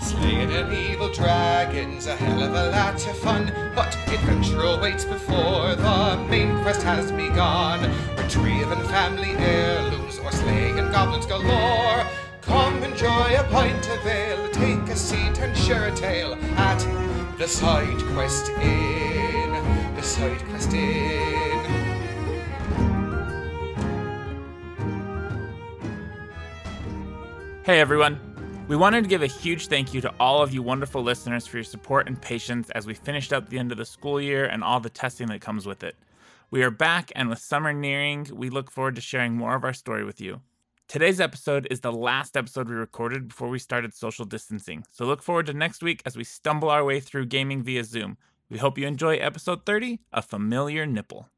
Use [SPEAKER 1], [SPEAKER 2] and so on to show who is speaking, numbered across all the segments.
[SPEAKER 1] Slaying an evil dragon's a hell of a lot of fun, but adventure awaits before the main quest has begun. Retrieving family heirlooms or slaying goblins galore. Come enjoy a pint of ale, take a seat and share a tale at the Side Quest Inn. The Side Quest Inn.
[SPEAKER 2] Hey everyone! We wanted to give a huge thank you to all of you wonderful listeners for your support and patience as we finished up the end of the school year and all the testing that comes with it. We are back, and with summer nearing, we look forward to sharing more of our story with you. Today's episode is the last episode we recorded before we started social distancing, so look forward to next week as we stumble our way through gaming via Zoom. We hope you enjoy episode 30 A Familiar Nipple.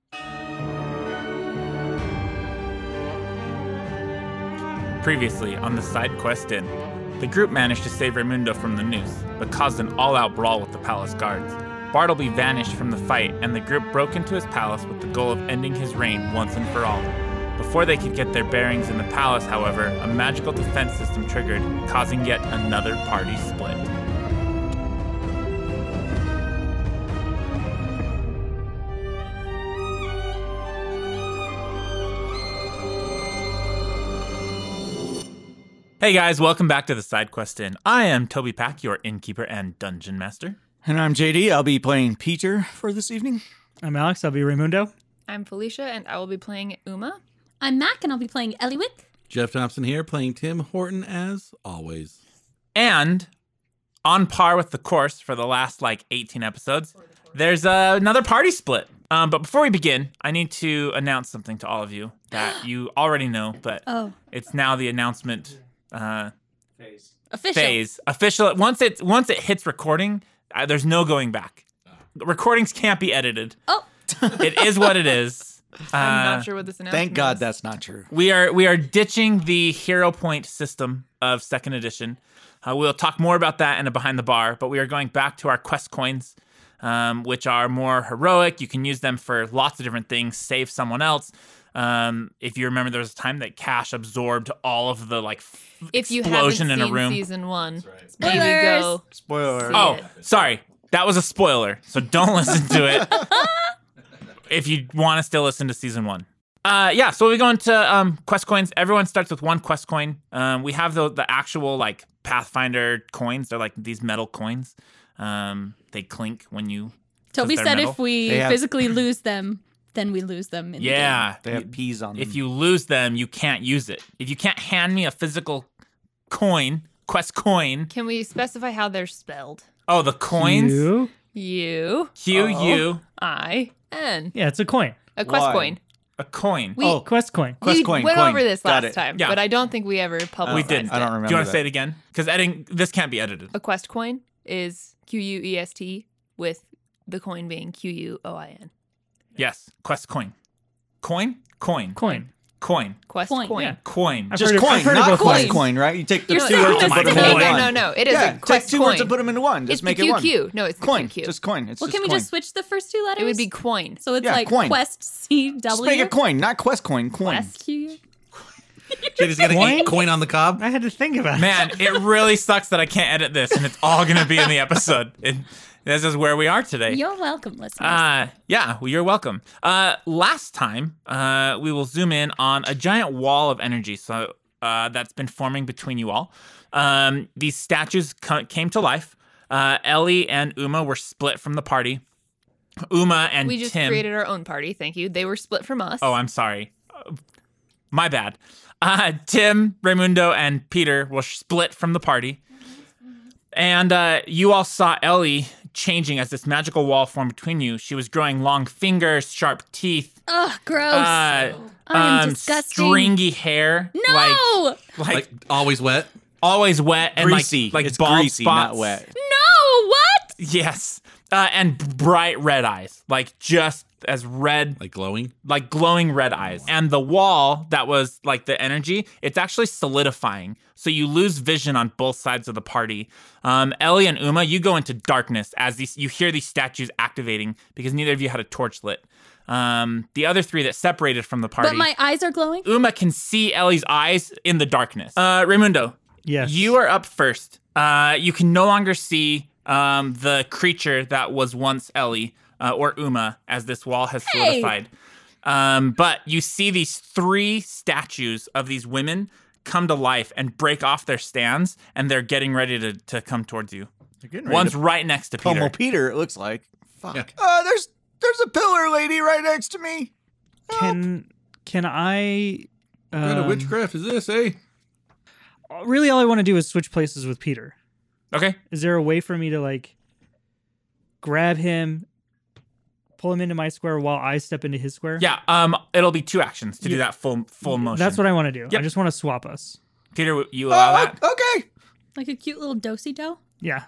[SPEAKER 2] Previously on the side quest inn, the group managed to save Raimundo from the noose, but caused an all out brawl with the palace guards. Bartleby vanished from the fight, and the group broke into his palace with the goal of ending his reign once and for all. Before they could get their bearings in the palace, however, a magical defense system triggered, causing yet another party split. Hey guys, welcome back to the Side Quest Inn. I am Toby Pack, your innkeeper and dungeon master.
[SPEAKER 3] And I'm JD. I'll be playing Peter for this evening.
[SPEAKER 4] I'm Alex. I'll be Raimundo.
[SPEAKER 5] I'm Felicia, and I will be playing Uma.
[SPEAKER 6] I'm Mac, and I'll be playing Eliwick.
[SPEAKER 7] Jeff Thompson here, playing Tim Horton as always.
[SPEAKER 2] And on par with the course for the last like 18 episodes, there's uh, another party split. Um, but before we begin, I need to announce something to all of you that you already know, but
[SPEAKER 6] Oh,
[SPEAKER 2] it's now the announcement uh,
[SPEAKER 6] official.
[SPEAKER 2] phase. Official. Once it once it hits recording, uh, there's no going back.
[SPEAKER 6] Ah.
[SPEAKER 2] The recordings can't be edited.
[SPEAKER 6] Oh,
[SPEAKER 2] It is what it is.
[SPEAKER 5] I'm
[SPEAKER 2] Uh,
[SPEAKER 5] not sure what this announcement
[SPEAKER 3] Thank God
[SPEAKER 5] is.
[SPEAKER 3] that's not true.
[SPEAKER 2] We are we are ditching the hero point system of second edition. Uh, we'll talk more about that in a behind the bar, but we are going back to our quest coins, um, which are more heroic. You can use them for lots of different things. Save someone else. Um, if you remember, there was a time that Cash absorbed all of the like f-
[SPEAKER 5] If you
[SPEAKER 2] explosion
[SPEAKER 5] haven't
[SPEAKER 2] in a
[SPEAKER 5] seen
[SPEAKER 2] room.
[SPEAKER 5] season one,
[SPEAKER 6] right.
[SPEAKER 5] maybe
[SPEAKER 6] Spoilers!
[SPEAKER 5] go.
[SPEAKER 3] Spoiler.
[SPEAKER 5] See
[SPEAKER 2] Oh,
[SPEAKER 5] it.
[SPEAKER 2] sorry. That was a spoiler. So don't listen to it if you want to still listen to season one. Uh, yeah, so we go into um, quest coins. Everyone starts with one quest coin. Um, we have the, the actual like Pathfinder coins. They're like these metal coins. Um, they clink when you.
[SPEAKER 6] Toby
[SPEAKER 2] they're
[SPEAKER 6] said
[SPEAKER 2] metal.
[SPEAKER 6] if we
[SPEAKER 3] They have-
[SPEAKER 6] physically lose them, then we lose them. In
[SPEAKER 2] Yeah.
[SPEAKER 3] They have peas on them.
[SPEAKER 2] If you lose them, you can't use it. If you can't hand me a physical coin, quest coin.
[SPEAKER 5] Can we specify how they're spelled?
[SPEAKER 2] Oh, the coins.
[SPEAKER 4] You?
[SPEAKER 5] U
[SPEAKER 2] Q
[SPEAKER 3] Oh.
[SPEAKER 2] U
[SPEAKER 5] I N.
[SPEAKER 4] Yeah, it's a coin.
[SPEAKER 5] A quest
[SPEAKER 3] Why?
[SPEAKER 5] coin.
[SPEAKER 2] a coin.
[SPEAKER 5] We,
[SPEAKER 3] Oh,
[SPEAKER 4] Quest coin.
[SPEAKER 3] Quest
[SPEAKER 5] we
[SPEAKER 3] coin,
[SPEAKER 5] went
[SPEAKER 3] coin.
[SPEAKER 5] over this
[SPEAKER 3] Got
[SPEAKER 5] last
[SPEAKER 3] it. Uh,
[SPEAKER 5] time,
[SPEAKER 2] Yeah.
[SPEAKER 5] but I don't think we ever publicized
[SPEAKER 2] We didn't.
[SPEAKER 5] it.
[SPEAKER 3] I don't remember.
[SPEAKER 2] Do you want
[SPEAKER 3] that.
[SPEAKER 2] to say it again? Because editing this can't be edited.
[SPEAKER 5] A quest coin is Q U E S T with the coin being Q U O I N.
[SPEAKER 2] Yes, quest coin, coin, coin,
[SPEAKER 4] Coin.
[SPEAKER 2] coin,
[SPEAKER 5] Quest coin.
[SPEAKER 6] Coin,
[SPEAKER 4] yeah.
[SPEAKER 2] coin.
[SPEAKER 4] I've
[SPEAKER 3] Just
[SPEAKER 4] heard of-
[SPEAKER 3] coin,
[SPEAKER 4] I've heard of
[SPEAKER 3] not
[SPEAKER 4] both
[SPEAKER 3] quest
[SPEAKER 4] ways.
[SPEAKER 3] coin, right? You take the
[SPEAKER 5] You're
[SPEAKER 3] two
[SPEAKER 5] saying
[SPEAKER 3] words
[SPEAKER 2] this
[SPEAKER 3] and put
[SPEAKER 2] is
[SPEAKER 3] them
[SPEAKER 2] a
[SPEAKER 3] in
[SPEAKER 5] no,
[SPEAKER 2] coin.
[SPEAKER 3] one.
[SPEAKER 5] no, no, no. It is
[SPEAKER 3] Yeah,
[SPEAKER 5] a
[SPEAKER 3] take
[SPEAKER 5] quest
[SPEAKER 3] two
[SPEAKER 5] coin.
[SPEAKER 3] words and put them into one.
[SPEAKER 5] it's
[SPEAKER 3] Just make
[SPEAKER 5] the
[SPEAKER 3] it one.
[SPEAKER 5] QQ. No, it's the
[SPEAKER 3] Coin.
[SPEAKER 5] QQ.
[SPEAKER 3] Just coin. It's
[SPEAKER 6] Well,
[SPEAKER 3] just
[SPEAKER 6] can we
[SPEAKER 3] coin.
[SPEAKER 6] just switch the first two letters?
[SPEAKER 5] it would be coin.
[SPEAKER 6] so it's
[SPEAKER 3] Yeah,
[SPEAKER 6] like
[SPEAKER 3] coin.
[SPEAKER 6] Quest C
[SPEAKER 3] Just
[SPEAKER 6] W.
[SPEAKER 3] make a coin, not quest coin. Coin.
[SPEAKER 6] Quest Q.
[SPEAKER 7] JD's got
[SPEAKER 2] Coin?
[SPEAKER 7] a coin on the cob.
[SPEAKER 4] I had to think about it.
[SPEAKER 2] Man, it really sucks that I can't edit this, and it's all gonna be in the episode. It, this is where we are today.
[SPEAKER 6] You're welcome, listeners.
[SPEAKER 2] Uh, yeah, well, you're welcome. Uh, last time, uh, we will zoom in on a giant wall of energy. So uh, that's been forming between you all. Um, these statues co- came to life. Uh, Ellie and Uma were split from the party. Uma and
[SPEAKER 5] we just
[SPEAKER 2] Tim.
[SPEAKER 5] created our own party. Thank you. They were split from us.
[SPEAKER 2] Oh, I'm sorry. Uh, My bad. Uh, Tim, Raimundo, and Peter were split from the party. And uh, you all saw Ellie changing as this magical wall formed between you. She was growing long fingers, sharp teeth,
[SPEAKER 6] Ugh, gross.
[SPEAKER 2] uh,
[SPEAKER 6] Oh, I
[SPEAKER 2] um,
[SPEAKER 6] am disgusting.
[SPEAKER 2] stringy hair.
[SPEAKER 6] no,
[SPEAKER 2] Like, like,
[SPEAKER 7] Like always wet.
[SPEAKER 2] always wet and
[SPEAKER 3] Greasy.
[SPEAKER 2] like, like
[SPEAKER 3] it's
[SPEAKER 2] bald
[SPEAKER 3] greasy,
[SPEAKER 2] spots.
[SPEAKER 3] not wet.
[SPEAKER 6] no, what?
[SPEAKER 2] Yes. Uh, and bright red eyes, like just as red
[SPEAKER 7] Like glowing.
[SPEAKER 2] like glowing red eyes. And the wall that was like the energy, it's actually solidifying. So you lose vision on both sides of the party. Um, Ellie and Uma, you go into darkness as these you hear these statues activating because neither of you had a torch lit. Um, the other three that separated from the party.
[SPEAKER 6] But my eyes are glowing.
[SPEAKER 2] Uma can see Ellie's eyes in the darkness. Uh, Raimundo,
[SPEAKER 4] Yes.
[SPEAKER 2] You are up first. Uh, you can no longer see um, the creature that was once Ellie uh, or Uma as this wall has solidified. Um, but you see these three statues of these women come to life and break off their stands, and they're getting ready to, to come towards you.
[SPEAKER 3] They're getting ready
[SPEAKER 2] One's
[SPEAKER 3] to
[SPEAKER 2] right next to
[SPEAKER 3] pummel
[SPEAKER 2] Peter.
[SPEAKER 3] Peter. It looks like. Fuck.
[SPEAKER 7] Yeah.
[SPEAKER 3] Uh, there's there's a pillar lady right next to me.
[SPEAKER 4] can can I?
[SPEAKER 7] What kind of
[SPEAKER 4] um,
[SPEAKER 7] witchcraft is this, eh?
[SPEAKER 4] Really, all I want to do is switch places with Peter.
[SPEAKER 2] Okay.
[SPEAKER 4] Is there a way for me to like grab him, pull him into my square while I step into his square?
[SPEAKER 2] Yeah. Um. It'll be two actions to do that full full motion.
[SPEAKER 4] That's what I want to do.
[SPEAKER 2] Yep.
[SPEAKER 4] I just want to swap us.
[SPEAKER 2] Peter. You allow
[SPEAKER 3] oh,
[SPEAKER 2] that?
[SPEAKER 3] okay.
[SPEAKER 6] Like a cute little dosey do.
[SPEAKER 4] Yeah.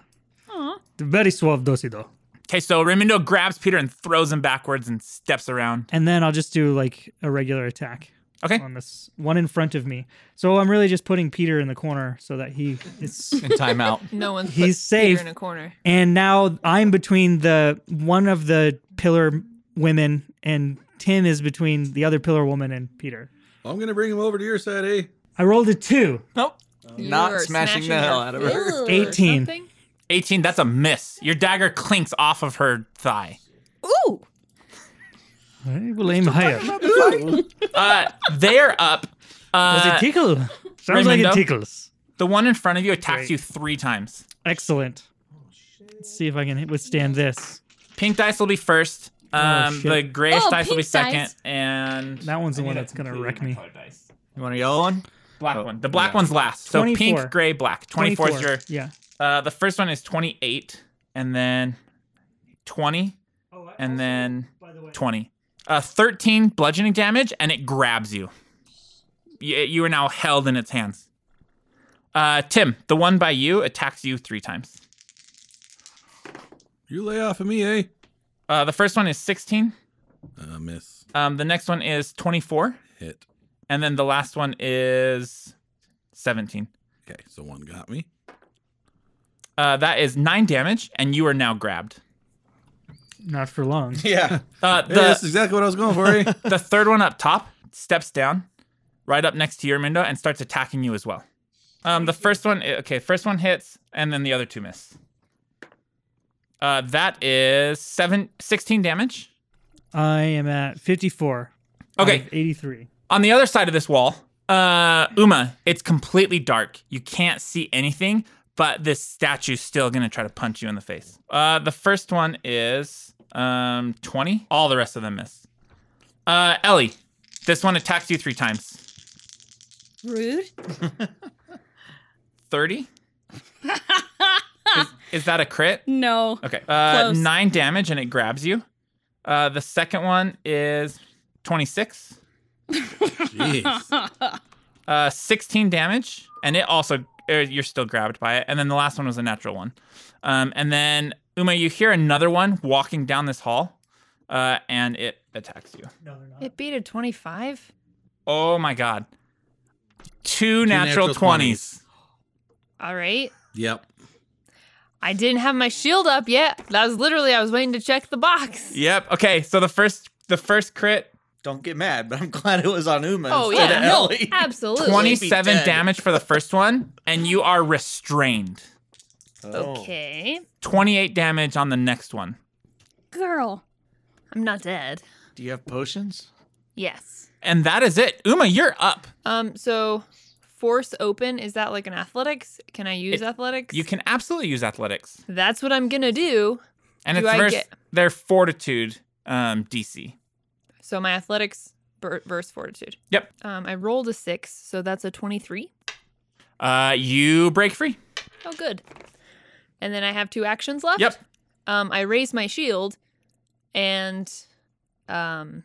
[SPEAKER 6] Aw.
[SPEAKER 4] Very suave dosido.
[SPEAKER 2] Okay. So Raimundo grabs Peter and throws him backwards and steps around.
[SPEAKER 4] And then I'll just do like a regular attack
[SPEAKER 2] Okay.
[SPEAKER 4] on this one in front of me. So I'm really just putting Peter in the corner so that he is
[SPEAKER 3] And timeout.
[SPEAKER 5] No one's put
[SPEAKER 4] He's
[SPEAKER 5] Peter
[SPEAKER 4] safe.
[SPEAKER 5] in a corner.
[SPEAKER 4] and now I'm between the one of the pillar women and Tim is between the other pillar woman and Peter.
[SPEAKER 7] I'm gonna bring him over to your side, eh?
[SPEAKER 4] I rolled a two.
[SPEAKER 3] nope.
[SPEAKER 5] You
[SPEAKER 3] Not
[SPEAKER 5] are
[SPEAKER 3] smashing the
[SPEAKER 5] her
[SPEAKER 3] hell out of her.
[SPEAKER 5] fist or
[SPEAKER 4] 18.
[SPEAKER 5] something?
[SPEAKER 2] 18, that's a miss. Your dagger clinks off of her thigh.
[SPEAKER 6] Ooh.
[SPEAKER 4] I will aim higher.
[SPEAKER 2] Uh, they're up.
[SPEAKER 4] Does
[SPEAKER 2] Uh,
[SPEAKER 4] it tickle? Sounds like
[SPEAKER 2] Raymundo?
[SPEAKER 4] it tickles.
[SPEAKER 2] the one in front of you attacks
[SPEAKER 4] Great.
[SPEAKER 2] you three times.
[SPEAKER 4] Excellent. Let's see if I can withstand this.
[SPEAKER 2] Pink dice will be first. Um,
[SPEAKER 4] Oh, shit.
[SPEAKER 2] the grayish
[SPEAKER 6] Oh,
[SPEAKER 2] dice will be
[SPEAKER 6] pink
[SPEAKER 2] second,
[SPEAKER 6] dice.
[SPEAKER 2] and
[SPEAKER 4] That one's the one that's gonna wreck me.
[SPEAKER 3] You want a yellow one?
[SPEAKER 2] Black one. The black one's last. So
[SPEAKER 4] 24.
[SPEAKER 2] pink, gray, black. 24, is your.
[SPEAKER 4] Yeah.
[SPEAKER 2] Uh, the first one is 28, and then 20, and then 20. Uh, 13 bludgeoning damage, and it grabs you. You, you are now held in its hands. Uh, Tim, the one by you attacks you three times.
[SPEAKER 7] You lay off of me, eh?
[SPEAKER 2] Uh, the first one is 16.
[SPEAKER 7] Uh, miss.
[SPEAKER 2] Um, the next one is 24.
[SPEAKER 7] Hit.
[SPEAKER 2] And then the last one is 17.
[SPEAKER 7] Okay, so one got me.
[SPEAKER 2] Uh, that is nine damage, and you are now grabbed.
[SPEAKER 4] Not for long.
[SPEAKER 3] Yeah.
[SPEAKER 2] Uh,
[SPEAKER 7] Hey,
[SPEAKER 2] the-
[SPEAKER 7] that's exactly what I was going for, eh?
[SPEAKER 2] the third one up top steps down right up next to your window and starts attacking you as well um, the first one okay first one hits and then the other two miss uh, that is seven, 16 damage
[SPEAKER 4] I am at 54. out
[SPEAKER 2] okay
[SPEAKER 4] of 83.
[SPEAKER 2] on the other side of this wall uh, uma it's completely dark you can't see anything but this statue's still gonna try to punch you in the face uh, the first one is um, 20 all the rest of them miss uh, ellie this one attacks you three times
[SPEAKER 6] Rude.
[SPEAKER 2] 30. is, is that a crit?
[SPEAKER 6] No.
[SPEAKER 2] Okay. Uh,
[SPEAKER 6] Close.
[SPEAKER 2] nine damage and it grabs you. Uh, the second one is 26.
[SPEAKER 7] Jeez.
[SPEAKER 2] Uh, 16 damage and it also, er, you're still grabbed by it. And then the last one was a natural one. Um, and then, Uma, you hear another one walking down this hall uh, and it attacks you.
[SPEAKER 5] It beat a 25.
[SPEAKER 2] Oh my God. Two, natural,
[SPEAKER 7] natural
[SPEAKER 2] 20s.
[SPEAKER 5] All right.
[SPEAKER 7] Yep.
[SPEAKER 5] I didn't have my shield up yet. That was literally, I was waiting to check the box.
[SPEAKER 2] Yep. Okay. So the first, the first crit
[SPEAKER 3] Don't get mad, but I'm glad it was on Uma
[SPEAKER 5] Oh,
[SPEAKER 3] instead
[SPEAKER 5] yeah.
[SPEAKER 3] of
[SPEAKER 5] No,
[SPEAKER 3] Ellie.
[SPEAKER 5] absolutely.
[SPEAKER 2] 27
[SPEAKER 3] dead.
[SPEAKER 2] damage for the first one, and you are restrained.
[SPEAKER 3] Oh.
[SPEAKER 5] Okay.
[SPEAKER 2] 28 damage on the next one.
[SPEAKER 6] Girl.
[SPEAKER 5] I'm not dead.
[SPEAKER 3] Do you have potions?
[SPEAKER 5] Yes.
[SPEAKER 2] And that is it. Uma, you're up.
[SPEAKER 5] Um. So, force open is that like an athletics? Can I use
[SPEAKER 2] It-
[SPEAKER 5] athletics?
[SPEAKER 2] You can absolutely use athletics.
[SPEAKER 5] That's what I'm gonna do.
[SPEAKER 2] And
[SPEAKER 5] Do
[SPEAKER 2] it's
[SPEAKER 5] I
[SPEAKER 2] versus
[SPEAKER 5] get-
[SPEAKER 2] their fortitude um, DC.
[SPEAKER 5] So my athletics ver- verse fortitude.
[SPEAKER 2] Yep.
[SPEAKER 5] Um. I rolled a six, so that's a twenty-three.
[SPEAKER 2] Uh, you break free.
[SPEAKER 5] Oh, good. And then I have two actions left.
[SPEAKER 2] Yep.
[SPEAKER 5] Um. I raise my shield, and, um,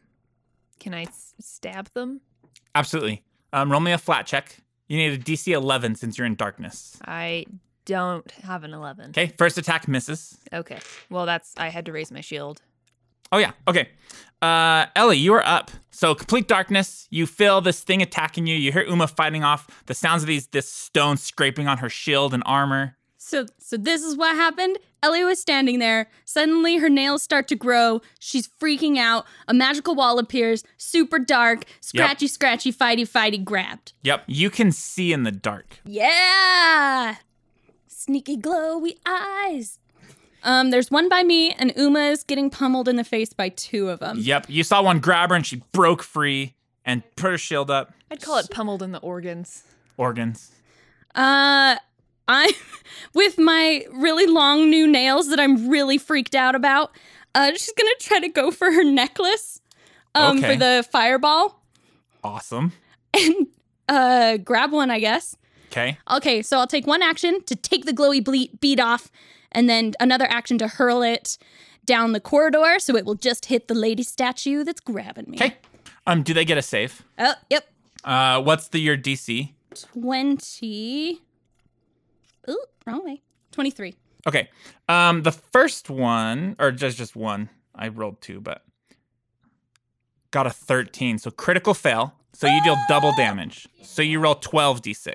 [SPEAKER 5] can I s- stab them?
[SPEAKER 2] Absolutely. Um, roll me a flat check. You need a DC 11 since you're in darkness.
[SPEAKER 5] I don't have an eleven.
[SPEAKER 2] Okay, first attack misses.
[SPEAKER 5] Okay. Well, that's I had to raise my shield.
[SPEAKER 2] Oh yeah. Okay. Uh, Ellie, you are up. So complete darkness. You feel this thing attacking you. You hear Uma fighting off the sounds of these this stone scraping on her shield and armor.
[SPEAKER 6] So so this is what happened. Ellie was standing there. Suddenly her nails start to grow. She's freaking out. A magical wall appears, super dark, scratchy, scratchy, fighty, fighty, grabbed.
[SPEAKER 2] Yep. You can see in the dark.
[SPEAKER 6] Yeah. Sneaky glowy eyes. Um, there's one by me, and Uma is getting pummeled in the face by two of them.
[SPEAKER 2] Yep. You saw one grab her and she broke free and put her shield up.
[SPEAKER 5] I'd call it pummeled in the organs.
[SPEAKER 2] Organs.
[SPEAKER 6] Uh, I'm with my really long new nails that I'm really freaked out about. Uh, she's gonna try to go for her necklace, um,
[SPEAKER 2] Okay.
[SPEAKER 6] for the fireball,
[SPEAKER 2] Awesome.
[SPEAKER 6] and uh, grab one, I guess.
[SPEAKER 2] Okay.
[SPEAKER 6] Okay, so I'll take one action to take the glowy bleat beat off, and then another action to hurl it down the corridor so it will just hit the lady statue that's grabbing me.
[SPEAKER 2] Okay. Um, do they get a save?
[SPEAKER 6] Oh, yep.
[SPEAKER 2] Uh, what's the your DC?
[SPEAKER 6] Twenty. Ooh, wrong way. Twenty-three.
[SPEAKER 2] Okay. Um, the first one, or just just one. I rolled two, but got a thirteen. So critical fail. So you deal double damage. So you roll twelve d6.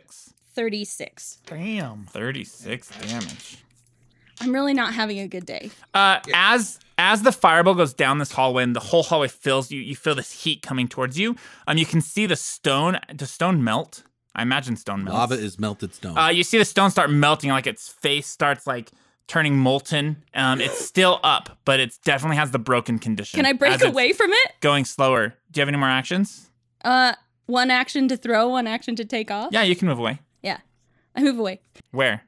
[SPEAKER 6] Thirty-six.
[SPEAKER 4] Damn.
[SPEAKER 2] Thirty-six damage.
[SPEAKER 6] I'm really not having a good day.
[SPEAKER 2] Uh, as as the fireball goes down this hallway and the whole hallway fills you, you feel this heat coming towards you. Um, you can see the stone. Does stone melt? I imagine stone melts.
[SPEAKER 7] Lava is melted stone.
[SPEAKER 2] Uh, you see the stone start melting, like its face starts like turning molten. Um, it's still up, but it definitely has the broken condition.
[SPEAKER 6] Can I
[SPEAKER 2] as
[SPEAKER 6] break
[SPEAKER 2] it's
[SPEAKER 6] away from it?
[SPEAKER 2] Going slower. Do you have any more actions?
[SPEAKER 6] Uh, one action to throw, one action to take off.
[SPEAKER 2] Yeah, you can move away.
[SPEAKER 6] Yeah. I move away.
[SPEAKER 2] Where?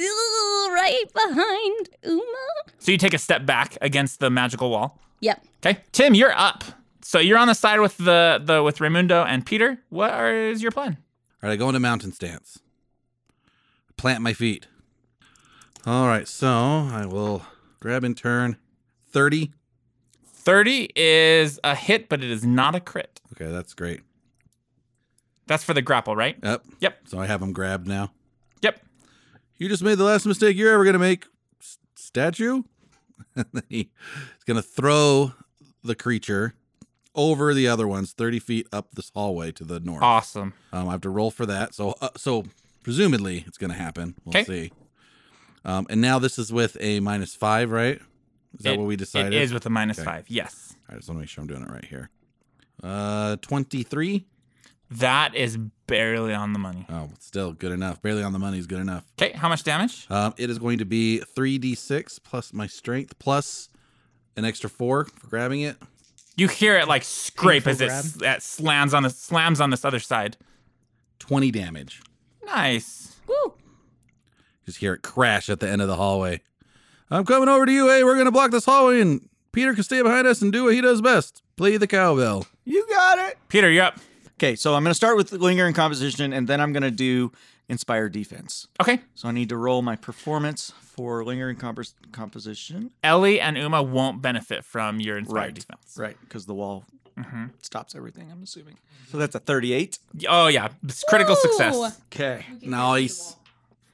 [SPEAKER 6] Ooh, right behind Uma.
[SPEAKER 2] So you take a step back against the magical wall.
[SPEAKER 6] Yep.
[SPEAKER 2] Okay, Tim, you're up. So you're on the side with the the with Raimundo and Peter. What are, is your plan?
[SPEAKER 7] All right, I go into mountain stance. Plant my feet. All right, so I will grab in turn 30.
[SPEAKER 2] 30 is a hit, but it is not a crit.
[SPEAKER 7] Okay, that's great.
[SPEAKER 2] That's for the grapple, right?
[SPEAKER 7] Yep.
[SPEAKER 2] Yep.
[SPEAKER 7] So I have them grabbed now.
[SPEAKER 2] Yep.
[SPEAKER 7] You just made the last mistake you're ever going to make, s- statue. and then he's going to throw the creature over the other ones 30 feet up this hallway to the north.
[SPEAKER 2] Awesome.
[SPEAKER 7] Um, I have to roll for that. So, uh, so presumably it's going to happen. We'll
[SPEAKER 2] 'Kay.
[SPEAKER 7] see. Um, and now this is with a minus five, right? Is that
[SPEAKER 2] It-
[SPEAKER 7] what we decided?
[SPEAKER 2] It is with a minus
[SPEAKER 7] Okay.
[SPEAKER 2] five. Yes.
[SPEAKER 7] I just want to make sure I'm doing it right here. Uh, twenty-three.
[SPEAKER 2] That is barely on the money.
[SPEAKER 7] Oh, still good enough. Barely on the money is good enough.
[SPEAKER 2] Okay, how much damage?
[SPEAKER 7] Um, it is going to be three d six plus my strength plus an extra four for grabbing it.
[SPEAKER 2] You hear it like scrape as
[SPEAKER 4] Painful
[SPEAKER 2] it, s- it slams on the slams on this other side.
[SPEAKER 7] Twenty damage.
[SPEAKER 2] Nice.
[SPEAKER 6] Woo.
[SPEAKER 7] Just hear it crash at the end of the hallway. I'm coming over to you. Hey, we're gonna block this hallway, and Peter can stay behind us and do what he does best: play the cowbell.
[SPEAKER 3] You got it.
[SPEAKER 2] Peter, you're up.
[SPEAKER 3] Okay, so I'm gonna start with linger and composition, and then I'm gonna do inspire defense.
[SPEAKER 2] Okay.
[SPEAKER 3] So I need to roll my performance for linger and compos- composition.
[SPEAKER 2] Ellie and Uma won't benefit from your inspired
[SPEAKER 3] Right.
[SPEAKER 2] defense.
[SPEAKER 3] Right, Mm-hmm. because the wall
[SPEAKER 2] Mhm.
[SPEAKER 3] stops everything. I'm assuming. So that's a 38.
[SPEAKER 2] Oh yeah, it's critical
[SPEAKER 6] Ooh.
[SPEAKER 2] success.
[SPEAKER 3] Okay.
[SPEAKER 7] Nice.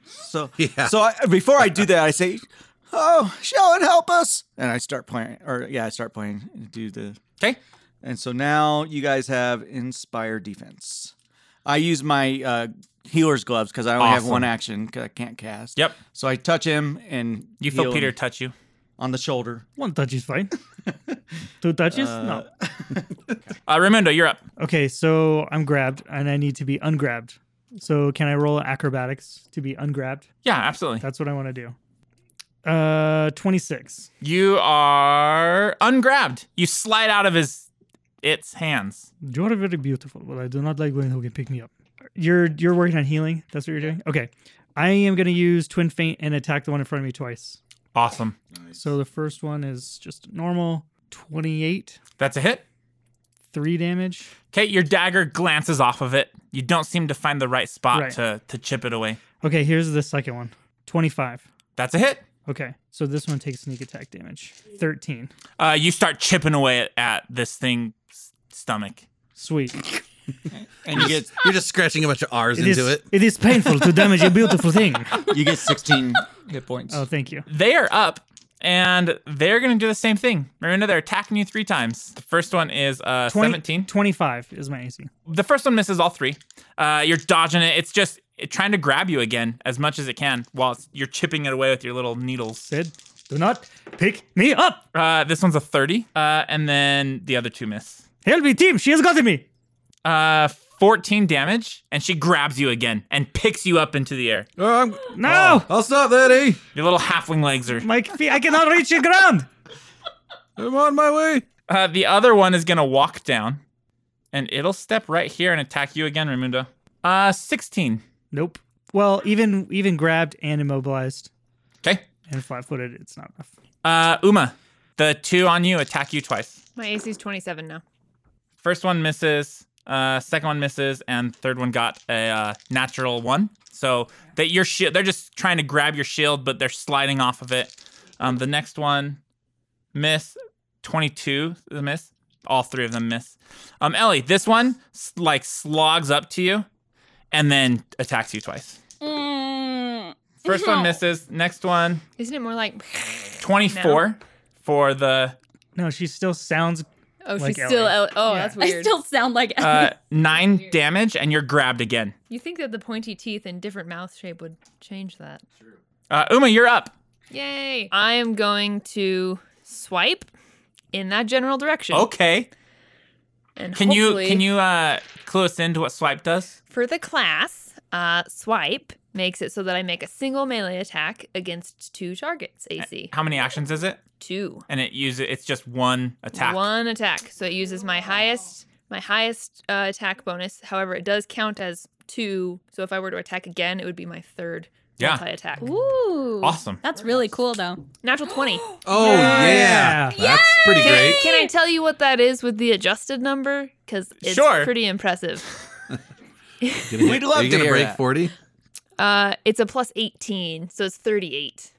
[SPEAKER 3] So
[SPEAKER 7] Yeah.
[SPEAKER 3] So I, before I do that, I say, "Oh, Sheldon, help us!" And I start playing, or yeah, I start playing. and Do the
[SPEAKER 2] Okay.
[SPEAKER 3] and so now you guys have inspire defense. I use my uh, healer's gloves because I only have
[SPEAKER 2] Awesome.
[SPEAKER 3] one action because I can't cast.
[SPEAKER 2] Yep.
[SPEAKER 3] So I touch him and
[SPEAKER 2] You feel
[SPEAKER 3] heal
[SPEAKER 2] Peter
[SPEAKER 3] him
[SPEAKER 2] touch you.
[SPEAKER 3] on the shoulder.
[SPEAKER 4] One touch is fine. Two touches? no.
[SPEAKER 2] Uh, Raimundo, you're up.
[SPEAKER 4] Okay, so I'm grabbed and I need to be ungrabbed. So can I roll acrobatics to be ungrabbed?
[SPEAKER 2] Yeah, absolutely.
[SPEAKER 4] That's what I want to do. Uh, 26.
[SPEAKER 2] You are ungrabbed. You slide out of his its hands.
[SPEAKER 4] You are very beautiful, but I do not like when who can pick me up. You're you're working on healing. That's what you're doing. Okay, I am gonna use twin faint and attack the one in front of me twice.
[SPEAKER 2] Awesome.
[SPEAKER 4] So the first one is just normal 28,
[SPEAKER 2] That's a hit.
[SPEAKER 4] three damage.
[SPEAKER 2] Okay, your dagger glances off of it. You don't seem to find the right spot
[SPEAKER 4] Right.
[SPEAKER 2] to to chip it away.
[SPEAKER 4] Okay, here's the second one, 25.
[SPEAKER 2] That's a hit.
[SPEAKER 4] Okay, so this one takes sneak attack damage, 13.
[SPEAKER 2] Uh, you start chipping away at, at this thing's stomach.
[SPEAKER 4] Sweet.
[SPEAKER 3] And you get
[SPEAKER 7] You're just scratching a bunch of R's
[SPEAKER 4] It is,
[SPEAKER 7] into it.
[SPEAKER 4] it is painful to damage a beautiful thing.
[SPEAKER 3] you get 16 hit points.
[SPEAKER 4] Oh, thank you.
[SPEAKER 2] They are up. And they're going to do the same thing. Remember, they're attacking you three times. The first one is uh, 17.
[SPEAKER 4] 25 is my AC.
[SPEAKER 2] The first one misses all three. Uh, you're dodging it. It's just it, trying to grab you again as much as it can while it's, you're chipping it away with your little needles.
[SPEAKER 4] Sid, do not pick me up.
[SPEAKER 2] Uh, this one's a 30. Uh, and then the other two miss.
[SPEAKER 4] Help me, team. She has gotten me.
[SPEAKER 2] Uh, 14 damage. And she grabs you again and picks you up into the air.
[SPEAKER 7] Oh, I'm,
[SPEAKER 4] No,
[SPEAKER 7] I'll stop that, eh?
[SPEAKER 2] Your little halfling legs are.
[SPEAKER 4] my feet. I cannot reach the ground.
[SPEAKER 7] I'm on my way.
[SPEAKER 2] Uh, the other one is going to walk down and it'll step right here and attack you again, Raimundo. Uh, 16.
[SPEAKER 4] Nope. Well, even even grabbed and immobilized
[SPEAKER 2] Okay.
[SPEAKER 4] and flat-footed, it's not enough.
[SPEAKER 2] Uh, Uma, the two on you attack you twice.
[SPEAKER 5] My AC is 27 now.
[SPEAKER 2] First one misses, uh, second one misses, and third one got a uh, natural one. So that your shield, they're just trying to grab your shield, but they're sliding off of it. Um, the next one, miss, twenty-two, the miss. All three of them miss. Um, Ellie, this one s- like slogs up to you, and then attacks you twice.
[SPEAKER 6] Mm.
[SPEAKER 2] First one misses. Next one,
[SPEAKER 5] Isn't it more like?
[SPEAKER 2] twenty-four for the
[SPEAKER 4] No, she still sounds.
[SPEAKER 5] Oh,
[SPEAKER 4] Like
[SPEAKER 5] she's still.
[SPEAKER 4] Ellie.
[SPEAKER 5] Ellie. Oh,
[SPEAKER 4] Yeah.
[SPEAKER 5] that's
[SPEAKER 6] I
[SPEAKER 5] weird.
[SPEAKER 6] still sound like
[SPEAKER 2] uh, nine damage, and you're grabbed again.
[SPEAKER 5] you think that the pointy teeth and different mouth shape would change that?
[SPEAKER 2] Uh, Uma, you're up.
[SPEAKER 5] Yay! I am going to swipe in that general direction.
[SPEAKER 2] Okay.
[SPEAKER 5] And
[SPEAKER 2] Can you
[SPEAKER 5] hopefully-
[SPEAKER 2] can you uh clue us into what swipe does?
[SPEAKER 5] For the class, uh, swipe makes it so that I make a single melee attack against two targets AC.
[SPEAKER 2] How many actions is it?
[SPEAKER 5] Two.
[SPEAKER 2] And it uses it's just one attack.
[SPEAKER 5] One attack. So it uses my highest my highest uh, attack bonus. However, it does count as two. So if I were to attack again, it would be my third
[SPEAKER 2] Yeah.
[SPEAKER 5] multi attack.
[SPEAKER 6] Ooh.
[SPEAKER 2] Awesome.
[SPEAKER 6] That's really cool, though.
[SPEAKER 5] Natural twenty.
[SPEAKER 7] Oh yeah,
[SPEAKER 4] Yeah.
[SPEAKER 7] that's pretty
[SPEAKER 5] Can,
[SPEAKER 7] great.
[SPEAKER 5] can I tell you what that is with the adjusted number? Because it's
[SPEAKER 2] Sure.
[SPEAKER 5] pretty impressive.
[SPEAKER 7] Gonna
[SPEAKER 3] We'd
[SPEAKER 7] hit-
[SPEAKER 3] love
[SPEAKER 7] Are you
[SPEAKER 3] to
[SPEAKER 7] gonna
[SPEAKER 3] hear
[SPEAKER 7] break
[SPEAKER 3] that.
[SPEAKER 7] forty?
[SPEAKER 5] Uh, it's a plus eighteen, so it's thirty-eight,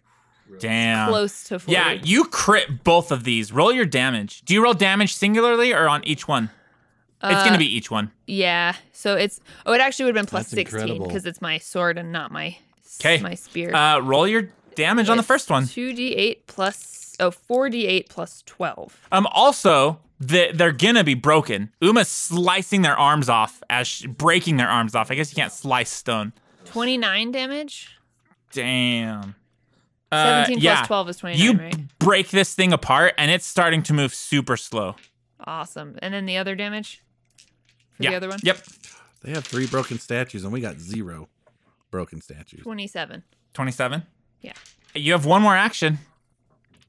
[SPEAKER 2] Damn.
[SPEAKER 5] close to forty.
[SPEAKER 2] Yeah, you crit both of these. Roll your damage. Do you roll damage singularly or on each one? it's
[SPEAKER 5] Uh,
[SPEAKER 2] gonna be each one.
[SPEAKER 5] Yeah. So it's oh, it actually would have been plus
[SPEAKER 7] That's
[SPEAKER 5] sixteen
[SPEAKER 7] incredible.
[SPEAKER 5] because it's my sword and not my s-
[SPEAKER 2] 'Kay.
[SPEAKER 5] my spear.
[SPEAKER 2] Uh roll your damage on the first one.
[SPEAKER 5] Two d eight plus oh, 4d8 plus twelve.
[SPEAKER 2] Um also the, they're gonna be broken. Uma's slicing their arms off as she, breaking their arms off. I guess you can't slice stone.
[SPEAKER 5] Twenty nine damage.
[SPEAKER 2] Damn. Uh,
[SPEAKER 5] Seventeen
[SPEAKER 2] yeah.
[SPEAKER 5] plus twelve is twenty
[SPEAKER 2] You
[SPEAKER 5] nine. Right.
[SPEAKER 2] break this thing apart and it's starting to move super slow.
[SPEAKER 5] Awesome. And then the other damage for
[SPEAKER 2] yeah.
[SPEAKER 5] the other one.
[SPEAKER 2] Yep.
[SPEAKER 7] They have three broken statues, and we got zero broken statues.
[SPEAKER 5] Twenty seven.
[SPEAKER 2] 27.
[SPEAKER 5] Yeah.
[SPEAKER 2] You have one more action.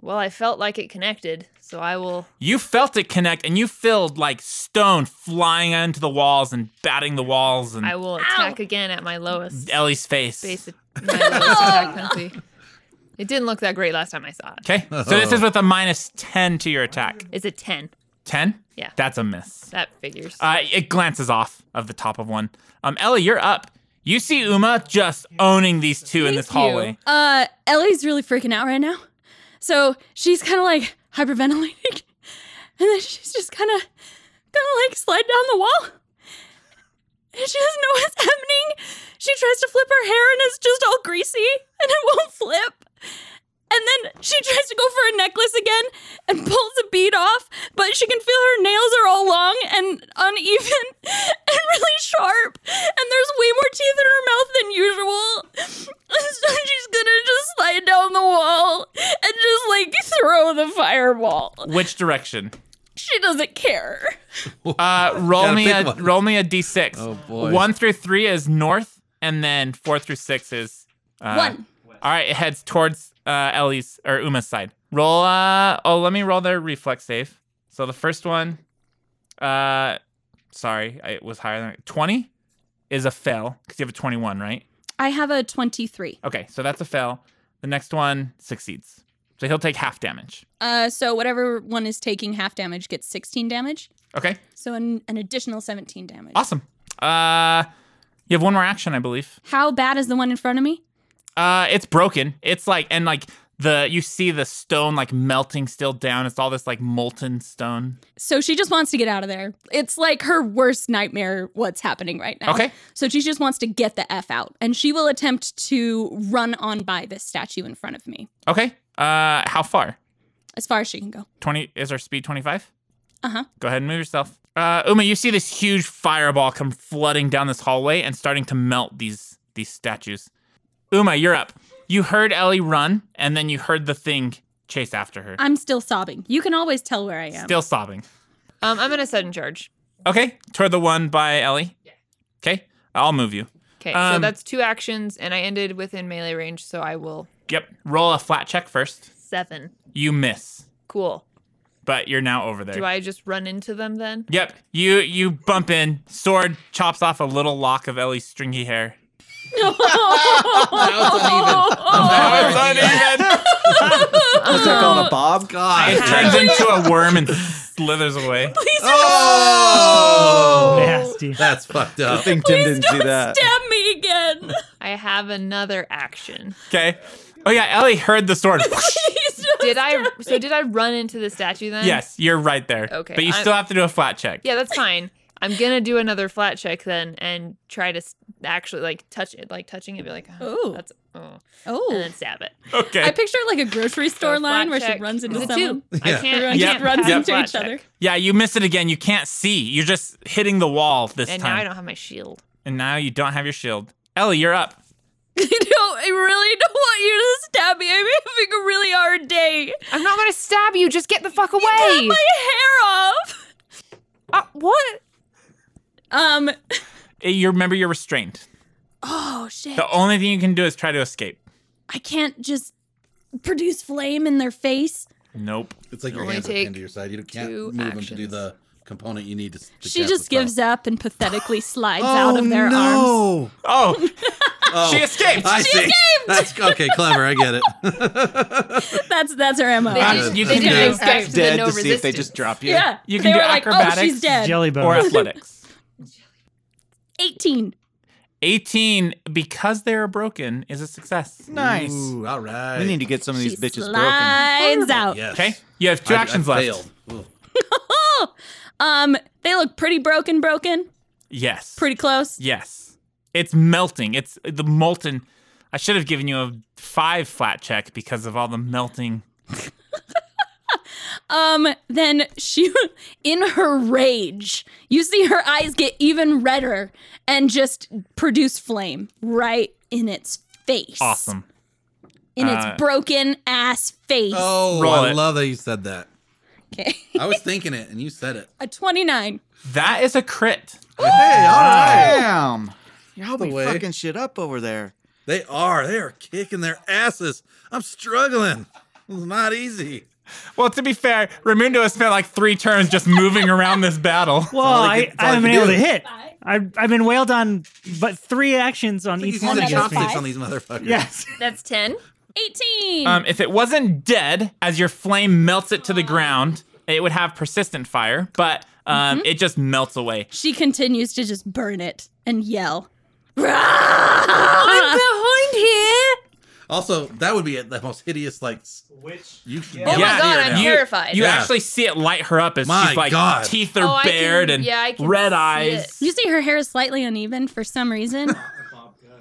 [SPEAKER 5] Well, I felt like it connected, so I will.
[SPEAKER 2] You felt it connect and you filled like stone flying onto the walls and batting the walls and
[SPEAKER 5] I will attack again at my lowest
[SPEAKER 2] Ellie's face.
[SPEAKER 5] base. My lowest
[SPEAKER 6] Oh.
[SPEAKER 5] attack penalty. It didn't look that great last time I saw it.
[SPEAKER 2] Okay. So this is with a minus 10 to your attack.
[SPEAKER 5] It's a ten.
[SPEAKER 2] 10?
[SPEAKER 5] Yeah.
[SPEAKER 2] That's a miss.
[SPEAKER 5] That figures.
[SPEAKER 2] Uh, it glances off of the top of one. Um, Ellie, you're up. You see Uma just owning these two in this
[SPEAKER 5] you.
[SPEAKER 2] hallway.
[SPEAKER 6] Uh, Ellie's really freaking out right now. So she's kind of like hyperventilating. And then she's just kind of, kind of like slide down the wall. And she doesn't know what's happening. She tries to flip her hair and it's just all greasy and it won't flip. And then she tries to go for a necklace again and pulls a bead off, but she can feel her nails are all long and uneven and really sharp. And there's way more teeth in her mouth than usual. And so she's gonna just slide down the wall and just like throw the fireball.
[SPEAKER 2] Which direction?
[SPEAKER 6] She doesn't care.
[SPEAKER 2] Uh, roll
[SPEAKER 7] Gotta
[SPEAKER 2] me
[SPEAKER 7] pick
[SPEAKER 2] a
[SPEAKER 7] one.
[SPEAKER 2] roll me a d6.
[SPEAKER 7] Oh, boy.
[SPEAKER 2] One through three is north, and then four through six is uh,
[SPEAKER 6] One.
[SPEAKER 2] All right, it heads towards uh, Ellie's or Uma's side. Roll. Uh, oh, let me roll their reflex save. So the first one, uh, sorry, I- it was higher than twenty, is a fail because you have a twenty-one, right?
[SPEAKER 6] I have a 23.
[SPEAKER 2] Okay, so that's a fail. The next one succeeds, so he'll take half damage.
[SPEAKER 6] Uh, so whatever one is taking half damage gets 16 damage.
[SPEAKER 2] Okay,
[SPEAKER 6] So an, an additional 17 damage.
[SPEAKER 2] awesome. Uh, you have one more action, I believe.
[SPEAKER 6] How bad is the one in front of me?
[SPEAKER 2] Uh, it's broken. It's like and like the you see the stone like melting still down. It's all this like molten stone.
[SPEAKER 6] So she just wants to get out of there. It's like her worst nightmare, what's happening right now.
[SPEAKER 2] Okay.
[SPEAKER 6] So she just wants to get the F out. And she will attempt to run on by this statue in front of me.
[SPEAKER 2] Okay. Uh, how far?
[SPEAKER 6] as far as she can go.
[SPEAKER 2] 20 is our speed 25
[SPEAKER 6] Uh-huh.
[SPEAKER 2] go ahead and move yourself uh uma you see this huge fireball come flooding down this hallway and starting to melt these these statues uma you're up you heard ellie run and then you heard the thing chase after her
[SPEAKER 6] I'm still sobbing. You can always tell where I am.
[SPEAKER 2] still sobbing
[SPEAKER 5] Um, I'm gonna sudden charge.
[SPEAKER 2] okay toward the one by ellie okay i'll move you
[SPEAKER 5] Okay, so
[SPEAKER 2] Um,
[SPEAKER 5] that's two actions, and I ended within melee range, so I will
[SPEAKER 2] yep roll a flat check first
[SPEAKER 5] seven.
[SPEAKER 2] you miss
[SPEAKER 5] Cool.
[SPEAKER 2] but you're now over there
[SPEAKER 5] Do I just run into them then?
[SPEAKER 2] yep you you bump in sword chops off a little lock of ellie's stringy hair
[SPEAKER 7] Oh,
[SPEAKER 1] That was uneven.
[SPEAKER 2] That was uneven.
[SPEAKER 3] What's that called? A bob? God.
[SPEAKER 2] It turns into a worm and slithers away.
[SPEAKER 7] Oh,
[SPEAKER 4] Nasty.
[SPEAKER 7] that's fucked
[SPEAKER 3] I
[SPEAKER 7] up.
[SPEAKER 3] think Tim didn't see that.
[SPEAKER 6] Stab me again.
[SPEAKER 5] I have another action.
[SPEAKER 2] Okay. Oh yeah, Ellie heard the sword.
[SPEAKER 6] Please don't
[SPEAKER 5] Did I? So did I run into the statue then?
[SPEAKER 2] yes, you're right there.
[SPEAKER 5] Okay,
[SPEAKER 2] But you
[SPEAKER 5] I'm-
[SPEAKER 2] still have to do a flat check.
[SPEAKER 5] Yeah, that's fine. I'm gonna do another flat check then and try to s- actually like touch it, like touching it, be like, oh,
[SPEAKER 6] Ooh.
[SPEAKER 5] that's oh,
[SPEAKER 6] Oh.
[SPEAKER 5] and then stab it.
[SPEAKER 2] Okay.
[SPEAKER 6] I picture like a grocery store
[SPEAKER 5] So, flat
[SPEAKER 6] line where she
[SPEAKER 5] check.
[SPEAKER 6] runs into
[SPEAKER 5] Is it
[SPEAKER 6] someone.
[SPEAKER 5] two? I
[SPEAKER 7] Yeah.
[SPEAKER 5] can't. I
[SPEAKER 6] Everyone
[SPEAKER 5] can't
[SPEAKER 6] just runs
[SPEAKER 5] pass
[SPEAKER 6] into
[SPEAKER 5] flat
[SPEAKER 6] each other.
[SPEAKER 5] check.
[SPEAKER 2] yeah, you miss it again. You can't see. You're just hitting the wall this
[SPEAKER 5] And
[SPEAKER 2] time.
[SPEAKER 5] now I don't have my shield.
[SPEAKER 2] and now you don't have your shield. Ellie, you're up.
[SPEAKER 6] I don't. I really don't want you to stab me. I'm having a really hard day.
[SPEAKER 5] I'm not gonna stab you. Just get the fuck away.
[SPEAKER 6] Cut my hair off.
[SPEAKER 5] Uh, what?
[SPEAKER 6] Um.
[SPEAKER 2] Eh, You remember you're restrained.
[SPEAKER 6] Oh shit.
[SPEAKER 2] The only thing you can do is try to escape.
[SPEAKER 6] I can't just produce flame in their face.
[SPEAKER 2] Nope.
[SPEAKER 7] It's like
[SPEAKER 5] You
[SPEAKER 7] your
[SPEAKER 5] only
[SPEAKER 7] hands are
[SPEAKER 5] take
[SPEAKER 7] pinned to your side. You can't
[SPEAKER 5] two
[SPEAKER 7] move them to do
[SPEAKER 5] actions.
[SPEAKER 7] the component you need to. s- to
[SPEAKER 6] She
[SPEAKER 7] cast
[SPEAKER 6] just
[SPEAKER 7] the spell.
[SPEAKER 6] gives up and pathetically slides out
[SPEAKER 5] Oh,
[SPEAKER 6] of their arms.
[SPEAKER 7] Oh, no.
[SPEAKER 2] Oh,
[SPEAKER 7] Oh,
[SPEAKER 2] she escaped.
[SPEAKER 7] I see. That's okay. Clever. I get it.
[SPEAKER 6] That's that's her mo.
[SPEAKER 5] They,
[SPEAKER 2] Uh,
[SPEAKER 5] did,
[SPEAKER 2] you
[SPEAKER 5] they
[SPEAKER 2] can
[SPEAKER 5] didn't
[SPEAKER 2] do
[SPEAKER 5] expect the
[SPEAKER 3] Dead
[SPEAKER 5] no
[SPEAKER 3] to
[SPEAKER 5] resistance.
[SPEAKER 3] see if they just drop you.
[SPEAKER 6] yeah,
[SPEAKER 2] You can
[SPEAKER 6] they
[SPEAKER 2] do
[SPEAKER 6] were like,
[SPEAKER 2] acrobatics,
[SPEAKER 6] "Oh, she's dead."
[SPEAKER 4] Jelly bone.
[SPEAKER 2] or athletics.
[SPEAKER 6] Eighteen.
[SPEAKER 2] 18 because they are broken is a success.
[SPEAKER 3] Nice.
[SPEAKER 7] Ooh, all right.
[SPEAKER 3] We need to get some of
[SPEAKER 6] She
[SPEAKER 3] these bitches broken.
[SPEAKER 6] slides out.
[SPEAKER 7] Yes.
[SPEAKER 2] Okay? You have two
[SPEAKER 7] I- I
[SPEAKER 2] actions left.
[SPEAKER 7] failed. Ooh.
[SPEAKER 6] Oh, um, they look pretty broken, broken,
[SPEAKER 2] Yes.
[SPEAKER 6] pretty close.
[SPEAKER 2] Yes. It's melting. It's the molten. I should have given you a five flat check because of all the melting.
[SPEAKER 6] Um, then she, in her rage, you see her eyes get even redder and just produce flame right in its face.
[SPEAKER 2] Awesome.
[SPEAKER 6] In
[SPEAKER 2] Uh,
[SPEAKER 6] its broken ass face.
[SPEAKER 7] Oh,
[SPEAKER 2] Roll
[SPEAKER 7] I
[SPEAKER 2] it.
[SPEAKER 7] love that you said that.
[SPEAKER 6] Okay.
[SPEAKER 7] I was thinking it, and you said it.
[SPEAKER 6] A 29.
[SPEAKER 2] That is a crit.
[SPEAKER 7] Hey, all right.
[SPEAKER 3] Damn. Y'all
[SPEAKER 7] The
[SPEAKER 3] be
[SPEAKER 7] way.
[SPEAKER 3] fucking shit up over there.
[SPEAKER 7] They are. They are kicking their asses. I'm struggling. It's not easy.
[SPEAKER 2] Well, to be fair, Raimundo has spent like three turns just moving around this battle.
[SPEAKER 4] Well,
[SPEAKER 7] all you
[SPEAKER 4] I,
[SPEAKER 7] can- that's all
[SPEAKER 4] I haven't been
[SPEAKER 7] you
[SPEAKER 4] able
[SPEAKER 7] can
[SPEAKER 4] to
[SPEAKER 7] do.
[SPEAKER 4] hit. I've, I've been wailed on, but three actions on each
[SPEAKER 7] He's
[SPEAKER 4] one
[SPEAKER 7] using
[SPEAKER 6] another
[SPEAKER 4] against me.
[SPEAKER 7] chopsticks on these motherfuckers.
[SPEAKER 4] Yes.
[SPEAKER 5] That's ten.
[SPEAKER 6] 18.
[SPEAKER 2] Um, if it wasn't dead, as your flame melts it to the ground, it would have persistent fire, but um, it just melts away.
[SPEAKER 6] she continues to just burn it and yell.
[SPEAKER 5] behind here.
[SPEAKER 7] Also, that would be the most hideous, like,
[SPEAKER 4] Which
[SPEAKER 7] you should
[SPEAKER 5] Oh my
[SPEAKER 2] Yeah.
[SPEAKER 5] god,
[SPEAKER 7] here
[SPEAKER 5] I'm
[SPEAKER 7] now.
[SPEAKER 5] terrified.
[SPEAKER 2] You
[SPEAKER 7] Yeah.
[SPEAKER 2] actually see it light her up as
[SPEAKER 7] My
[SPEAKER 2] she's like
[SPEAKER 7] God.
[SPEAKER 2] teeth are
[SPEAKER 5] Oh, I can-
[SPEAKER 2] bared and
[SPEAKER 5] yeah, I can
[SPEAKER 2] red
[SPEAKER 5] see
[SPEAKER 2] eyes.
[SPEAKER 5] it.
[SPEAKER 6] You see her hair is slightly uneven for some reason.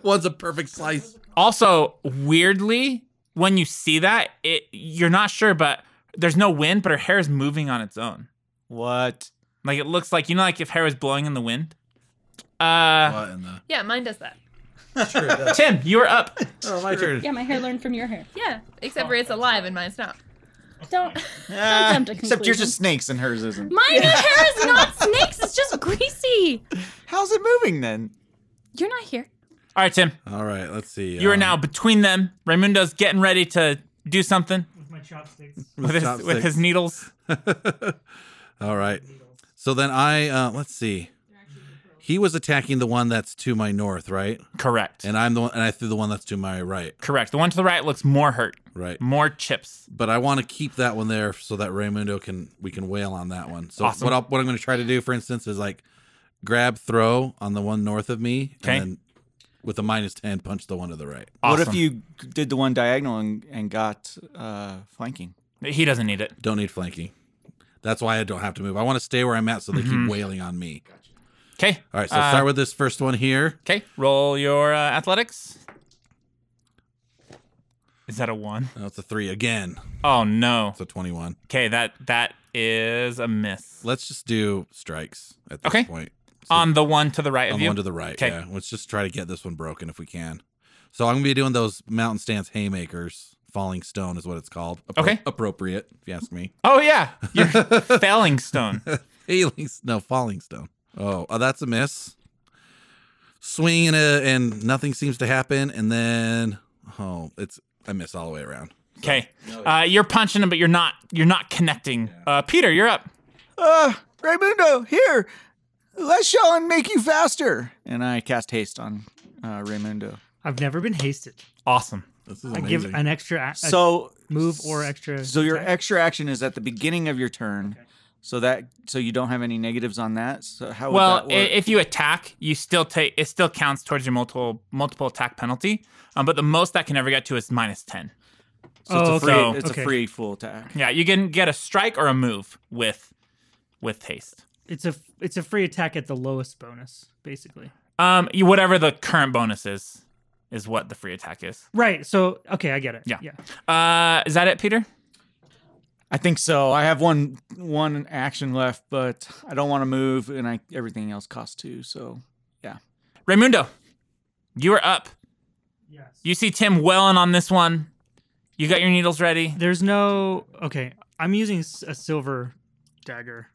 [SPEAKER 7] One's a perfect slice.
[SPEAKER 2] Also, weirdly, when you see that, it you're not sure, but there's no wind, but her hair is moving on its own.
[SPEAKER 3] What?
[SPEAKER 2] Like it looks like you know, like if hair was blowing in the wind. Uh,
[SPEAKER 7] What in the-
[SPEAKER 5] Yeah, mine does that.
[SPEAKER 2] Tim, you are up.
[SPEAKER 7] Oh, my turn.
[SPEAKER 6] yeah, my hair learned from your hair.
[SPEAKER 5] Yeah, except for it's alive and mine's not.
[SPEAKER 6] Don't.
[SPEAKER 3] Ah,
[SPEAKER 6] jump to
[SPEAKER 3] except yours
[SPEAKER 6] conclusions.
[SPEAKER 3] is snakes and hers isn't.
[SPEAKER 6] My hair is not snakes. It's just greasy.
[SPEAKER 3] How's it moving then?
[SPEAKER 6] You're not here.
[SPEAKER 2] All right, Tim,
[SPEAKER 7] All right, let's see.
[SPEAKER 2] you are
[SPEAKER 7] um,
[SPEAKER 2] now between them. Raimundo's getting ready to do something
[SPEAKER 4] my chopsticks.
[SPEAKER 2] with his, with
[SPEAKER 7] chopsticks.
[SPEAKER 2] his needles.
[SPEAKER 7] All right. So then I, uh, let's see. He was attacking the one that's to my north, right?
[SPEAKER 2] Correct.
[SPEAKER 7] And I'm the one, and I threw the one that's to my right,
[SPEAKER 2] Correct. The one to the right looks more hurt,
[SPEAKER 7] right?
[SPEAKER 2] more chips.
[SPEAKER 7] but I want to keep that one there so that Raymundo can we can wail on that one. So
[SPEAKER 2] Awesome.
[SPEAKER 7] what I'll, what I'm going to try to do, for instance, is like grab throw on the one north of me,
[SPEAKER 2] Okay.
[SPEAKER 7] and then with a minus ten, punch the one to the right.
[SPEAKER 2] Awesome.
[SPEAKER 3] What if you did the one diagonal and, and got uh, flanking?
[SPEAKER 2] He doesn't need it.
[SPEAKER 7] Don't need flanking. That's why I don't have to move. I want to stay where I'm at so they
[SPEAKER 2] Mm-hmm.
[SPEAKER 7] keep wailing on me.
[SPEAKER 2] Okay.
[SPEAKER 7] All right, so start with this first one here.
[SPEAKER 2] Okay. Roll your uh, athletics. Is that a one?
[SPEAKER 7] Now it's a three again.
[SPEAKER 2] Oh no.
[SPEAKER 7] It's a 21.
[SPEAKER 2] Okay, that that is a miss.
[SPEAKER 7] Let's just do strikes at this
[SPEAKER 2] Okay.
[SPEAKER 7] point. So
[SPEAKER 2] On the one to the right
[SPEAKER 7] on
[SPEAKER 2] of
[SPEAKER 7] the
[SPEAKER 2] you.
[SPEAKER 7] one to the right.
[SPEAKER 2] 'Kay.
[SPEAKER 7] Yeah. Let's just try to get this one broken if we can. So I'm gonna be doing those mountain stance haymakers. Falling stone is what it's called. Appro-
[SPEAKER 2] Okay.
[SPEAKER 7] Appropriate, if you ask me.
[SPEAKER 2] oh yeah, you're failing stone.
[SPEAKER 7] Healing, no, falling stone. Oh, oh, that's a miss. Swing and, a, and nothing seems to happen, and then oh, it's I miss all the way around.
[SPEAKER 2] Okay, uh, you're punching him, but you're not you're not connecting. Uh, Peter, you're up.
[SPEAKER 3] Uh, Raimundo, here. Let's show and make you faster. And I cast haste on uh, Raimundo.
[SPEAKER 4] I've never been hasted.
[SPEAKER 2] Awesome.
[SPEAKER 7] This is
[SPEAKER 4] I
[SPEAKER 7] amazing.
[SPEAKER 4] give an extra a- a
[SPEAKER 3] So
[SPEAKER 4] move or extra.
[SPEAKER 3] so your
[SPEAKER 4] attack.
[SPEAKER 3] extra action is at the beginning of your turn. So that so you don't have any negatives on that. So
[SPEAKER 7] Oh,
[SPEAKER 3] how would
[SPEAKER 2] Well,
[SPEAKER 3] that
[SPEAKER 2] i-
[SPEAKER 3] work?
[SPEAKER 2] if you attack, you still take it still counts towards your multiple multiple attack penalty. Um, but the most that can ever get to is minus ten.
[SPEAKER 3] so it's
[SPEAKER 4] Oh,
[SPEAKER 3] a free
[SPEAKER 2] okay.
[SPEAKER 3] it's
[SPEAKER 4] Okay.
[SPEAKER 3] a free full attack.
[SPEAKER 2] Yeah, you can get a strike or a move with with haste.
[SPEAKER 4] it's a it's a free attack at the lowest bonus, basically.
[SPEAKER 2] Um, you, whatever the current bonus is, is what the free attack is.
[SPEAKER 4] Right. So okay, I get it.
[SPEAKER 2] Yeah.
[SPEAKER 4] Yeah.
[SPEAKER 2] Uh, is that it, Peter?
[SPEAKER 3] I think so. I have one one action left, but I don't want to move and I everything else costs two, so
[SPEAKER 2] Raimundo, you are up.
[SPEAKER 4] Yes.
[SPEAKER 2] You see Tim Wellen on this one. You got your needles ready.
[SPEAKER 4] There's no okay. I'm using s- a silver dagger.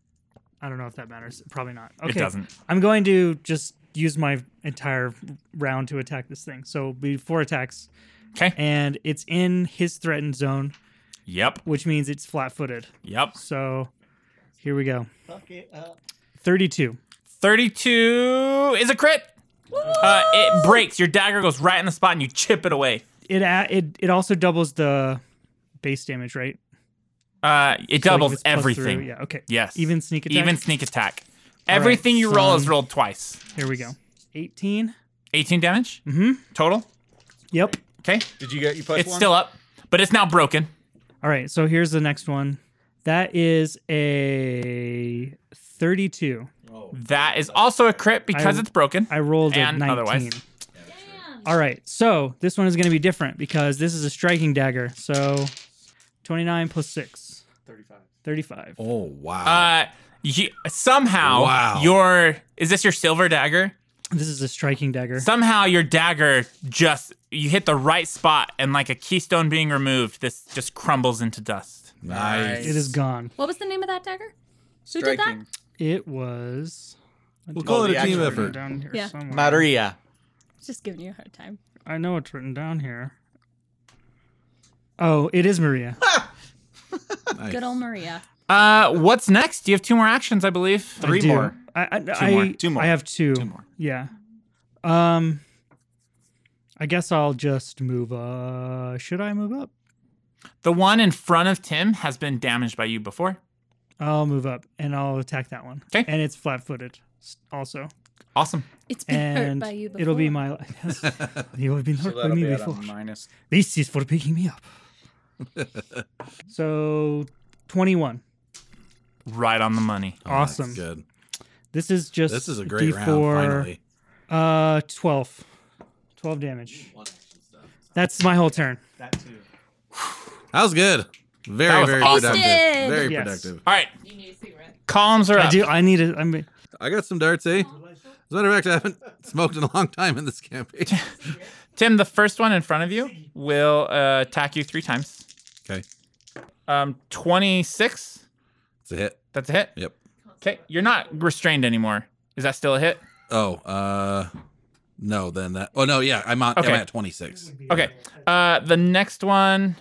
[SPEAKER 4] I don't know if that matters. Probably not. Okay.
[SPEAKER 2] It doesn't.
[SPEAKER 4] I'm going to just use my entire round to attack this thing. So be four attacks,
[SPEAKER 2] Okay.
[SPEAKER 4] and it's in his threatened zone,
[SPEAKER 2] Yep.
[SPEAKER 4] which means it's flat-footed.
[SPEAKER 2] Yep.
[SPEAKER 4] So here we go. Thirty-two.
[SPEAKER 2] 32 is a crit. Uh, it breaks. Your dagger goes right in the spot and you chip it away.
[SPEAKER 4] It a- it it also doubles the base damage, right?
[SPEAKER 2] Uh, it
[SPEAKER 4] So, like, if
[SPEAKER 2] doubles
[SPEAKER 4] it's plus
[SPEAKER 2] everything.
[SPEAKER 4] three- yeah. Okay.
[SPEAKER 2] Yes.
[SPEAKER 4] Even sneak attack.
[SPEAKER 2] Even sneak attack.
[SPEAKER 4] right,
[SPEAKER 2] Everything you roll is
[SPEAKER 4] son.
[SPEAKER 2] rolled twice.
[SPEAKER 4] Here we go. 18.
[SPEAKER 2] 18 damage
[SPEAKER 4] Mhm.
[SPEAKER 2] total.
[SPEAKER 4] Yep.
[SPEAKER 2] Okay.
[SPEAKER 3] Did you get you
[SPEAKER 2] It's still up, but it's now broken.
[SPEAKER 4] All right. So here's the next one. That is a 32.
[SPEAKER 2] That is also a crit because
[SPEAKER 4] I-
[SPEAKER 2] it's broken.
[SPEAKER 4] I rolled a
[SPEAKER 2] And
[SPEAKER 4] 19.
[SPEAKER 2] otherwise.
[SPEAKER 4] All right. So this one is going to be different because this is a striking dagger. So 29 plus 6. 35. 35.
[SPEAKER 7] oh wow.
[SPEAKER 2] Uh, you, somehow
[SPEAKER 7] Wow.
[SPEAKER 2] your is this your silver dagger?
[SPEAKER 4] This is a striking dagger.
[SPEAKER 2] Somehow your dagger just you hit the right spot and like a keystone being removed, this just crumbles into dust.
[SPEAKER 7] nice.
[SPEAKER 4] It is gone.
[SPEAKER 6] What was the name of that dagger? Who did that?
[SPEAKER 3] striking.
[SPEAKER 4] It was.
[SPEAKER 7] We'll call it
[SPEAKER 3] the
[SPEAKER 7] a team
[SPEAKER 3] actual-
[SPEAKER 7] effort.
[SPEAKER 4] Down here
[SPEAKER 6] Yeah.
[SPEAKER 4] somewhere.
[SPEAKER 3] Maria.
[SPEAKER 6] Just giving you a hard time.
[SPEAKER 4] I know it's written down here. Oh, it is Maria.
[SPEAKER 7] Nice.
[SPEAKER 6] Good old Maria.
[SPEAKER 2] Uh, what's next? You have two more actions, I believe.
[SPEAKER 4] I do. I, I, two I,
[SPEAKER 3] more. Two more.
[SPEAKER 4] I have two.
[SPEAKER 3] Two more.
[SPEAKER 4] Yeah. Um. I guess I'll just move. Uh, should I move up?
[SPEAKER 2] The one in front of Tim has been damaged by you before.
[SPEAKER 4] I'll move up and I'll attack that one.
[SPEAKER 2] 'Kay.
[SPEAKER 4] And it's flat-footed, s- also.
[SPEAKER 2] Awesome.
[SPEAKER 6] It's been hurt
[SPEAKER 4] And
[SPEAKER 6] by you before.
[SPEAKER 4] it'll be my. you have been hurt by me before.
[SPEAKER 3] minus.
[SPEAKER 4] This is for picking me up. so, twenty-one.
[SPEAKER 2] Right on the money.
[SPEAKER 7] Oh, that's
[SPEAKER 4] awesome.
[SPEAKER 7] Good.
[SPEAKER 4] This is just.
[SPEAKER 7] This is a great round.
[SPEAKER 4] D4,
[SPEAKER 7] Finally.
[SPEAKER 4] Uh, 12. 12 damage. That's my whole turn.
[SPEAKER 7] That was good. Very,
[SPEAKER 2] That was
[SPEAKER 7] very
[SPEAKER 2] awesome.
[SPEAKER 7] productive. Very
[SPEAKER 4] Yes.
[SPEAKER 7] productive.
[SPEAKER 2] All right. Columns are up.
[SPEAKER 4] I do. I need it. I'm.
[SPEAKER 7] I got some darts, eh? As a matter of fact, I haven't smoked in a long time in this campaign.
[SPEAKER 2] Tim, the first one in front of you will uh, attack you three times.
[SPEAKER 7] okay.
[SPEAKER 2] Um, 26.
[SPEAKER 7] It's a hit.
[SPEAKER 2] That's a hit.
[SPEAKER 7] Yep.
[SPEAKER 2] Okay. You're not restrained anymore. Is that still a hit?
[SPEAKER 7] Oh, uh no, then that oh no, yeah, I'm on
[SPEAKER 2] Okay.
[SPEAKER 7] I'm at twenty six.
[SPEAKER 2] Okay. Uh, the next one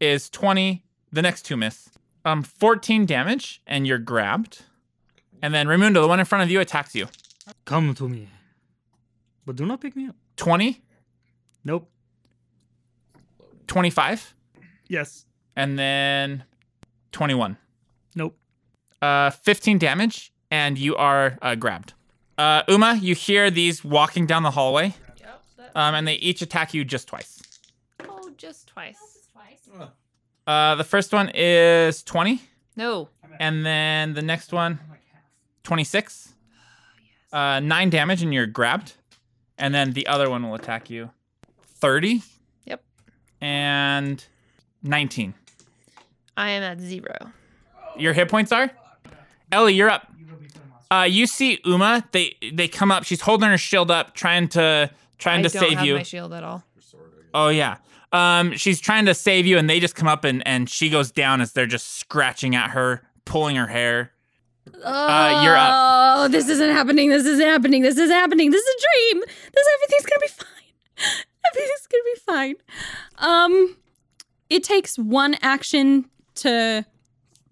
[SPEAKER 2] is 20. The next two miss. Um, 14 damage, and you're grabbed. And then Raimundo, the one in front of you, attacks you.
[SPEAKER 4] Come to me. But do not pick me up.
[SPEAKER 2] 20,
[SPEAKER 4] Nope.
[SPEAKER 2] 25,
[SPEAKER 4] Yes.
[SPEAKER 2] and then 21.
[SPEAKER 4] Nope.
[SPEAKER 2] uh, 15 damage, and you are uh, grabbed. Uh, Uma, you hear these walking down the hallway, um, and they each attack you just twice.
[SPEAKER 5] Oh, just twice.
[SPEAKER 2] Uh, the first one is 20,
[SPEAKER 5] No.
[SPEAKER 2] and then the next one, 26. Uh, 9 damage, and you're grabbed. And then the other one will attack you 30.
[SPEAKER 5] Yep.
[SPEAKER 2] and 19.
[SPEAKER 5] I am at zero.
[SPEAKER 2] Your hit points are? Ellie, you're up. Uh, you see Uma. They they come up. She's holding her shield up, trying to trying
[SPEAKER 5] I
[SPEAKER 2] to
[SPEAKER 5] don't
[SPEAKER 2] save
[SPEAKER 5] have
[SPEAKER 2] you.
[SPEAKER 5] my shield at all.
[SPEAKER 2] Oh yeah. Um, she's trying to save you, and they just come up and and she goes down as they're just scratching at her, pulling her hair. Uh, you're up.
[SPEAKER 6] Oh, this isn't happening. This isn't happening. This is happening. This is a dream. This everything's gonna be fine. Everything's gonna be fine. Um, it takes one action to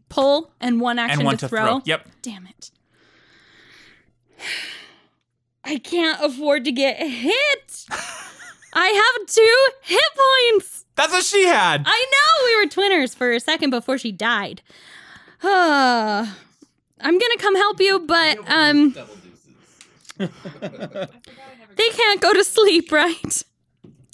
[SPEAKER 6] pull and one action
[SPEAKER 2] and want
[SPEAKER 6] to, throw.
[SPEAKER 2] Yep.
[SPEAKER 6] Damn it. I can't afford to get hit. I have two hit points.
[SPEAKER 2] That's what she had.
[SPEAKER 6] I know we were twinners for a second before she died. Ah, I'm gonna come help you, but um, they can't go to sleep, right?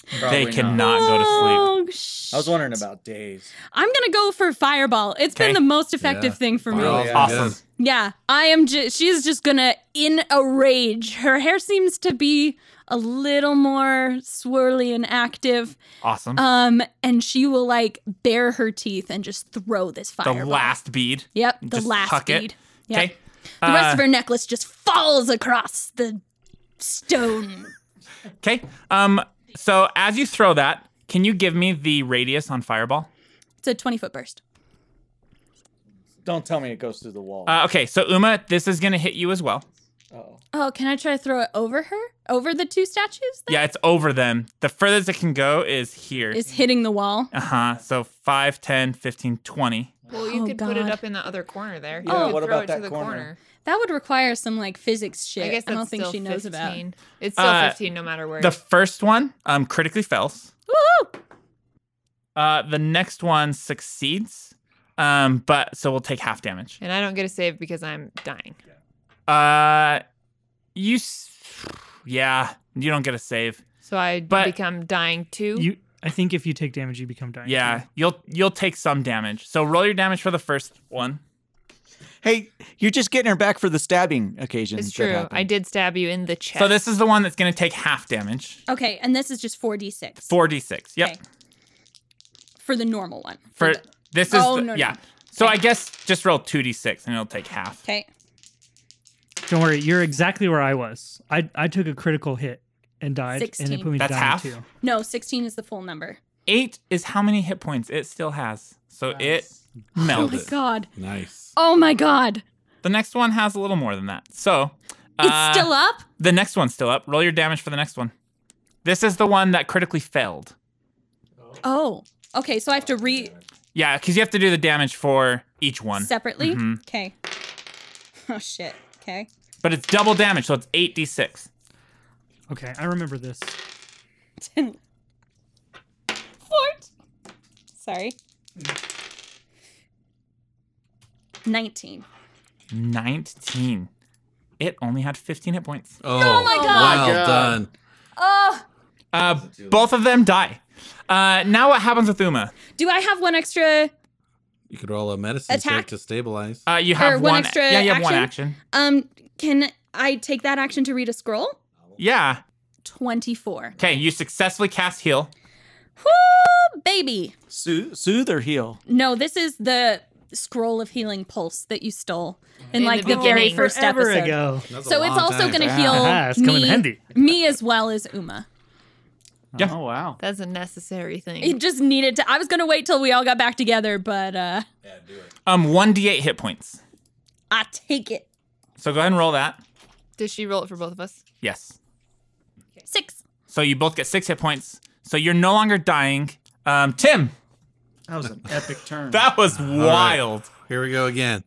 [SPEAKER 2] they
[SPEAKER 3] Probably
[SPEAKER 2] cannot
[SPEAKER 3] not.
[SPEAKER 2] go to sleep.
[SPEAKER 6] Oh, sh-
[SPEAKER 3] I was wondering about days.
[SPEAKER 6] I'm gonna go for fireball. It's
[SPEAKER 2] Okay.
[SPEAKER 6] been the most effective
[SPEAKER 7] Yeah.
[SPEAKER 6] thing for me.
[SPEAKER 7] Wow.
[SPEAKER 3] Yeah.
[SPEAKER 2] Awesome.
[SPEAKER 7] Yes.
[SPEAKER 6] Yeah, I am just, she's just gonna, in a rage, her hair seems to be a little more swirly and active.
[SPEAKER 2] Awesome.
[SPEAKER 6] Um, and she will like bare her teeth and just throw this
[SPEAKER 2] the
[SPEAKER 6] fireball.
[SPEAKER 2] last bead.
[SPEAKER 6] Yep, the
[SPEAKER 2] Just
[SPEAKER 6] last
[SPEAKER 2] huck it.
[SPEAKER 6] bead. Yep.
[SPEAKER 2] Okay. uh,
[SPEAKER 6] The rest of her necklace just falls across the stone.
[SPEAKER 2] Okay. Um. So as you throw that, can you give me the radius on fireball?
[SPEAKER 6] It's a 20 foot burst.
[SPEAKER 3] Don't tell me it goes through the wall.
[SPEAKER 2] Uh, okay. So Uma, this is gonna hit you as well.
[SPEAKER 3] oh
[SPEAKER 6] Oh, can I try to throw it over her? Over the two statues?
[SPEAKER 2] Yeah, it's over them. The furthest it can go is here.
[SPEAKER 6] Is hitting the wall.
[SPEAKER 2] Uh huh. So 5, 10, 15, 20.
[SPEAKER 5] Well, you
[SPEAKER 6] Oh,
[SPEAKER 5] could put it
[SPEAKER 6] God. Oh.
[SPEAKER 5] up in the other corner there.
[SPEAKER 3] Yeah,
[SPEAKER 5] you could
[SPEAKER 3] what
[SPEAKER 5] throw
[SPEAKER 3] about
[SPEAKER 5] it to
[SPEAKER 3] that
[SPEAKER 5] the
[SPEAKER 3] corner?
[SPEAKER 6] That would require some like physics shit.
[SPEAKER 5] I guess that's
[SPEAKER 6] don't think
[SPEAKER 5] still
[SPEAKER 6] she knows
[SPEAKER 5] 15.
[SPEAKER 6] about.
[SPEAKER 5] It's still
[SPEAKER 2] Uh,
[SPEAKER 5] 15 no matter where.
[SPEAKER 2] The first one um, critically fails.
[SPEAKER 6] Woohoo!
[SPEAKER 2] Uh, the next one succeeds, um, but so we'll take half damage.
[SPEAKER 5] and I don't get a save because I'm dying.
[SPEAKER 2] Uh, you, s- yeah, you don't get a save.
[SPEAKER 5] So I
[SPEAKER 2] But-
[SPEAKER 5] become dying too.
[SPEAKER 4] You, I think if you take damage, you become dying.
[SPEAKER 2] Yeah, you'll you'll take some damage. So roll your damage for the first one.
[SPEAKER 3] Hey, you're just getting her back for the stabbing occasion.
[SPEAKER 5] it's
[SPEAKER 3] that
[SPEAKER 5] true.
[SPEAKER 3] happened.
[SPEAKER 5] I did stab you in the chest.
[SPEAKER 2] So this is the one that's gonna take half damage.
[SPEAKER 6] Okay, and this is just 4d6.
[SPEAKER 2] Four d six. Yep.
[SPEAKER 6] Okay. For the normal one.
[SPEAKER 2] For
[SPEAKER 6] the-
[SPEAKER 2] this is
[SPEAKER 6] Oh,
[SPEAKER 2] the-
[SPEAKER 6] no, no.
[SPEAKER 2] yeah. So I guess just roll two d six and it'll take half.
[SPEAKER 6] Okay.
[SPEAKER 4] Don't worry, you're exactly where I was. I I took a critical hit and died, and
[SPEAKER 6] 16.
[SPEAKER 4] it put me
[SPEAKER 2] That's
[SPEAKER 4] down
[SPEAKER 2] half?
[SPEAKER 4] too.
[SPEAKER 6] No, 16 is the full number.
[SPEAKER 2] Eight is how many hit points it still has. So it
[SPEAKER 6] Oh
[SPEAKER 2] melted.
[SPEAKER 6] my god.
[SPEAKER 7] Nice.
[SPEAKER 6] Oh my god.
[SPEAKER 2] The next one has a little more than that. So
[SPEAKER 6] It's
[SPEAKER 2] uh,
[SPEAKER 6] still up?
[SPEAKER 2] the next one's still up. Roll your damage for the next one. This is the one that critically failed.
[SPEAKER 6] Oh. Okay, so I have to re
[SPEAKER 2] Yeah, because you have to do the damage for each one,
[SPEAKER 6] separately?
[SPEAKER 2] Mhm.
[SPEAKER 6] Okay. Oh shit. Okay.
[SPEAKER 2] but it's double damage, so it's eight d six.
[SPEAKER 4] Okay, I remember this.
[SPEAKER 6] 10. Fort. Sorry. 19.
[SPEAKER 2] 19. It only had 15 hit points.
[SPEAKER 7] Oh,
[SPEAKER 6] my God.
[SPEAKER 7] Well done.
[SPEAKER 6] Oh,
[SPEAKER 2] Uh, both of them die. Uh, now what happens with Uma?
[SPEAKER 6] do I have one extra?
[SPEAKER 7] You could roll a medicine
[SPEAKER 6] Attack.
[SPEAKER 7] check to stabilize.
[SPEAKER 2] Uh, you have
[SPEAKER 6] Or one extra
[SPEAKER 2] Yeah, you have one
[SPEAKER 6] action?
[SPEAKER 2] action.
[SPEAKER 6] Um, can I take that action to read a scroll?
[SPEAKER 2] Yeah.
[SPEAKER 6] 24.
[SPEAKER 2] Okay, you successfully cast heal.
[SPEAKER 6] Whoo, baby.
[SPEAKER 3] Soo- soothe or heal.
[SPEAKER 6] No, this is the scroll of healing pulse that you stole in,
[SPEAKER 5] In
[SPEAKER 6] like
[SPEAKER 5] the
[SPEAKER 6] the, very
[SPEAKER 5] beginning.
[SPEAKER 6] first
[SPEAKER 4] Forever
[SPEAKER 6] episode.
[SPEAKER 4] ago.
[SPEAKER 7] That's a
[SPEAKER 6] So it's
[SPEAKER 7] long
[SPEAKER 6] also
[SPEAKER 7] time.
[SPEAKER 6] going to
[SPEAKER 3] Yeah.
[SPEAKER 6] heal
[SPEAKER 4] Ah, it's
[SPEAKER 6] me,
[SPEAKER 4] come in handy.
[SPEAKER 6] me as well as Uma.
[SPEAKER 2] Yeah.
[SPEAKER 3] Oh wow.
[SPEAKER 5] That's a necessary thing.
[SPEAKER 6] It just needed to. I was going to wait till we all got back together, but uh
[SPEAKER 2] Um, 1d8 hit points.
[SPEAKER 6] I take it.
[SPEAKER 2] So go ahead and roll that.
[SPEAKER 5] Does she roll it for both of us?
[SPEAKER 2] Yes.
[SPEAKER 6] Six.
[SPEAKER 2] So you both get six hit points. So you're no longer dying. Um, Tim,
[SPEAKER 3] That was an epic turn.
[SPEAKER 2] that was wild.
[SPEAKER 7] Here we go again.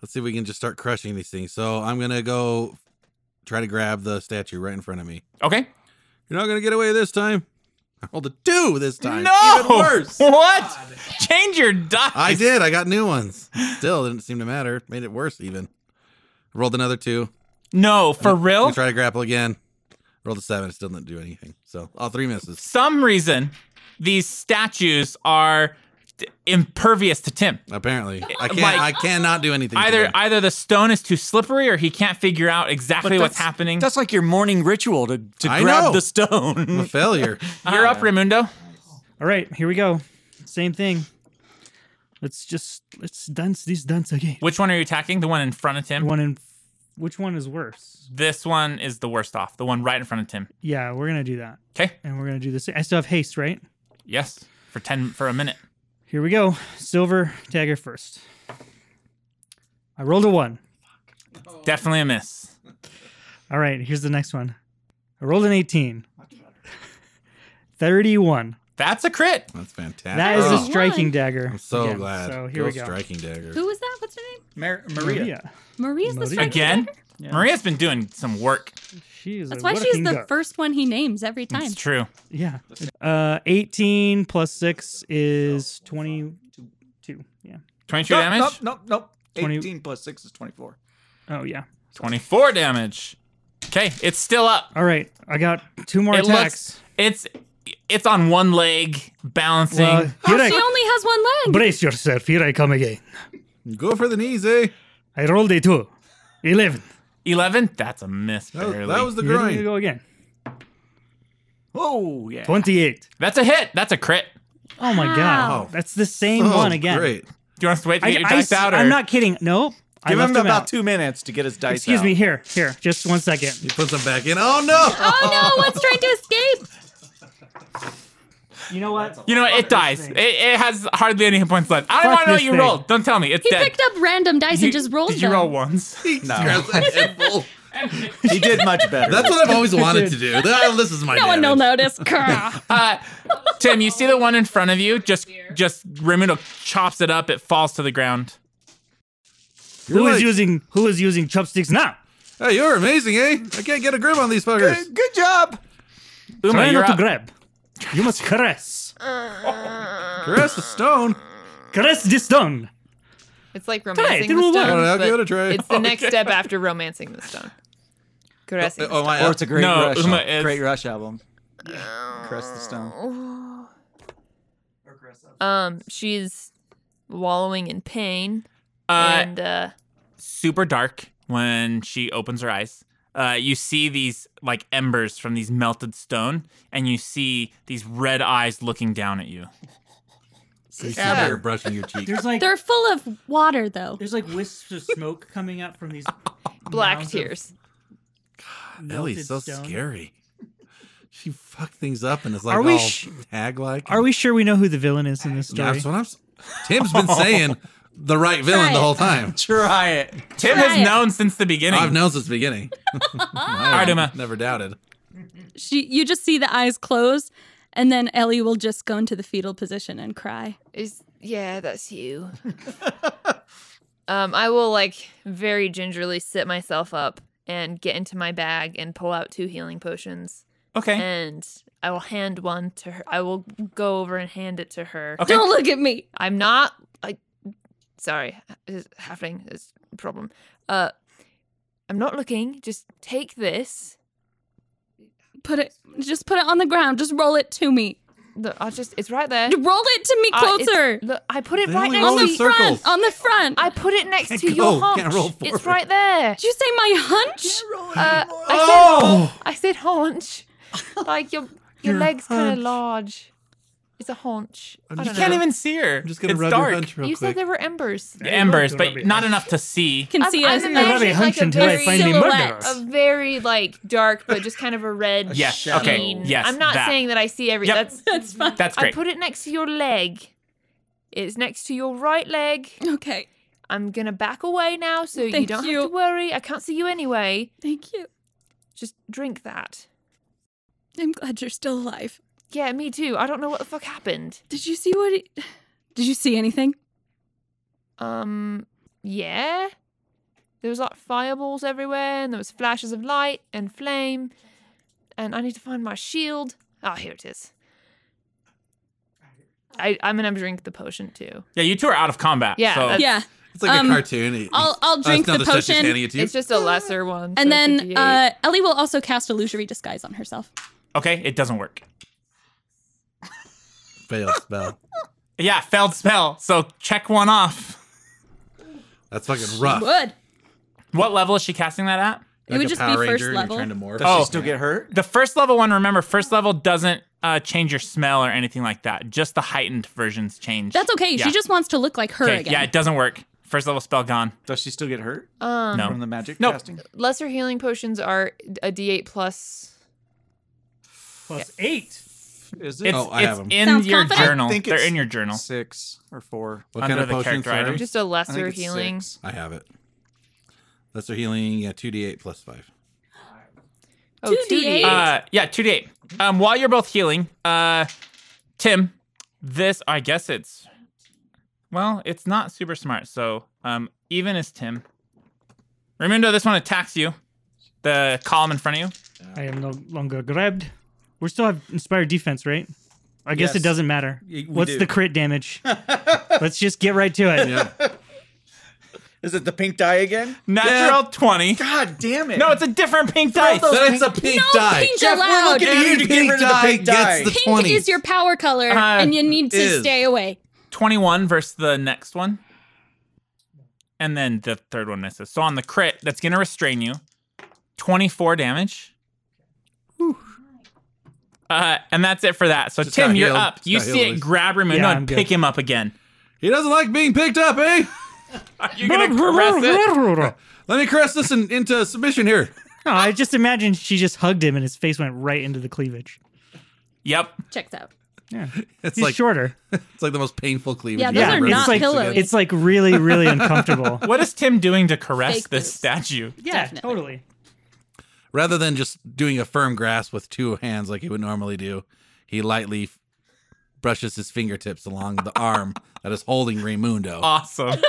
[SPEAKER 7] Let's see if we can just start crushing these things. So I'm gonna go try to grab the statue right in front of me.
[SPEAKER 2] Okay.
[SPEAKER 7] You're not gonna get away this time. I rolled a two this time.
[SPEAKER 2] No.
[SPEAKER 7] Even worse.
[SPEAKER 2] Oh, What? Change your dice.
[SPEAKER 7] I did. I got new ones. Still didn't seem to matter. Made it worse even. Rolled another two.
[SPEAKER 2] No, for
[SPEAKER 7] Gonna
[SPEAKER 2] real?
[SPEAKER 7] Try to grapple again. Rolled a seven. It still didn't do anything. So all three misses.
[SPEAKER 2] some reason, these statues are d- impervious to Tim.
[SPEAKER 7] Apparently, I can't.
[SPEAKER 2] Like-
[SPEAKER 7] I cannot do anything. to
[SPEAKER 2] Either
[SPEAKER 7] them.
[SPEAKER 2] either the stone is too slippery, or he can't figure out exactly what's
[SPEAKER 3] that's-
[SPEAKER 2] happening.
[SPEAKER 3] That's like your morning ritual to, to
[SPEAKER 7] I
[SPEAKER 3] grab
[SPEAKER 7] know.
[SPEAKER 3] the
[SPEAKER 7] I'm
[SPEAKER 3] stone.
[SPEAKER 7] a failure.
[SPEAKER 2] You're up, Uh, Raimundo.
[SPEAKER 4] All right, here we go. Same thing. Let's just let's dance this dance again.
[SPEAKER 2] Which one are you attacking? The one in front of
[SPEAKER 4] The
[SPEAKER 2] Tim?
[SPEAKER 4] One in which one is worse?
[SPEAKER 2] This one is the worst off. The one right in front of Tim.
[SPEAKER 4] Yeah, we're gonna do that,
[SPEAKER 2] Okay.
[SPEAKER 4] and we're gonna do this. I still have haste, right?
[SPEAKER 2] Yes. For ten for a minute.
[SPEAKER 4] Here we go. Silver dagger first. I rolled a one.
[SPEAKER 2] Definitely a miss.
[SPEAKER 4] All right, here's the next one. I rolled an 18. 31.
[SPEAKER 2] That's a crit.
[SPEAKER 7] That's fantastic.
[SPEAKER 4] That is a
[SPEAKER 6] Oh.
[SPEAKER 4] striking
[SPEAKER 6] One.
[SPEAKER 4] dagger.
[SPEAKER 7] I'm so
[SPEAKER 4] again.
[SPEAKER 7] glad.
[SPEAKER 4] So here
[SPEAKER 7] Go
[SPEAKER 4] we go.
[SPEAKER 7] Striking dagger.
[SPEAKER 6] Who was that? What's her name?
[SPEAKER 3] Mar- Maria.
[SPEAKER 4] Maria.
[SPEAKER 6] Maria's the
[SPEAKER 4] Maria.
[SPEAKER 6] striking
[SPEAKER 2] Again?
[SPEAKER 6] dagger?
[SPEAKER 3] Yeah.
[SPEAKER 2] Maria's been doing some work.
[SPEAKER 4] She is
[SPEAKER 6] That's
[SPEAKER 4] a
[SPEAKER 6] why she's
[SPEAKER 4] working
[SPEAKER 6] the
[SPEAKER 4] duck.
[SPEAKER 6] first one he names every time.
[SPEAKER 2] It's true.
[SPEAKER 4] Yeah. Uh, 18 plus 6 is 22. Yeah.
[SPEAKER 2] Twenty-two
[SPEAKER 3] Nope,
[SPEAKER 2] damage.
[SPEAKER 3] nope, nope, nope.
[SPEAKER 4] 20
[SPEAKER 3] 18 plus 6 is 24.
[SPEAKER 4] Oh, yeah.
[SPEAKER 2] Twenty-four damage. Okay, it's still up.
[SPEAKER 4] All right. I got two more
[SPEAKER 2] It
[SPEAKER 4] attacks.
[SPEAKER 2] looks. It's it's on one leg, balancing.
[SPEAKER 4] Well,
[SPEAKER 6] Oh,
[SPEAKER 4] here
[SPEAKER 6] she
[SPEAKER 4] I,
[SPEAKER 6] only has one leg.
[SPEAKER 4] brace yourself. Here I come again.
[SPEAKER 7] Go for the knees, eh?
[SPEAKER 4] I rolled a 2. 11.
[SPEAKER 2] Eleven. That's a miss.
[SPEAKER 7] That,
[SPEAKER 2] Barely.
[SPEAKER 7] that was the
[SPEAKER 4] Here we
[SPEAKER 7] groin.
[SPEAKER 4] go again.
[SPEAKER 3] Oh, yeah.
[SPEAKER 4] 28.
[SPEAKER 2] That's a hit. That's a crit.
[SPEAKER 4] Oh, my
[SPEAKER 6] Wow.
[SPEAKER 4] God. That's the same
[SPEAKER 7] Oh,
[SPEAKER 4] one again.
[SPEAKER 7] Great.
[SPEAKER 2] Do you want us to wait to
[SPEAKER 4] I,
[SPEAKER 2] get your
[SPEAKER 4] I
[SPEAKER 2] dice
[SPEAKER 4] s-
[SPEAKER 2] out? Or?
[SPEAKER 4] I'm not kidding. No. I
[SPEAKER 3] Give
[SPEAKER 4] left
[SPEAKER 3] him about
[SPEAKER 4] out.
[SPEAKER 3] two minutes to get his dice
[SPEAKER 4] Excuse
[SPEAKER 3] out.
[SPEAKER 4] me. Here. Here. Just one second.
[SPEAKER 7] You put them back in. Oh no!
[SPEAKER 6] Oh no, one's trying to escape.
[SPEAKER 4] You know what?
[SPEAKER 2] You know, it dies. It, it has hardly any hit points left. I don't
[SPEAKER 4] Fuck
[SPEAKER 2] want to know what
[SPEAKER 4] this
[SPEAKER 2] you
[SPEAKER 4] thing.
[SPEAKER 2] rolled. Don't tell me. It's
[SPEAKER 6] He
[SPEAKER 2] dead.
[SPEAKER 6] picked up random dice
[SPEAKER 2] You-
[SPEAKER 6] and just rolled
[SPEAKER 2] Did you
[SPEAKER 6] them.
[SPEAKER 2] roll ones?
[SPEAKER 3] No,
[SPEAKER 7] Grabs a handful.
[SPEAKER 3] he did much better.
[SPEAKER 7] That's what I've always wanted to do. Oh, this is my.
[SPEAKER 6] No one will
[SPEAKER 7] damage.
[SPEAKER 6] notice. Grr.
[SPEAKER 2] Uh, Tim, you see the one in front of you? Just, just Remuno chops it up. It falls to the ground.
[SPEAKER 4] Who is
[SPEAKER 7] like-
[SPEAKER 4] using Who is using chopsticks now?
[SPEAKER 7] Hey, you're amazing, eh? I can't get a grip on these fuckers.
[SPEAKER 3] Good job.
[SPEAKER 2] Uma,
[SPEAKER 4] Try
[SPEAKER 2] you're
[SPEAKER 4] not to
[SPEAKER 2] up.
[SPEAKER 4] grab. You must caress.
[SPEAKER 7] Caress the stone.
[SPEAKER 4] Caress this stone.
[SPEAKER 5] It's like
[SPEAKER 4] Try it,
[SPEAKER 5] romancing
[SPEAKER 4] it will
[SPEAKER 5] the
[SPEAKER 4] work.
[SPEAKER 5] stone.
[SPEAKER 7] All right, I'll
[SPEAKER 5] but
[SPEAKER 7] give it a try.
[SPEAKER 5] It's the next step after romancing the stone. Caressing.
[SPEAKER 7] Oh my!
[SPEAKER 3] Or it's a great
[SPEAKER 2] No,
[SPEAKER 3] rush.
[SPEAKER 2] Uma
[SPEAKER 3] al-
[SPEAKER 2] is-
[SPEAKER 3] Great rush album. Caress the stone.
[SPEAKER 5] Um, she's wallowing in pain,
[SPEAKER 2] Uh,
[SPEAKER 5] and uh,
[SPEAKER 2] super dark when she opens her eyes. Uh, you see these like embers from these melted stone, and you see these red eyes looking down at you.
[SPEAKER 5] yeah.
[SPEAKER 7] You're brushing your cheek.
[SPEAKER 4] There's like
[SPEAKER 6] They're full of water though.
[SPEAKER 4] there's like wisps of smoke coming up from these
[SPEAKER 5] black
[SPEAKER 4] mounds of
[SPEAKER 5] tears.
[SPEAKER 7] Ellie's
[SPEAKER 4] melted
[SPEAKER 7] so
[SPEAKER 4] stone.
[SPEAKER 7] scary. She fucked things up and it's like
[SPEAKER 4] Are we
[SPEAKER 7] all
[SPEAKER 4] sh-
[SPEAKER 7] tag like.
[SPEAKER 4] Are we sure we know who the villain is in this
[SPEAKER 7] Yeah,
[SPEAKER 4] story?
[SPEAKER 7] that's what I'm. s- Tim's been
[SPEAKER 4] Oh.
[SPEAKER 7] saying the right villain the whole time.
[SPEAKER 3] Try it.
[SPEAKER 2] Tim
[SPEAKER 6] Try
[SPEAKER 2] has
[SPEAKER 6] it.
[SPEAKER 2] known since the beginning.
[SPEAKER 7] I've known since the beginning. I
[SPEAKER 2] right, Uma.
[SPEAKER 7] Never doubted.
[SPEAKER 6] She, you just see the eyes close, and then Ellie will just go into the fetal position and cry.
[SPEAKER 5] Is yeah, that's you. um, I will like very gingerly sit myself up and get into my bag and pull out two healing potions,
[SPEAKER 2] okay.
[SPEAKER 5] and I will hand one to her. I will go over and hand it to her.
[SPEAKER 2] Okay.
[SPEAKER 6] Don't look at me.
[SPEAKER 5] I'm not. I sorry, it's happening. It's a problem. Uh, I'm not looking. Just take this.
[SPEAKER 6] Put it. Just put it on the ground. Just roll it to me.
[SPEAKER 5] Look, I'll just. It's right there.
[SPEAKER 6] Roll it to me
[SPEAKER 5] Uh, it's-
[SPEAKER 6] closer.
[SPEAKER 5] look, I put it
[SPEAKER 7] They
[SPEAKER 5] right
[SPEAKER 7] only
[SPEAKER 5] next
[SPEAKER 7] roll
[SPEAKER 5] to
[SPEAKER 7] in
[SPEAKER 5] you.
[SPEAKER 7] circles.
[SPEAKER 6] on the front.
[SPEAKER 5] I put it next
[SPEAKER 7] Can't
[SPEAKER 5] to
[SPEAKER 7] go,
[SPEAKER 5] your hunch.
[SPEAKER 7] can't roll
[SPEAKER 5] it's
[SPEAKER 7] forward.
[SPEAKER 5] right there.
[SPEAKER 6] Did you say my hunch?
[SPEAKER 5] Uh, I
[SPEAKER 7] Oh!
[SPEAKER 5] said, I said haunch. Like your your,
[SPEAKER 7] Your
[SPEAKER 5] legs kind
[SPEAKER 7] hunch.
[SPEAKER 5] of large. It's a haunch. I
[SPEAKER 7] I'm
[SPEAKER 5] don't
[SPEAKER 2] You
[SPEAKER 7] just-
[SPEAKER 5] know.
[SPEAKER 2] can't even see her.
[SPEAKER 7] I'm just gonna
[SPEAKER 2] it's
[SPEAKER 7] rub
[SPEAKER 2] dark.
[SPEAKER 7] your hunch real
[SPEAKER 5] You said
[SPEAKER 7] quick.
[SPEAKER 5] there were embers.
[SPEAKER 2] The embers,
[SPEAKER 4] Don't rub
[SPEAKER 2] but
[SPEAKER 4] it.
[SPEAKER 2] not enough to see.
[SPEAKER 6] Can see
[SPEAKER 5] I'm,
[SPEAKER 6] us.
[SPEAKER 5] I'm
[SPEAKER 4] Don't rub
[SPEAKER 5] imagining
[SPEAKER 4] your
[SPEAKER 5] like
[SPEAKER 4] hunch
[SPEAKER 5] a
[SPEAKER 4] until I
[SPEAKER 5] very,
[SPEAKER 4] find the
[SPEAKER 6] silhouette
[SPEAKER 4] murderer.
[SPEAKER 5] a very like dark, but just kind of a red.
[SPEAKER 2] Yes,
[SPEAKER 5] sheen.
[SPEAKER 2] okay, yes,
[SPEAKER 5] I'm not
[SPEAKER 2] that.
[SPEAKER 5] saying that I see every.
[SPEAKER 2] Yep.
[SPEAKER 5] That's
[SPEAKER 6] That's fine.
[SPEAKER 2] That's
[SPEAKER 5] I
[SPEAKER 2] great.
[SPEAKER 5] put it next to your leg. It's next to your right leg.
[SPEAKER 6] Okay.
[SPEAKER 5] I'm gonna back away now, so you
[SPEAKER 6] Thank
[SPEAKER 5] don't
[SPEAKER 6] you.
[SPEAKER 5] have to worry. I can't see you anyway.
[SPEAKER 6] Thank you.
[SPEAKER 5] Just drink that.
[SPEAKER 6] I'm glad you're still alive.
[SPEAKER 5] Yeah, me too. I don't know what the fuck happened.
[SPEAKER 6] Did you see what? He, did you see anything?
[SPEAKER 5] Um, yeah. There was like fireballs everywhere, and there was flashes of light and flame. And I need to find my shield. Oh, here it is. I, I'm gonna drink the potion too.
[SPEAKER 2] Yeah, you two are out of combat.
[SPEAKER 5] Yeah,
[SPEAKER 2] so
[SPEAKER 5] that's-
[SPEAKER 6] Yeah.
[SPEAKER 7] It's like
[SPEAKER 6] Um,
[SPEAKER 7] a cartoon. He-
[SPEAKER 6] I'll I'll
[SPEAKER 7] Oh, it's
[SPEAKER 6] drink
[SPEAKER 7] not
[SPEAKER 6] the
[SPEAKER 7] stuff she's
[SPEAKER 6] potion.
[SPEAKER 7] handing it to you.
[SPEAKER 5] It's just a lesser one. so
[SPEAKER 6] And
[SPEAKER 5] it's a
[SPEAKER 6] then
[SPEAKER 5] D8.
[SPEAKER 6] uh, Ellie will also cast illusory disguise on herself.
[SPEAKER 2] okay, it doesn't work.
[SPEAKER 7] failed spell.
[SPEAKER 2] Yeah, failed spell. So check one off.
[SPEAKER 7] That's fucking rough.
[SPEAKER 6] Good.
[SPEAKER 2] What level is she casting that at?
[SPEAKER 6] it would just be first level.
[SPEAKER 7] Trying to morph.
[SPEAKER 3] Does
[SPEAKER 2] Oh.
[SPEAKER 3] she still get hurt?
[SPEAKER 2] The first level one, remember, first level doesn't uh, change your smell or anything like that. Just the heightened versions change.
[SPEAKER 6] That's okay.
[SPEAKER 2] Yeah.
[SPEAKER 6] She just wants to look like her
[SPEAKER 2] Okay,
[SPEAKER 6] again.
[SPEAKER 2] Yeah, it doesn't work. First level spell gone.
[SPEAKER 3] Does she still get hurt
[SPEAKER 5] Um,
[SPEAKER 2] No.
[SPEAKER 3] from the magic
[SPEAKER 2] Nope.
[SPEAKER 3] casting?
[SPEAKER 5] Lesser healing potions are a D8 plus.
[SPEAKER 4] Plus eight.
[SPEAKER 3] Is it
[SPEAKER 2] It's,
[SPEAKER 7] Oh, I
[SPEAKER 2] it's
[SPEAKER 7] have 'em.
[SPEAKER 2] in
[SPEAKER 6] Sounds
[SPEAKER 2] your
[SPEAKER 6] confident. I
[SPEAKER 2] journal.
[SPEAKER 3] think
[SPEAKER 2] They're
[SPEAKER 3] it's-
[SPEAKER 2] in your journal.
[SPEAKER 3] six or four?
[SPEAKER 7] What
[SPEAKER 2] under
[SPEAKER 7] kind of
[SPEAKER 2] the
[SPEAKER 7] potion?
[SPEAKER 2] character
[SPEAKER 7] Sorry?
[SPEAKER 2] item.
[SPEAKER 5] Just a
[SPEAKER 3] I think
[SPEAKER 5] lesser
[SPEAKER 3] it's
[SPEAKER 5] healing.
[SPEAKER 3] six.
[SPEAKER 7] I have it. Lesser healing. Yeah, two d eight plus five.
[SPEAKER 5] Oh,
[SPEAKER 6] 2d8.
[SPEAKER 5] 2d8.
[SPEAKER 2] Uh, yeah, two to eight. Um, while you're both healing, uh, Tim, this I guess it's, well, it's not super smart. So, um, even as Tim, remember this one attacks you, the column in front of you.
[SPEAKER 4] I am no longer grabbed. We still have inspired defense, right? I guess
[SPEAKER 3] Yes.
[SPEAKER 4] it doesn't matter.
[SPEAKER 3] Y- we
[SPEAKER 4] What's
[SPEAKER 3] do.
[SPEAKER 4] the crit damage? Let's just get right to it.
[SPEAKER 7] Yeah.
[SPEAKER 3] Is it the pink dye again?
[SPEAKER 2] Natural twenty.
[SPEAKER 3] God damn it!
[SPEAKER 2] No, it's a different Oh, pink dice.
[SPEAKER 3] those-
[SPEAKER 7] Then it's a pink
[SPEAKER 6] No,
[SPEAKER 7] die.
[SPEAKER 6] pink allowed.
[SPEAKER 7] looking at you to get rid of the pink die.
[SPEAKER 6] Pink
[SPEAKER 7] Twenty.
[SPEAKER 6] is your power color,
[SPEAKER 2] Uh,
[SPEAKER 6] and you need to
[SPEAKER 7] is.
[SPEAKER 6] stay away.
[SPEAKER 2] Twenty-one versus the next one, and then the third one misses. So on the crit, that's gonna restrain you. Twenty-four damage. Uh, and that's it for that. So
[SPEAKER 7] Just
[SPEAKER 2] Tim,
[SPEAKER 7] got
[SPEAKER 2] you're
[SPEAKER 7] healed.
[SPEAKER 2] up.
[SPEAKER 7] Just
[SPEAKER 2] You
[SPEAKER 7] got
[SPEAKER 2] see
[SPEAKER 7] healed,
[SPEAKER 2] it
[SPEAKER 7] Lucy.
[SPEAKER 2] grab Raymundo
[SPEAKER 4] Yeah, I'm
[SPEAKER 2] and
[SPEAKER 4] good.
[SPEAKER 2] pick him up again.
[SPEAKER 7] He doesn't like being picked up, eh?
[SPEAKER 2] Are you gonna caress it?
[SPEAKER 7] Let me caress this in, into submission here.
[SPEAKER 4] No, I just imagine she just hugged him and his face went right into the cleavage.
[SPEAKER 2] Yep.
[SPEAKER 6] Checks out.
[SPEAKER 4] Yeah.
[SPEAKER 7] It's
[SPEAKER 4] He's
[SPEAKER 7] like
[SPEAKER 4] shorter.
[SPEAKER 7] it's like the most painful cleavage.
[SPEAKER 6] Yeah,
[SPEAKER 7] I've
[SPEAKER 6] those
[SPEAKER 4] Yeah,
[SPEAKER 7] ever
[SPEAKER 6] are
[SPEAKER 7] heard.
[SPEAKER 4] it's
[SPEAKER 6] not
[SPEAKER 4] like-
[SPEAKER 6] pillowy.
[SPEAKER 4] It's like really, really uncomfortable.
[SPEAKER 2] What is Tim doing to caress
[SPEAKER 6] Fake
[SPEAKER 2] this
[SPEAKER 6] boobs.
[SPEAKER 2] statue?
[SPEAKER 4] Yeah,
[SPEAKER 6] Definitely.
[SPEAKER 4] totally.
[SPEAKER 7] Rather than just doing a firm grasp with two hands like he would normally do, he lightly f- brushes his fingertips along the arm that is holding
[SPEAKER 2] Uh,
[SPEAKER 7] Raymundo.
[SPEAKER 2] Awesome.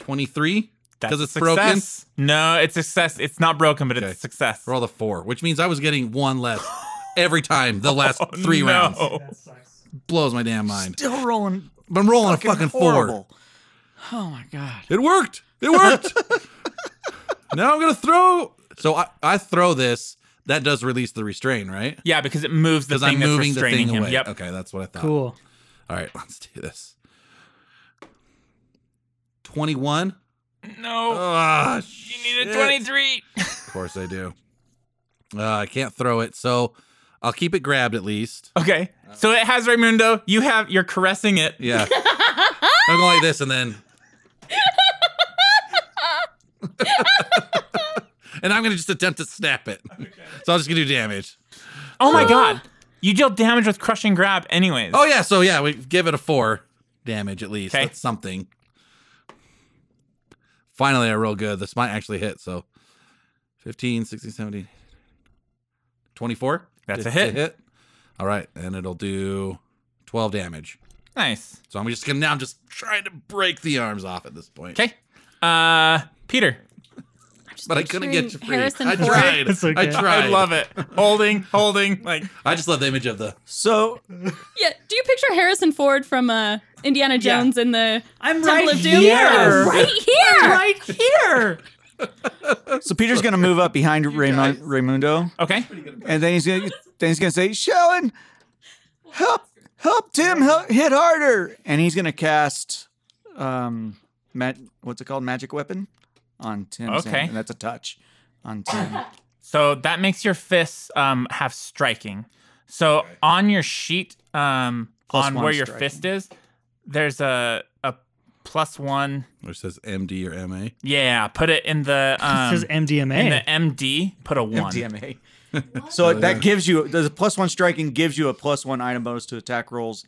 [SPEAKER 7] Twenty three
[SPEAKER 2] That's
[SPEAKER 7] because it's
[SPEAKER 2] a
[SPEAKER 7] broken.
[SPEAKER 2] success. No, it's success. It's not broken, but it's
[SPEAKER 7] Okay.
[SPEAKER 2] a success.
[SPEAKER 7] Roll the four, which means I was getting one less every time the last
[SPEAKER 2] Oh,
[SPEAKER 7] three rounds.
[SPEAKER 2] no.
[SPEAKER 7] Blows my damn mind.
[SPEAKER 3] still rolling.
[SPEAKER 7] But I'm rolling a fucking four.
[SPEAKER 3] horrible. Oh my god!
[SPEAKER 7] It worked. It worked. now I'm gonna throw. So I, I throw this. That does release the restrain, right?
[SPEAKER 2] Yeah, because it moves the
[SPEAKER 7] Because
[SPEAKER 2] thing
[SPEAKER 7] I'm
[SPEAKER 2] that's
[SPEAKER 7] moving the
[SPEAKER 2] restraining
[SPEAKER 7] thing
[SPEAKER 2] him.
[SPEAKER 7] away.
[SPEAKER 2] Yep.
[SPEAKER 7] Okay, that's what I thought.
[SPEAKER 4] Cool.
[SPEAKER 7] All right, let's do this. Twenty-one.
[SPEAKER 2] No,
[SPEAKER 7] Ah,
[SPEAKER 2] you needed
[SPEAKER 7] shit.
[SPEAKER 2] 23.
[SPEAKER 7] Of course I do. Uh, I can't throw it, so I'll keep it grabbed at least.
[SPEAKER 2] Okay. So it has Raimundo. You have you're caressing it.
[SPEAKER 7] Yeah. I'm going like this and then. and I'm going to just attempt to snap it. So I'm just going to do damage.
[SPEAKER 2] Oh my god. You deal damage with crushing grab anyways.
[SPEAKER 7] Oh, yeah. So, yeah, we give it a four damage at least.
[SPEAKER 2] Okay.
[SPEAKER 7] That's something. Finally, I roll good. This might actually hit. So 15, 16, 17, 24.
[SPEAKER 2] That's a
[SPEAKER 7] Did it
[SPEAKER 2] hit.
[SPEAKER 7] hit. All right. And it'll do 12 damage.
[SPEAKER 2] Nice.
[SPEAKER 7] So I'm just going to now I'm just trying to break the arms off at this point.
[SPEAKER 2] Okay. Uh Peter.
[SPEAKER 7] but I couldn't
[SPEAKER 6] picturing
[SPEAKER 7] get you free.
[SPEAKER 6] Harrison
[SPEAKER 7] I
[SPEAKER 6] Ford.
[SPEAKER 7] tried.
[SPEAKER 4] It's okay.
[SPEAKER 7] I tried.
[SPEAKER 2] I love it. Holding, holding, like
[SPEAKER 7] I just love the image of the.
[SPEAKER 3] So
[SPEAKER 6] Yeah. Do you picture Harrison Ford from uh, Indiana Jones in the
[SPEAKER 4] I'm
[SPEAKER 6] Temple
[SPEAKER 4] right
[SPEAKER 6] of Doom?
[SPEAKER 4] here.
[SPEAKER 6] Right here.
[SPEAKER 2] right here.
[SPEAKER 3] so Peter's gonna move up behind Raymu- Raymundo,
[SPEAKER 2] Okay.
[SPEAKER 3] and then he's gonna then he's gonna say, "Shellen, help, help Tim, help, hit harder!" And he's gonna cast, um, ma- what's it called, magic weapon, on Tim.
[SPEAKER 2] Okay.
[SPEAKER 3] and that's a touch on Tim.
[SPEAKER 2] So that makes your fists um have striking. So on your sheet, um
[SPEAKER 3] Plus
[SPEAKER 2] on
[SPEAKER 3] one
[SPEAKER 2] where your
[SPEAKER 3] striking.
[SPEAKER 2] fist is, there's a a plus one.
[SPEAKER 7] Which says MD or MA.
[SPEAKER 2] Yeah, put it in the um
[SPEAKER 4] says MDMA.
[SPEAKER 2] in the MD, put a one.
[SPEAKER 3] MDMA.
[SPEAKER 7] Oh,
[SPEAKER 3] so that gives you the plus one striking gives you a plus one item bonus to attack rolls,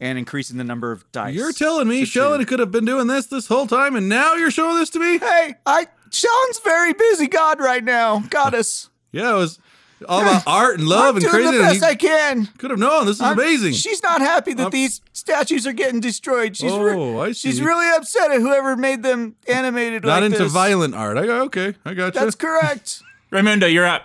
[SPEAKER 3] and increasing the number of dice.
[SPEAKER 7] You're telling me
[SPEAKER 3] to
[SPEAKER 7] Sheldon
[SPEAKER 3] shoot.
[SPEAKER 7] could have been doing this this whole time, and now you're showing this to me?
[SPEAKER 3] Hey, I Sean's very busy god right now. Goddess.
[SPEAKER 7] Yeah, it was all about art and
[SPEAKER 3] I'm
[SPEAKER 7] love and
[SPEAKER 3] doing
[SPEAKER 7] crazy.
[SPEAKER 3] the
[SPEAKER 7] and
[SPEAKER 3] best
[SPEAKER 7] he
[SPEAKER 3] I can.
[SPEAKER 7] could have known this is
[SPEAKER 3] I'm-
[SPEAKER 7] amazing.
[SPEAKER 3] She's not happy that
[SPEAKER 7] I'm-
[SPEAKER 3] these statues are getting destroyed. She's re-
[SPEAKER 7] Oh, I
[SPEAKER 3] she's
[SPEAKER 7] see.
[SPEAKER 3] really upset at whoever made them animated
[SPEAKER 7] Not
[SPEAKER 3] like
[SPEAKER 7] into
[SPEAKER 3] this.
[SPEAKER 7] violent art. I got okay. I got
[SPEAKER 3] That's
[SPEAKER 7] you.
[SPEAKER 3] correct.
[SPEAKER 2] Raimundo, you're up.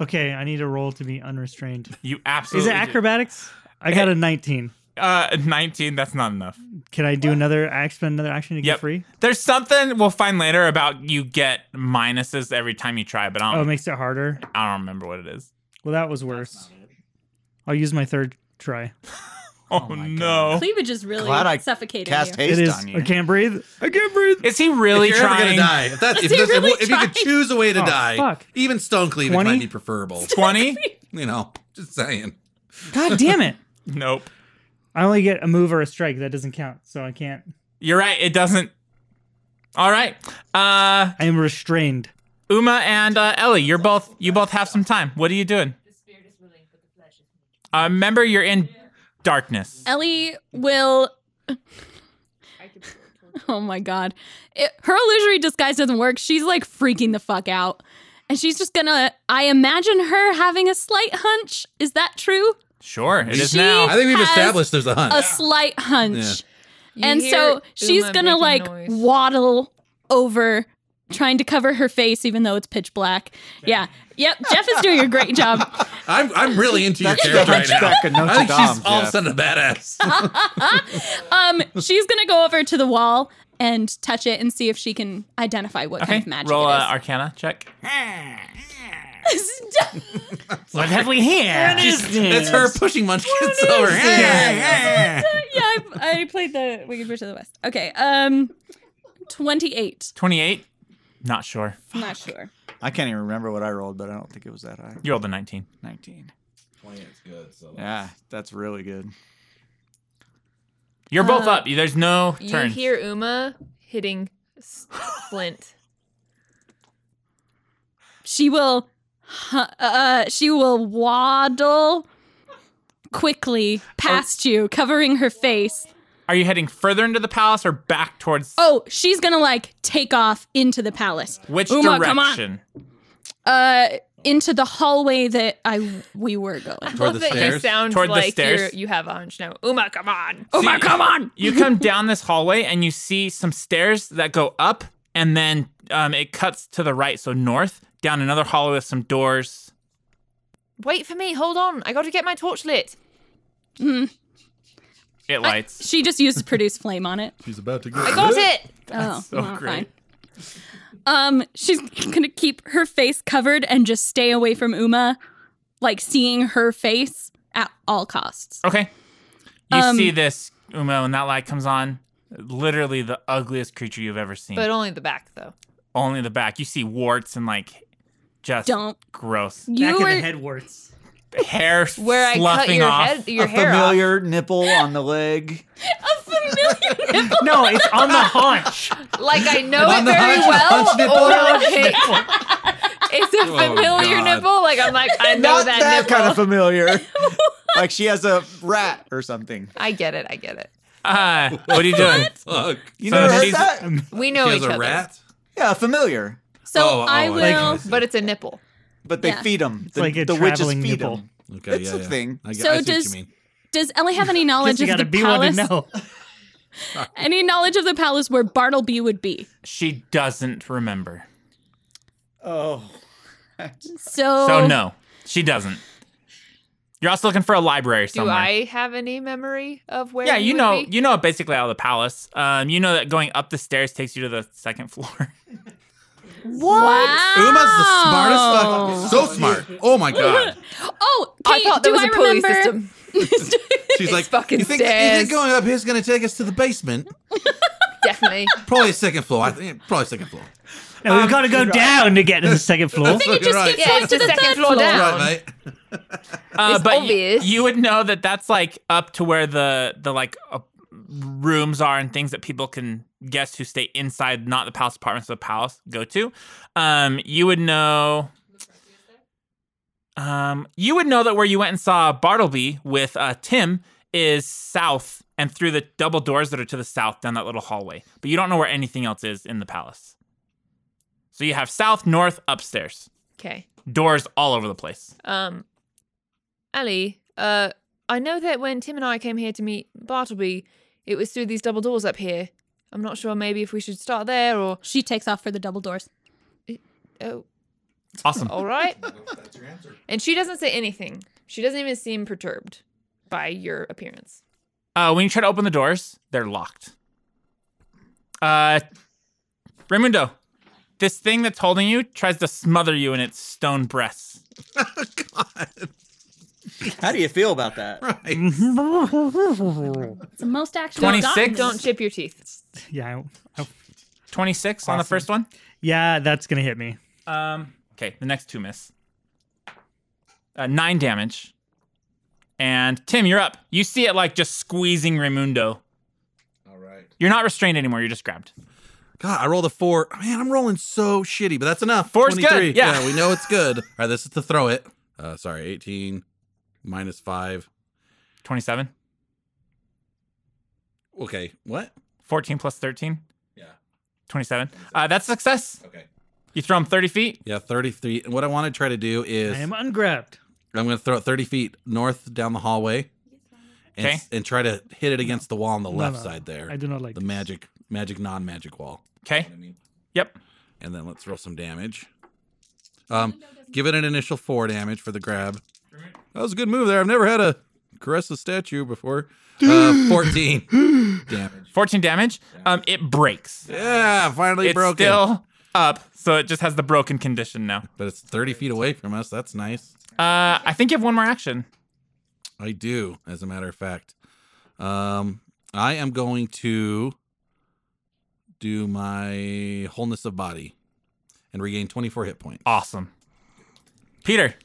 [SPEAKER 4] Okay, I need a roll to be unrestrained.
[SPEAKER 2] You
[SPEAKER 4] Is
[SPEAKER 2] absolutely
[SPEAKER 4] it acrobatics? I got a 19.
[SPEAKER 2] Uh, 19. That's not enough.
[SPEAKER 4] Can I do another action? Another action to get
[SPEAKER 2] Yep.
[SPEAKER 4] free?
[SPEAKER 2] There's something we'll find later about you get minuses every time you try, but I
[SPEAKER 4] Oh, it
[SPEAKER 2] don't,
[SPEAKER 4] makes it harder.
[SPEAKER 2] I don't remember what it is.
[SPEAKER 4] Well, that was worse. I'll use my third try.
[SPEAKER 2] Oh,
[SPEAKER 3] my
[SPEAKER 2] no.
[SPEAKER 6] Cleavage is really
[SPEAKER 3] Glad I
[SPEAKER 6] suffocating
[SPEAKER 3] Cast
[SPEAKER 6] you.
[SPEAKER 3] haste
[SPEAKER 4] it is.
[SPEAKER 3] on
[SPEAKER 4] I
[SPEAKER 3] you.
[SPEAKER 4] can't breathe. I can't breathe.
[SPEAKER 2] Is he really
[SPEAKER 7] if you're ever
[SPEAKER 2] trying?
[SPEAKER 7] gonna die, if that, if,
[SPEAKER 6] he
[SPEAKER 7] this, if-
[SPEAKER 6] really
[SPEAKER 7] if, you could
[SPEAKER 6] trying?
[SPEAKER 7] choose a way to
[SPEAKER 4] Oh,
[SPEAKER 7] die,
[SPEAKER 4] fuck.
[SPEAKER 7] even stone cleavage
[SPEAKER 4] 20?
[SPEAKER 7] might be preferable.
[SPEAKER 2] 20?
[SPEAKER 7] you know, just saying.
[SPEAKER 4] God damn it!
[SPEAKER 2] nope.
[SPEAKER 4] I only get a move or a strike. That doesn't count, so I can't.
[SPEAKER 2] You're right. It doesn't. All right. Uh,
[SPEAKER 4] I am restrained.
[SPEAKER 2] Uma and uh, Ellie, you're both you both have some time. What are you doing? Uh, remember, you're in darkness.
[SPEAKER 6] Ellie will. oh my god, it, her illusory disguise doesn't work. She's like freaking the fuck out, and she's just gonna. I imagine her having a slight hunch. Is that true?
[SPEAKER 2] Sure, it is
[SPEAKER 6] She-
[SPEAKER 2] now.
[SPEAKER 7] I think we've
[SPEAKER 6] Has
[SPEAKER 7] established there's a hunt.
[SPEAKER 6] A slight hunch,
[SPEAKER 5] You
[SPEAKER 6] and
[SPEAKER 5] hear
[SPEAKER 6] so she's
[SPEAKER 5] Uma making
[SPEAKER 6] gonna like
[SPEAKER 5] noise.
[SPEAKER 6] waddle over, trying to cover her face, even though it's pitch black. Yeah. Yep, Jeff is doing a great job.
[SPEAKER 7] I'm I'm really into your
[SPEAKER 3] That's the
[SPEAKER 7] character right now.
[SPEAKER 3] Hunchback of Notre
[SPEAKER 7] I think she's
[SPEAKER 3] Dame,
[SPEAKER 7] all of a
[SPEAKER 3] Jeff.
[SPEAKER 7] sudden a badass.
[SPEAKER 6] Um, she's gonna go over to the wall and touch it and see if she can identify what kind
[SPEAKER 2] Okay,
[SPEAKER 6] of magic
[SPEAKER 2] roll
[SPEAKER 6] it
[SPEAKER 2] uh,
[SPEAKER 6] is.
[SPEAKER 2] Arcana check.
[SPEAKER 3] Ah.
[SPEAKER 6] Stop.
[SPEAKER 2] What have we here?
[SPEAKER 7] That's her pushing munchkins over. Yeah.
[SPEAKER 6] yeah, I, I played the Wicked Witch of the West. Okay, um, twenty-eight.
[SPEAKER 2] Twenty-eight. Not sure.
[SPEAKER 6] Not sure.
[SPEAKER 3] I can't even remember what I rolled, but I don't think it was that high.
[SPEAKER 2] You rolled a nineteen.
[SPEAKER 3] 19.
[SPEAKER 7] good. So
[SPEAKER 3] Yeah, that's really good.
[SPEAKER 2] You're both
[SPEAKER 5] Uh,
[SPEAKER 2] up. There's no
[SPEAKER 5] You
[SPEAKER 2] turn.
[SPEAKER 5] hear Uma hitting s- Flint.
[SPEAKER 6] She will. hu- Uh, she will waddle quickly past you, covering her face.
[SPEAKER 2] Are you heading further into the palace or back towards
[SPEAKER 6] Oh, she's gonna like take off into the palace,
[SPEAKER 2] which
[SPEAKER 6] Uma, come on.
[SPEAKER 2] direction?
[SPEAKER 6] uh, into the hallway that I we were going.
[SPEAKER 7] Toward the
[SPEAKER 5] That you
[SPEAKER 7] stairs.
[SPEAKER 5] sound
[SPEAKER 2] Toward the
[SPEAKER 5] like
[SPEAKER 2] stairs?
[SPEAKER 5] You're, you have a hunch now. Uma, come on.
[SPEAKER 2] Uma, come on! you come down this hallway and you see some stairs that go up, and then um, it cuts to the right, so north, down another hallway with some doors.
[SPEAKER 5] Wait for me. Hold on. I got to get my torch lit.
[SPEAKER 2] It lights.
[SPEAKER 6] She just used produce flame on it.
[SPEAKER 7] She's about to
[SPEAKER 5] I got it.
[SPEAKER 6] Oh,
[SPEAKER 2] so
[SPEAKER 6] well,
[SPEAKER 2] great.
[SPEAKER 6] fine. Um, she's gonna keep her face covered and just stay away from Uma, like seeing her face at all costs.
[SPEAKER 2] okay. You
[SPEAKER 6] Um,
[SPEAKER 2] see this, Uma, when that light comes on. Literally the ugliest creature you've ever seen.
[SPEAKER 5] But only the back, though.
[SPEAKER 2] Only the back. You see warts and like just
[SPEAKER 6] Don't
[SPEAKER 2] gross
[SPEAKER 6] you were
[SPEAKER 4] warts.
[SPEAKER 2] hair
[SPEAKER 5] Where I cut
[SPEAKER 2] sloughing
[SPEAKER 5] your
[SPEAKER 2] off.
[SPEAKER 5] head, your
[SPEAKER 3] a
[SPEAKER 5] hair
[SPEAKER 3] familiar nipple on the leg.
[SPEAKER 6] a familiar nipple?
[SPEAKER 2] No, it's on the haunch.
[SPEAKER 5] off. Like I know
[SPEAKER 7] On
[SPEAKER 5] it
[SPEAKER 7] the
[SPEAKER 5] very
[SPEAKER 7] hunch-
[SPEAKER 5] well.
[SPEAKER 7] hunch nipple?
[SPEAKER 5] or it- it's a familiar
[SPEAKER 7] God.
[SPEAKER 5] nipple. Like I'm like I know
[SPEAKER 3] Not that,
[SPEAKER 5] nipple.
[SPEAKER 3] kind of familiar. like she has a rat or something.
[SPEAKER 5] I get it. I get it.
[SPEAKER 2] Uh, what are you doing?
[SPEAKER 7] Fuck.
[SPEAKER 3] You
[SPEAKER 2] So
[SPEAKER 3] never heard
[SPEAKER 2] she's-
[SPEAKER 3] that?
[SPEAKER 4] Mm.
[SPEAKER 5] We
[SPEAKER 7] She
[SPEAKER 5] know
[SPEAKER 7] has
[SPEAKER 5] each
[SPEAKER 7] a
[SPEAKER 5] other,
[SPEAKER 7] rat.
[SPEAKER 3] Yeah, familiar.
[SPEAKER 6] So
[SPEAKER 7] Oh, oh,
[SPEAKER 6] I
[SPEAKER 7] I
[SPEAKER 6] will.
[SPEAKER 4] see.
[SPEAKER 5] but it's a nipple.
[SPEAKER 3] But they
[SPEAKER 6] Yeah.
[SPEAKER 3] feed them. The,
[SPEAKER 4] like a
[SPEAKER 3] the witches
[SPEAKER 4] traveling
[SPEAKER 3] feed
[SPEAKER 4] nipple.
[SPEAKER 3] them.
[SPEAKER 7] Okay,
[SPEAKER 3] It's
[SPEAKER 7] yeah,
[SPEAKER 3] a
[SPEAKER 7] yeah.
[SPEAKER 3] thing.
[SPEAKER 7] I, get-
[SPEAKER 6] So
[SPEAKER 7] I see what
[SPEAKER 6] does-
[SPEAKER 7] you mean.
[SPEAKER 6] Does Ellie have any knowledge
[SPEAKER 4] You
[SPEAKER 6] of
[SPEAKER 4] gotta
[SPEAKER 6] the
[SPEAKER 4] be
[SPEAKER 6] palace?
[SPEAKER 4] one to know.
[SPEAKER 6] Any knowledge of the palace where Bartleby would be?
[SPEAKER 2] She doesn't remember.
[SPEAKER 3] Oh.
[SPEAKER 6] So,
[SPEAKER 5] Oh.
[SPEAKER 2] So no, she doesn't. You're also looking for a library
[SPEAKER 5] Do
[SPEAKER 2] somewhere.
[SPEAKER 5] I have any memory of where?
[SPEAKER 2] yeah,
[SPEAKER 5] he
[SPEAKER 2] you
[SPEAKER 5] would
[SPEAKER 2] know,
[SPEAKER 5] be?
[SPEAKER 2] you know basically out of the palace. Um, you know that going up the stairs takes you to the second floor.
[SPEAKER 6] What? Wow.
[SPEAKER 7] Uma's the smartest fuck. So smart. Oh my god.
[SPEAKER 6] Oh,
[SPEAKER 5] I
[SPEAKER 6] Kate,
[SPEAKER 5] thought there
[SPEAKER 6] do
[SPEAKER 5] was
[SPEAKER 6] I
[SPEAKER 5] a pulley
[SPEAKER 6] remember?
[SPEAKER 5] system.
[SPEAKER 7] She's
[SPEAKER 5] It's
[SPEAKER 7] like,
[SPEAKER 5] fucking
[SPEAKER 7] you think, you
[SPEAKER 5] stairs.
[SPEAKER 7] think going up here's gonna take us to the basement?
[SPEAKER 5] Definitely.
[SPEAKER 7] Probably second floor. I think probably second floor.
[SPEAKER 4] No, we've got to go down to get to the second floor.
[SPEAKER 6] It just
[SPEAKER 7] right.
[SPEAKER 6] keeps
[SPEAKER 5] Yeah,
[SPEAKER 6] going
[SPEAKER 5] it's
[SPEAKER 6] to
[SPEAKER 5] the
[SPEAKER 6] the
[SPEAKER 5] second
[SPEAKER 6] third
[SPEAKER 5] floor down.
[SPEAKER 7] Right, mate.
[SPEAKER 2] Uh,
[SPEAKER 5] It's
[SPEAKER 2] but you-
[SPEAKER 5] obvious.
[SPEAKER 2] You, would know that that's like up to where the the like uh, rooms are and things that people can guess who stay inside, not the palace apartments, the palace go to. Um, you would know. Um, you would know that where you went and saw Bartleby with uh, Tim is south and through the double doors that are to the south down that little hallway. But you don't know where anything else is in the palace. So you have south, north, upstairs,
[SPEAKER 5] Okay.
[SPEAKER 2] doors all over the place.
[SPEAKER 5] Um, Ali, uh, I know that when Tim and I came here to meet Bartleby, it was through these double doors up here. I'm not sure maybe if we should start there or.
[SPEAKER 6] She takes off for the double doors.
[SPEAKER 5] Oh,
[SPEAKER 2] Awesome.
[SPEAKER 5] all right. and she doesn't say anything. She doesn't even seem perturbed by your appearance.
[SPEAKER 2] Uh, when you try to open the doors, they're locked. Uh, Raimundo, this thing that's holding you tries to smother you in its stone breasts.
[SPEAKER 7] God.
[SPEAKER 8] How do you feel about that?
[SPEAKER 7] Right.
[SPEAKER 6] It's the most action.
[SPEAKER 5] Don't-
[SPEAKER 2] 26?
[SPEAKER 5] Don't chip your teeth.
[SPEAKER 4] yeah, I-
[SPEAKER 2] 26 on the first one.
[SPEAKER 4] yeah, that's gonna hit me.
[SPEAKER 2] Um, okay, the next two miss. Uh, nine damage. And Tim, you're up. You see it like just squeezing Raimundo.
[SPEAKER 1] All right.
[SPEAKER 2] You're not restrained anymore. You're just grabbed.
[SPEAKER 7] God, I rolled a four. Man, I'm rolling so shitty, but that's enough.
[SPEAKER 2] Four's good,
[SPEAKER 7] 23.
[SPEAKER 2] yeah.
[SPEAKER 7] we know it's good. All right, this is to throw it. Uh, sorry, 18 minus five.
[SPEAKER 2] 27,
[SPEAKER 7] Okay, what?
[SPEAKER 2] 14 plus 13.
[SPEAKER 1] Yeah.
[SPEAKER 2] 27. Uh, that's success.
[SPEAKER 1] Okay.
[SPEAKER 2] You throw him 30 feet.
[SPEAKER 7] Yeah, 33. And what I want to try to do is
[SPEAKER 4] I am ungrabbed.
[SPEAKER 7] I'm going to throw it 30 feet north down the hallway and,
[SPEAKER 2] Okay.
[SPEAKER 7] and try to hit it against the wall on the
[SPEAKER 4] No,
[SPEAKER 7] left
[SPEAKER 4] no,
[SPEAKER 7] side there.
[SPEAKER 4] I do not like
[SPEAKER 7] the
[SPEAKER 4] this.
[SPEAKER 7] magic, magic, non magic wall.
[SPEAKER 2] Okay. Yep.
[SPEAKER 7] And then let's roll some damage. Um, give it an initial four damage for the grab. That was a good move there. I've never had a caress a statue before. Uh, 14 damage.
[SPEAKER 2] 14 damage. Um, it breaks.
[SPEAKER 7] Yeah, finally
[SPEAKER 2] it's
[SPEAKER 7] broken.
[SPEAKER 2] still up, so it just has the broken condition now.
[SPEAKER 7] but it's 30 feet away from us. That's nice.
[SPEAKER 2] Uh, I think you have one more action.
[SPEAKER 7] I do, as a matter of fact. Um, I am going to do my wholeness of body and regain 24 hit points.
[SPEAKER 2] Awesome. Peter,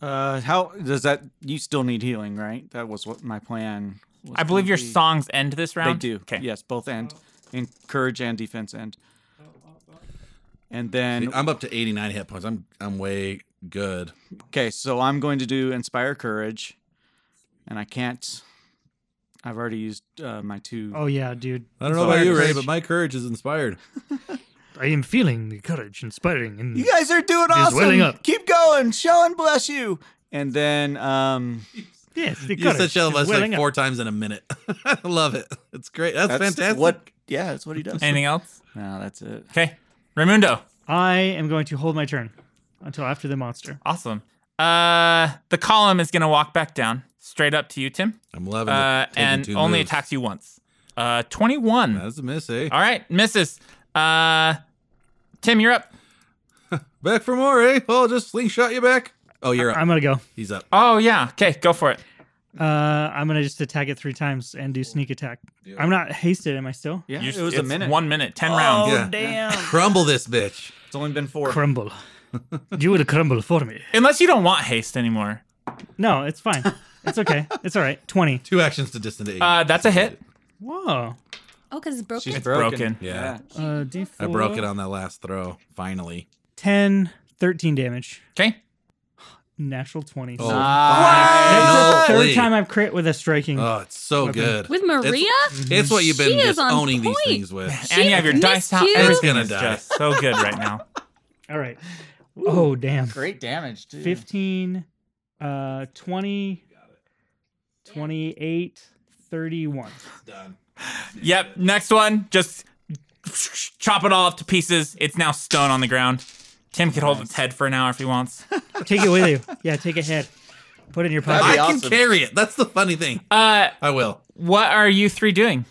[SPEAKER 3] Uh, how does that? You still need healing, right? That was what my plan. Was
[SPEAKER 2] I believe
[SPEAKER 3] gonna
[SPEAKER 2] your
[SPEAKER 3] be.
[SPEAKER 2] songs end this
[SPEAKER 3] They
[SPEAKER 4] Um,
[SPEAKER 2] round.
[SPEAKER 3] do.
[SPEAKER 2] Okay.
[SPEAKER 3] Yes, both end, in courage and defense end. And then
[SPEAKER 7] I'm up to 89 hit points. I'm I'm way good.
[SPEAKER 3] okay, so I'm going to do inspire courage, and I can't. I've already used uh, my two.
[SPEAKER 4] Oh yeah, dude.
[SPEAKER 7] I don't know about you, Ray,
[SPEAKER 4] Courage.
[SPEAKER 7] but my courage is inspired.
[SPEAKER 4] I am feeling the courage inspiring and
[SPEAKER 3] You guys are doing
[SPEAKER 4] He's
[SPEAKER 3] awesome.
[SPEAKER 4] welling up.
[SPEAKER 3] Keep going. Show and bless you. And then um,
[SPEAKER 4] yes, the
[SPEAKER 7] You
[SPEAKER 4] courage
[SPEAKER 7] said Shell
[SPEAKER 4] is
[SPEAKER 7] Vest
[SPEAKER 4] welling
[SPEAKER 7] like
[SPEAKER 4] up.
[SPEAKER 7] four times in a minute. I love it. It's great. That's, fantastic.
[SPEAKER 3] What? Yeah, that's what he does.
[SPEAKER 2] Anything else?
[SPEAKER 3] no, that's it.
[SPEAKER 2] Okay. Raimundo.
[SPEAKER 4] I am going to hold my turn until after the monster.
[SPEAKER 2] Awesome. Uh, the column is gonna walk back down, straight up to you, Tim,
[SPEAKER 7] I'm loving
[SPEAKER 2] uh,
[SPEAKER 7] it. Taking
[SPEAKER 2] and
[SPEAKER 7] two
[SPEAKER 2] only
[SPEAKER 7] moves.
[SPEAKER 2] attacks you once. Uh, twenty-one.
[SPEAKER 7] That's a miss, eh?
[SPEAKER 2] All right, misses. Uh, Tim, you're up.
[SPEAKER 7] Back for more, eh? Paul just slingshot you back. Oh, you're up.
[SPEAKER 4] I'm gonna go.
[SPEAKER 7] He's up.
[SPEAKER 2] Oh yeah. Okay, go for it.
[SPEAKER 4] Uh, I'm gonna just attack it three times and do sneak attack. I'm not hasted, am I still?
[SPEAKER 3] Yeah,
[SPEAKER 2] You-
[SPEAKER 3] it was a
[SPEAKER 2] it's
[SPEAKER 3] minute.
[SPEAKER 2] One minute.
[SPEAKER 3] Oh,
[SPEAKER 2] Ten rounds.
[SPEAKER 7] yeah.
[SPEAKER 4] damn!
[SPEAKER 7] Crumble this bitch.
[SPEAKER 3] It's only been four.
[SPEAKER 4] crumble. you would crumble for me.
[SPEAKER 2] Unless you don't want haste anymore.
[SPEAKER 4] No, it's fine. It's okay. It's all right. Twenty.
[SPEAKER 7] Two actions to dissonate.
[SPEAKER 2] Uh, that's a hit.
[SPEAKER 4] Whoa.
[SPEAKER 6] Oh, because it's broken.
[SPEAKER 3] She's
[SPEAKER 2] broken.
[SPEAKER 7] Yeah.
[SPEAKER 4] Uh, D4.
[SPEAKER 7] I broke
[SPEAKER 6] Mm-hmm.
[SPEAKER 7] it on that last throw. Finally.
[SPEAKER 4] 10, 13 damage.
[SPEAKER 2] Okay.
[SPEAKER 4] Natural 20.
[SPEAKER 7] Oh,
[SPEAKER 4] That's the
[SPEAKER 7] finally.
[SPEAKER 4] third time I've crit with a striking.
[SPEAKER 7] Oh, it's so good.
[SPEAKER 6] With Maria?
[SPEAKER 7] It's, it's what you've been
[SPEAKER 6] She is
[SPEAKER 7] just
[SPEAKER 6] on
[SPEAKER 7] owning
[SPEAKER 6] point.
[SPEAKER 7] these things with.
[SPEAKER 2] and you have your
[SPEAKER 6] missed
[SPEAKER 2] dice out.
[SPEAKER 6] you.
[SPEAKER 7] It's
[SPEAKER 2] Everything
[SPEAKER 7] gonna
[SPEAKER 2] is
[SPEAKER 7] die.
[SPEAKER 2] just so good right now.
[SPEAKER 4] All right. Oh, damn.
[SPEAKER 8] Great damage too.
[SPEAKER 4] 15, uh, 20, 28, 31.
[SPEAKER 2] Yep. Next one, just chop it all up to pieces. It's now stone on the ground. Tim could hold its head for an hour if he wants.
[SPEAKER 4] Take it with you. Yeah, take a head. Put it in your
[SPEAKER 8] That'd
[SPEAKER 7] I
[SPEAKER 8] be
[SPEAKER 4] pocket.
[SPEAKER 7] can
[SPEAKER 8] awesome.
[SPEAKER 7] carry it. That's the funny thing.
[SPEAKER 2] Uh,
[SPEAKER 7] I will.
[SPEAKER 2] what are you three doing?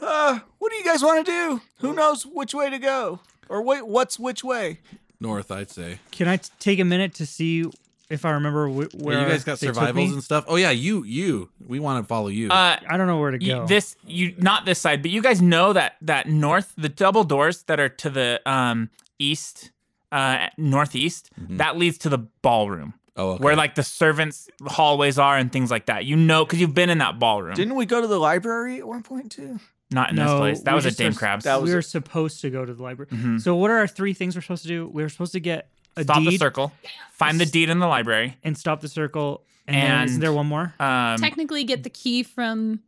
[SPEAKER 3] Uh, what do you guys want to do? Who knows which way to go? Or wait, what's which way?
[SPEAKER 7] North, I'd say.
[SPEAKER 4] Can I t- take a minute to see if I remember wh- where
[SPEAKER 7] Where you guys got
[SPEAKER 4] they took
[SPEAKER 7] survivals
[SPEAKER 4] me?
[SPEAKER 7] and stuff. Oh yeah, you you. We want to follow you.
[SPEAKER 2] Uh,
[SPEAKER 4] I don't know where to
[SPEAKER 2] you-
[SPEAKER 4] go.
[SPEAKER 2] this you not this side, but you guys know that that north, the double doors that are to the um east, uh northeast, that leads to the ballroom
[SPEAKER 7] oh, okay.
[SPEAKER 2] where like the servants hallways are and things like that. You know, because you've been in that ballroom.
[SPEAKER 3] Didn't we go to the library at one point too?
[SPEAKER 2] not in this
[SPEAKER 4] No,
[SPEAKER 2] place. That
[SPEAKER 4] we
[SPEAKER 2] was a
[SPEAKER 4] just
[SPEAKER 2] Dame
[SPEAKER 4] are-
[SPEAKER 2] Crabs.
[SPEAKER 3] that was
[SPEAKER 4] we
[SPEAKER 3] a-
[SPEAKER 4] were supposed to go to the library.
[SPEAKER 2] Mhm.
[SPEAKER 4] So what are our three things we're supposed to do? We were supposed to get a
[SPEAKER 2] Stop the
[SPEAKER 4] deed
[SPEAKER 2] circle. Find the deed in the library.
[SPEAKER 4] and stop the circle. And, then
[SPEAKER 2] And-
[SPEAKER 4] isn't there one more?
[SPEAKER 2] Um,
[SPEAKER 6] Technically, get the key from.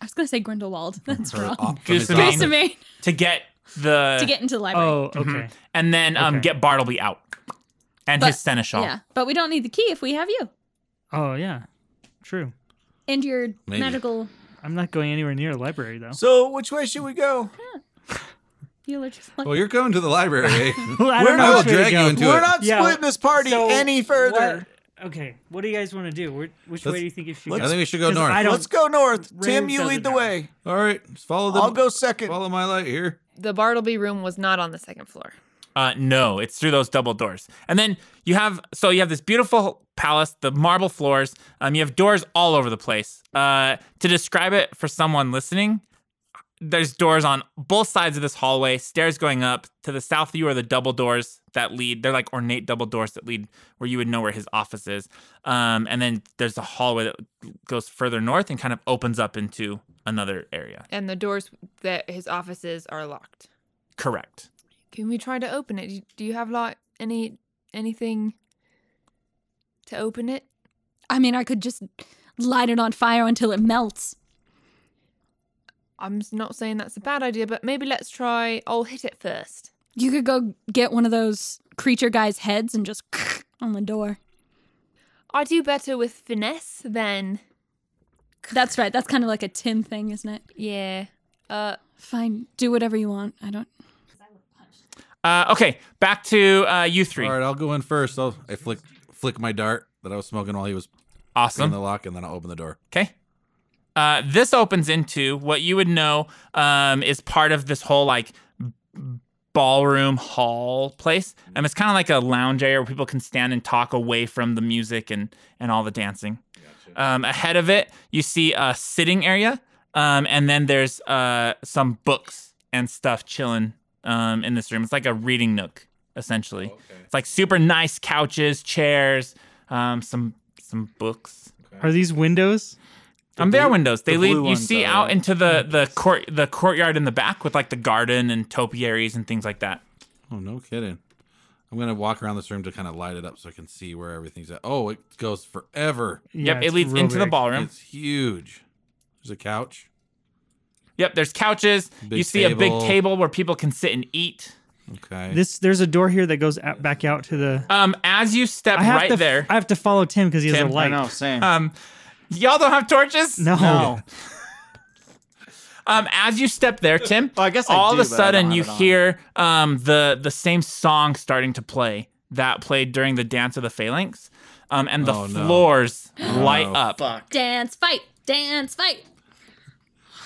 [SPEAKER 6] I was gonna say Grindelwald. That's
[SPEAKER 7] Or
[SPEAKER 6] wrong.
[SPEAKER 7] off from his
[SPEAKER 2] Goose and
[SPEAKER 7] office.
[SPEAKER 6] Jason May,
[SPEAKER 2] to get the
[SPEAKER 6] to get into the library.
[SPEAKER 4] Oh, okay.
[SPEAKER 2] Mhm. and then um
[SPEAKER 4] Okay.
[SPEAKER 2] get Bartleby out and
[SPEAKER 6] But-
[SPEAKER 2] his seneschal.
[SPEAKER 6] Yeah, but we don't need the key if we have you
[SPEAKER 4] Oh yeah, true.
[SPEAKER 6] and your
[SPEAKER 7] Maybe.
[SPEAKER 6] medical
[SPEAKER 4] I'm not going anywhere near a library though.
[SPEAKER 3] So which way should we go?
[SPEAKER 6] healer. Just like,
[SPEAKER 7] Well, you're going to the library. eh?
[SPEAKER 4] I
[SPEAKER 7] We're
[SPEAKER 4] don't know
[SPEAKER 7] not-
[SPEAKER 4] which way to
[SPEAKER 7] drag you
[SPEAKER 4] go.
[SPEAKER 7] into- Do
[SPEAKER 3] We're
[SPEAKER 7] it.
[SPEAKER 3] not
[SPEAKER 4] Yeah,
[SPEAKER 3] splitting this party
[SPEAKER 4] so
[SPEAKER 3] any further.
[SPEAKER 4] What- Okay, what do you guys want to do? Where, which
[SPEAKER 7] Let's-
[SPEAKER 4] way do you think it should
[SPEAKER 7] I
[SPEAKER 4] go?
[SPEAKER 7] think we should go
[SPEAKER 4] 'Cause
[SPEAKER 7] north.
[SPEAKER 4] I don't-
[SPEAKER 3] Let's go north.
[SPEAKER 4] Ray
[SPEAKER 3] Tim, you
[SPEAKER 4] doesn't
[SPEAKER 3] lead the
[SPEAKER 4] know.
[SPEAKER 3] way.
[SPEAKER 7] All right, just follow the
[SPEAKER 3] I'll go second.
[SPEAKER 7] follow my light here.
[SPEAKER 5] The Bartleby room was not on the second floor.
[SPEAKER 2] Uh, no, it's through those double doors. And then you have so you have this beautiful palace, the marble floors. Um, you have doors all over the place. Uh, to describe it for someone listening, there's doors on both sides of this hallway, stairs going up. To the south of you are the double doors that lead. They're like ornate double doors that lead where you would know where his office is. Um, and then there's a hallway that goes further north and kind of opens up into another area.
[SPEAKER 5] And the doors that his offices are locked.
[SPEAKER 2] Correct.
[SPEAKER 5] Can we try to open it? Do you- Do you have like any anything to open it?
[SPEAKER 6] I mean, I could just light it on fire until it melts.
[SPEAKER 5] I'm s- not saying that's a bad idea, but maybe let's try. I'll hit it first.
[SPEAKER 6] You could go get one of those creature guys' heads and just on the door.
[SPEAKER 5] I do better with finesse than
[SPEAKER 6] That's right. That's kind of like a Tim thing, isn't it?
[SPEAKER 5] yeah. Uh,
[SPEAKER 6] Fine, do whatever you want. I don't.
[SPEAKER 2] Uh, okay, back to uh, you three.
[SPEAKER 7] All right, I'll go in first. I'll I flick flick my dart that I was smoking while he was in the
[SPEAKER 2] Awesome.
[SPEAKER 7] lock, and then I'll open the door.
[SPEAKER 2] Okay. Uh, this opens into what you would know um, is part of this whole like b- ballroom hall place. Um, it's kind of like a lounge area where people can stand and talk away from the music and and all the dancing. Um, ahead of it, you see a sitting area, um, and then there's uh, some books and stuff chilling um, in this room. It's like a reading nook, essentially. It's like super nice couches, chairs, um, some some books.
[SPEAKER 4] Are these windows?
[SPEAKER 2] Um, they are windows. They
[SPEAKER 3] the
[SPEAKER 2] lead.
[SPEAKER 3] blue
[SPEAKER 2] You
[SPEAKER 3] ones
[SPEAKER 2] see
[SPEAKER 3] are,
[SPEAKER 2] out
[SPEAKER 3] right?
[SPEAKER 2] into the the court the courtyard in the back with like the garden and topiaries and things like that.
[SPEAKER 7] Oh no, kidding! I'm gonna walk around this room to kind of light it up so I can see where everything's at. Oh, it goes forever.
[SPEAKER 4] Yeah,
[SPEAKER 2] yep,
[SPEAKER 4] it's
[SPEAKER 2] it leads
[SPEAKER 4] real
[SPEAKER 2] into the
[SPEAKER 4] big.
[SPEAKER 2] ballroom.
[SPEAKER 7] It's huge. There's a couch.
[SPEAKER 2] Yep, there's couches.
[SPEAKER 7] Big
[SPEAKER 2] you see a big
[SPEAKER 7] table.
[SPEAKER 2] table where people can sit and eat.
[SPEAKER 7] Okay.
[SPEAKER 4] This there's a door here that goes out, back out to the.
[SPEAKER 2] Um, as you step
[SPEAKER 4] I have
[SPEAKER 2] right
[SPEAKER 4] to. f-
[SPEAKER 2] there,
[SPEAKER 4] I have to follow Tim because he has
[SPEAKER 2] Tim,
[SPEAKER 4] a
[SPEAKER 2] I
[SPEAKER 4] light.
[SPEAKER 3] I know, same.
[SPEAKER 2] um, y'all don't have torches.
[SPEAKER 4] No.
[SPEAKER 3] no.
[SPEAKER 2] Um, as you step there, Tim,
[SPEAKER 3] Well, I guess I
[SPEAKER 2] all
[SPEAKER 3] do,
[SPEAKER 2] of a
[SPEAKER 3] but I don't
[SPEAKER 2] sudden
[SPEAKER 3] have
[SPEAKER 2] you
[SPEAKER 3] it on.
[SPEAKER 2] hear um, the the same song starting to play that played during the dance of the phalanx, um, and the
[SPEAKER 7] Oh, no.
[SPEAKER 2] floors light up.
[SPEAKER 8] Fuck.
[SPEAKER 6] Dance, fight, dance, fight.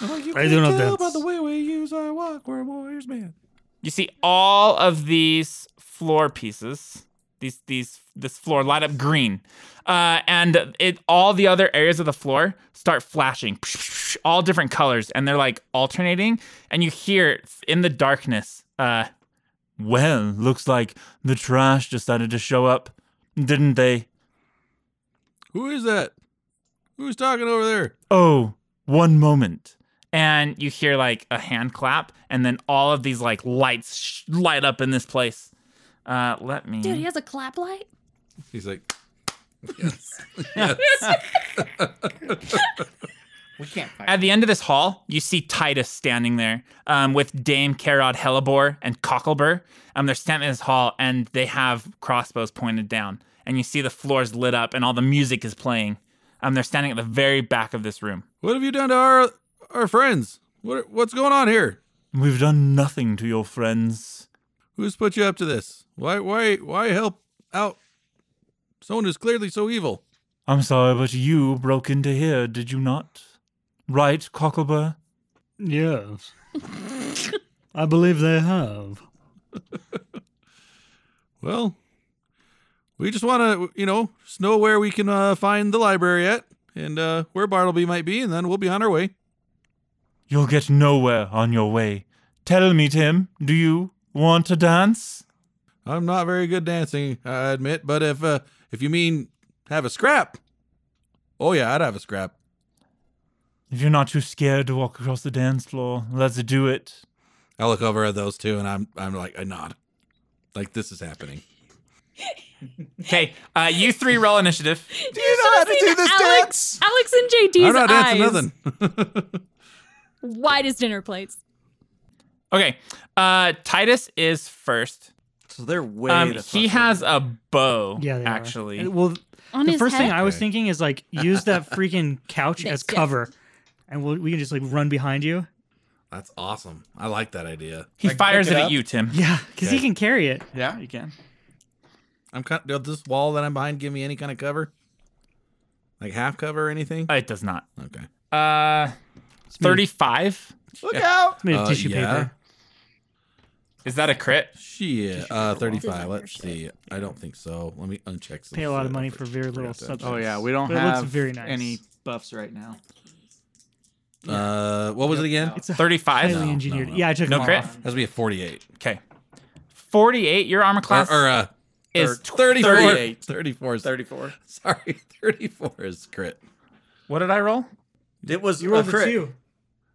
[SPEAKER 4] I do not dance.
[SPEAKER 7] By the way we use our walk, we're warriors, man.
[SPEAKER 2] You see all of these floor pieces, these these this floor light up green, uh, and it all the other areas of the floor start flashing, all different colors, and they're like alternating, and you hear in the darkness. Uh, well, looks like the trash decided to show up, didn't they?
[SPEAKER 7] Who is that? Who's talking over there?
[SPEAKER 2] oh, one moment. And you hear like a hand clap, and then all of these like lights sh- light up in this place. Uh, let me.
[SPEAKER 6] Dude, he has a clap light.
[SPEAKER 7] He's like,
[SPEAKER 8] We can't find
[SPEAKER 2] At the end of this hall, you see Titus standing there um, with Dame Carod Hellebore and Cocklebur. Um, they're standing in this hall and they have crossbows pointed down. And you see the floors lit up and all the music is playing. Um, they're standing at the very back of this room.
[SPEAKER 7] "What have you done to our our friends? What what's going on here?
[SPEAKER 2] We've done nothing to your friends.
[SPEAKER 7] Who's put you up to this? Why why why help out someone who's clearly so evil?"
[SPEAKER 2] I'm sorry, but you broke into here, did you not? Right, Cocklebur?
[SPEAKER 4] Yes. I believe they have.
[SPEAKER 7] Well, we just want to, you know, just know where we can uh, find the library at and uh, where Bartleby might be, and then we'll be on our way.
[SPEAKER 2] You'll get nowhere on your way. Tell me, Tim, do you want to dance?
[SPEAKER 7] I'm not very good dancing, I admit, but if uh, if you mean have a scrap, oh yeah, I'd have a scrap.
[SPEAKER 2] If you're not too scared to walk across the dance floor, let's do it.
[SPEAKER 7] I look over at those two, and I'm I'm like I nod, like this is happening.
[SPEAKER 2] Okay, uh, you three roll initiative.
[SPEAKER 3] do you know how to do this
[SPEAKER 6] Alex,
[SPEAKER 3] dance?
[SPEAKER 6] Alex and JD's
[SPEAKER 7] I'm not
[SPEAKER 6] eyes.
[SPEAKER 7] dancing nothing.
[SPEAKER 6] Wide as dinner plates.
[SPEAKER 2] Okay, uh, Titus is first.
[SPEAKER 3] So they're way.
[SPEAKER 2] Um,
[SPEAKER 3] the
[SPEAKER 2] he
[SPEAKER 3] fuck
[SPEAKER 2] has a bow,
[SPEAKER 4] Yeah, they are. Uh,
[SPEAKER 2] actually.
[SPEAKER 4] And- well,
[SPEAKER 6] On
[SPEAKER 4] the
[SPEAKER 6] his
[SPEAKER 4] first
[SPEAKER 6] head.
[SPEAKER 4] thing I was thinking is like use that freaking couch as
[SPEAKER 6] Yes, yes.
[SPEAKER 4] cover, and we'll, we can just like run behind you.
[SPEAKER 7] That's awesome. I like that idea.
[SPEAKER 2] He
[SPEAKER 8] Like,
[SPEAKER 2] fires
[SPEAKER 8] pick
[SPEAKER 2] it
[SPEAKER 8] it
[SPEAKER 2] at
[SPEAKER 8] up.
[SPEAKER 2] you, Tim.
[SPEAKER 4] Yeah, because he
[SPEAKER 7] Okay.
[SPEAKER 4] can carry it.
[SPEAKER 3] Yeah, you can.
[SPEAKER 7] I'm kind. Does this wall that I'm behind give me any kind of cover? Like half cover or anything?
[SPEAKER 2] Uh, It does not.
[SPEAKER 7] okay.
[SPEAKER 2] Uh, 35?
[SPEAKER 3] Look out!
[SPEAKER 4] It's made of
[SPEAKER 7] Uh,
[SPEAKER 4] tissue
[SPEAKER 7] yeah.
[SPEAKER 4] paper.
[SPEAKER 2] Is that a crit?
[SPEAKER 7] Shit. Uh, 35.
[SPEAKER 6] Designer
[SPEAKER 7] Let's
[SPEAKER 6] shit.
[SPEAKER 7] see. I don't think so. Let me uncheck some
[SPEAKER 4] Pay a lot of
[SPEAKER 7] shit.
[SPEAKER 4] money for very little
[SPEAKER 7] Forgot
[SPEAKER 4] substance.
[SPEAKER 3] Oh yeah, we don't
[SPEAKER 4] But it looks
[SPEAKER 3] have
[SPEAKER 4] very nice.
[SPEAKER 3] any buffs right now.
[SPEAKER 7] that. Uh, what was it again?
[SPEAKER 4] It's a
[SPEAKER 2] Thirty-five.
[SPEAKER 4] highly
[SPEAKER 7] no,
[SPEAKER 4] engineered.
[SPEAKER 7] no.
[SPEAKER 4] Yeah, I took
[SPEAKER 2] No
[SPEAKER 4] them all
[SPEAKER 2] crit?
[SPEAKER 4] off.
[SPEAKER 7] That's be a 48.
[SPEAKER 2] Okay. Forty-eight. Your armor
[SPEAKER 7] Or,
[SPEAKER 2] class
[SPEAKER 7] or uh,
[SPEAKER 2] is
[SPEAKER 7] thir- 34.
[SPEAKER 2] 38.
[SPEAKER 7] 34 is
[SPEAKER 8] 34.
[SPEAKER 7] Sorry, 34 is crit.
[SPEAKER 2] What did I roll?
[SPEAKER 8] It was
[SPEAKER 4] You
[SPEAKER 8] a
[SPEAKER 3] Oh,
[SPEAKER 4] rolled a
[SPEAKER 8] crit.
[SPEAKER 4] two.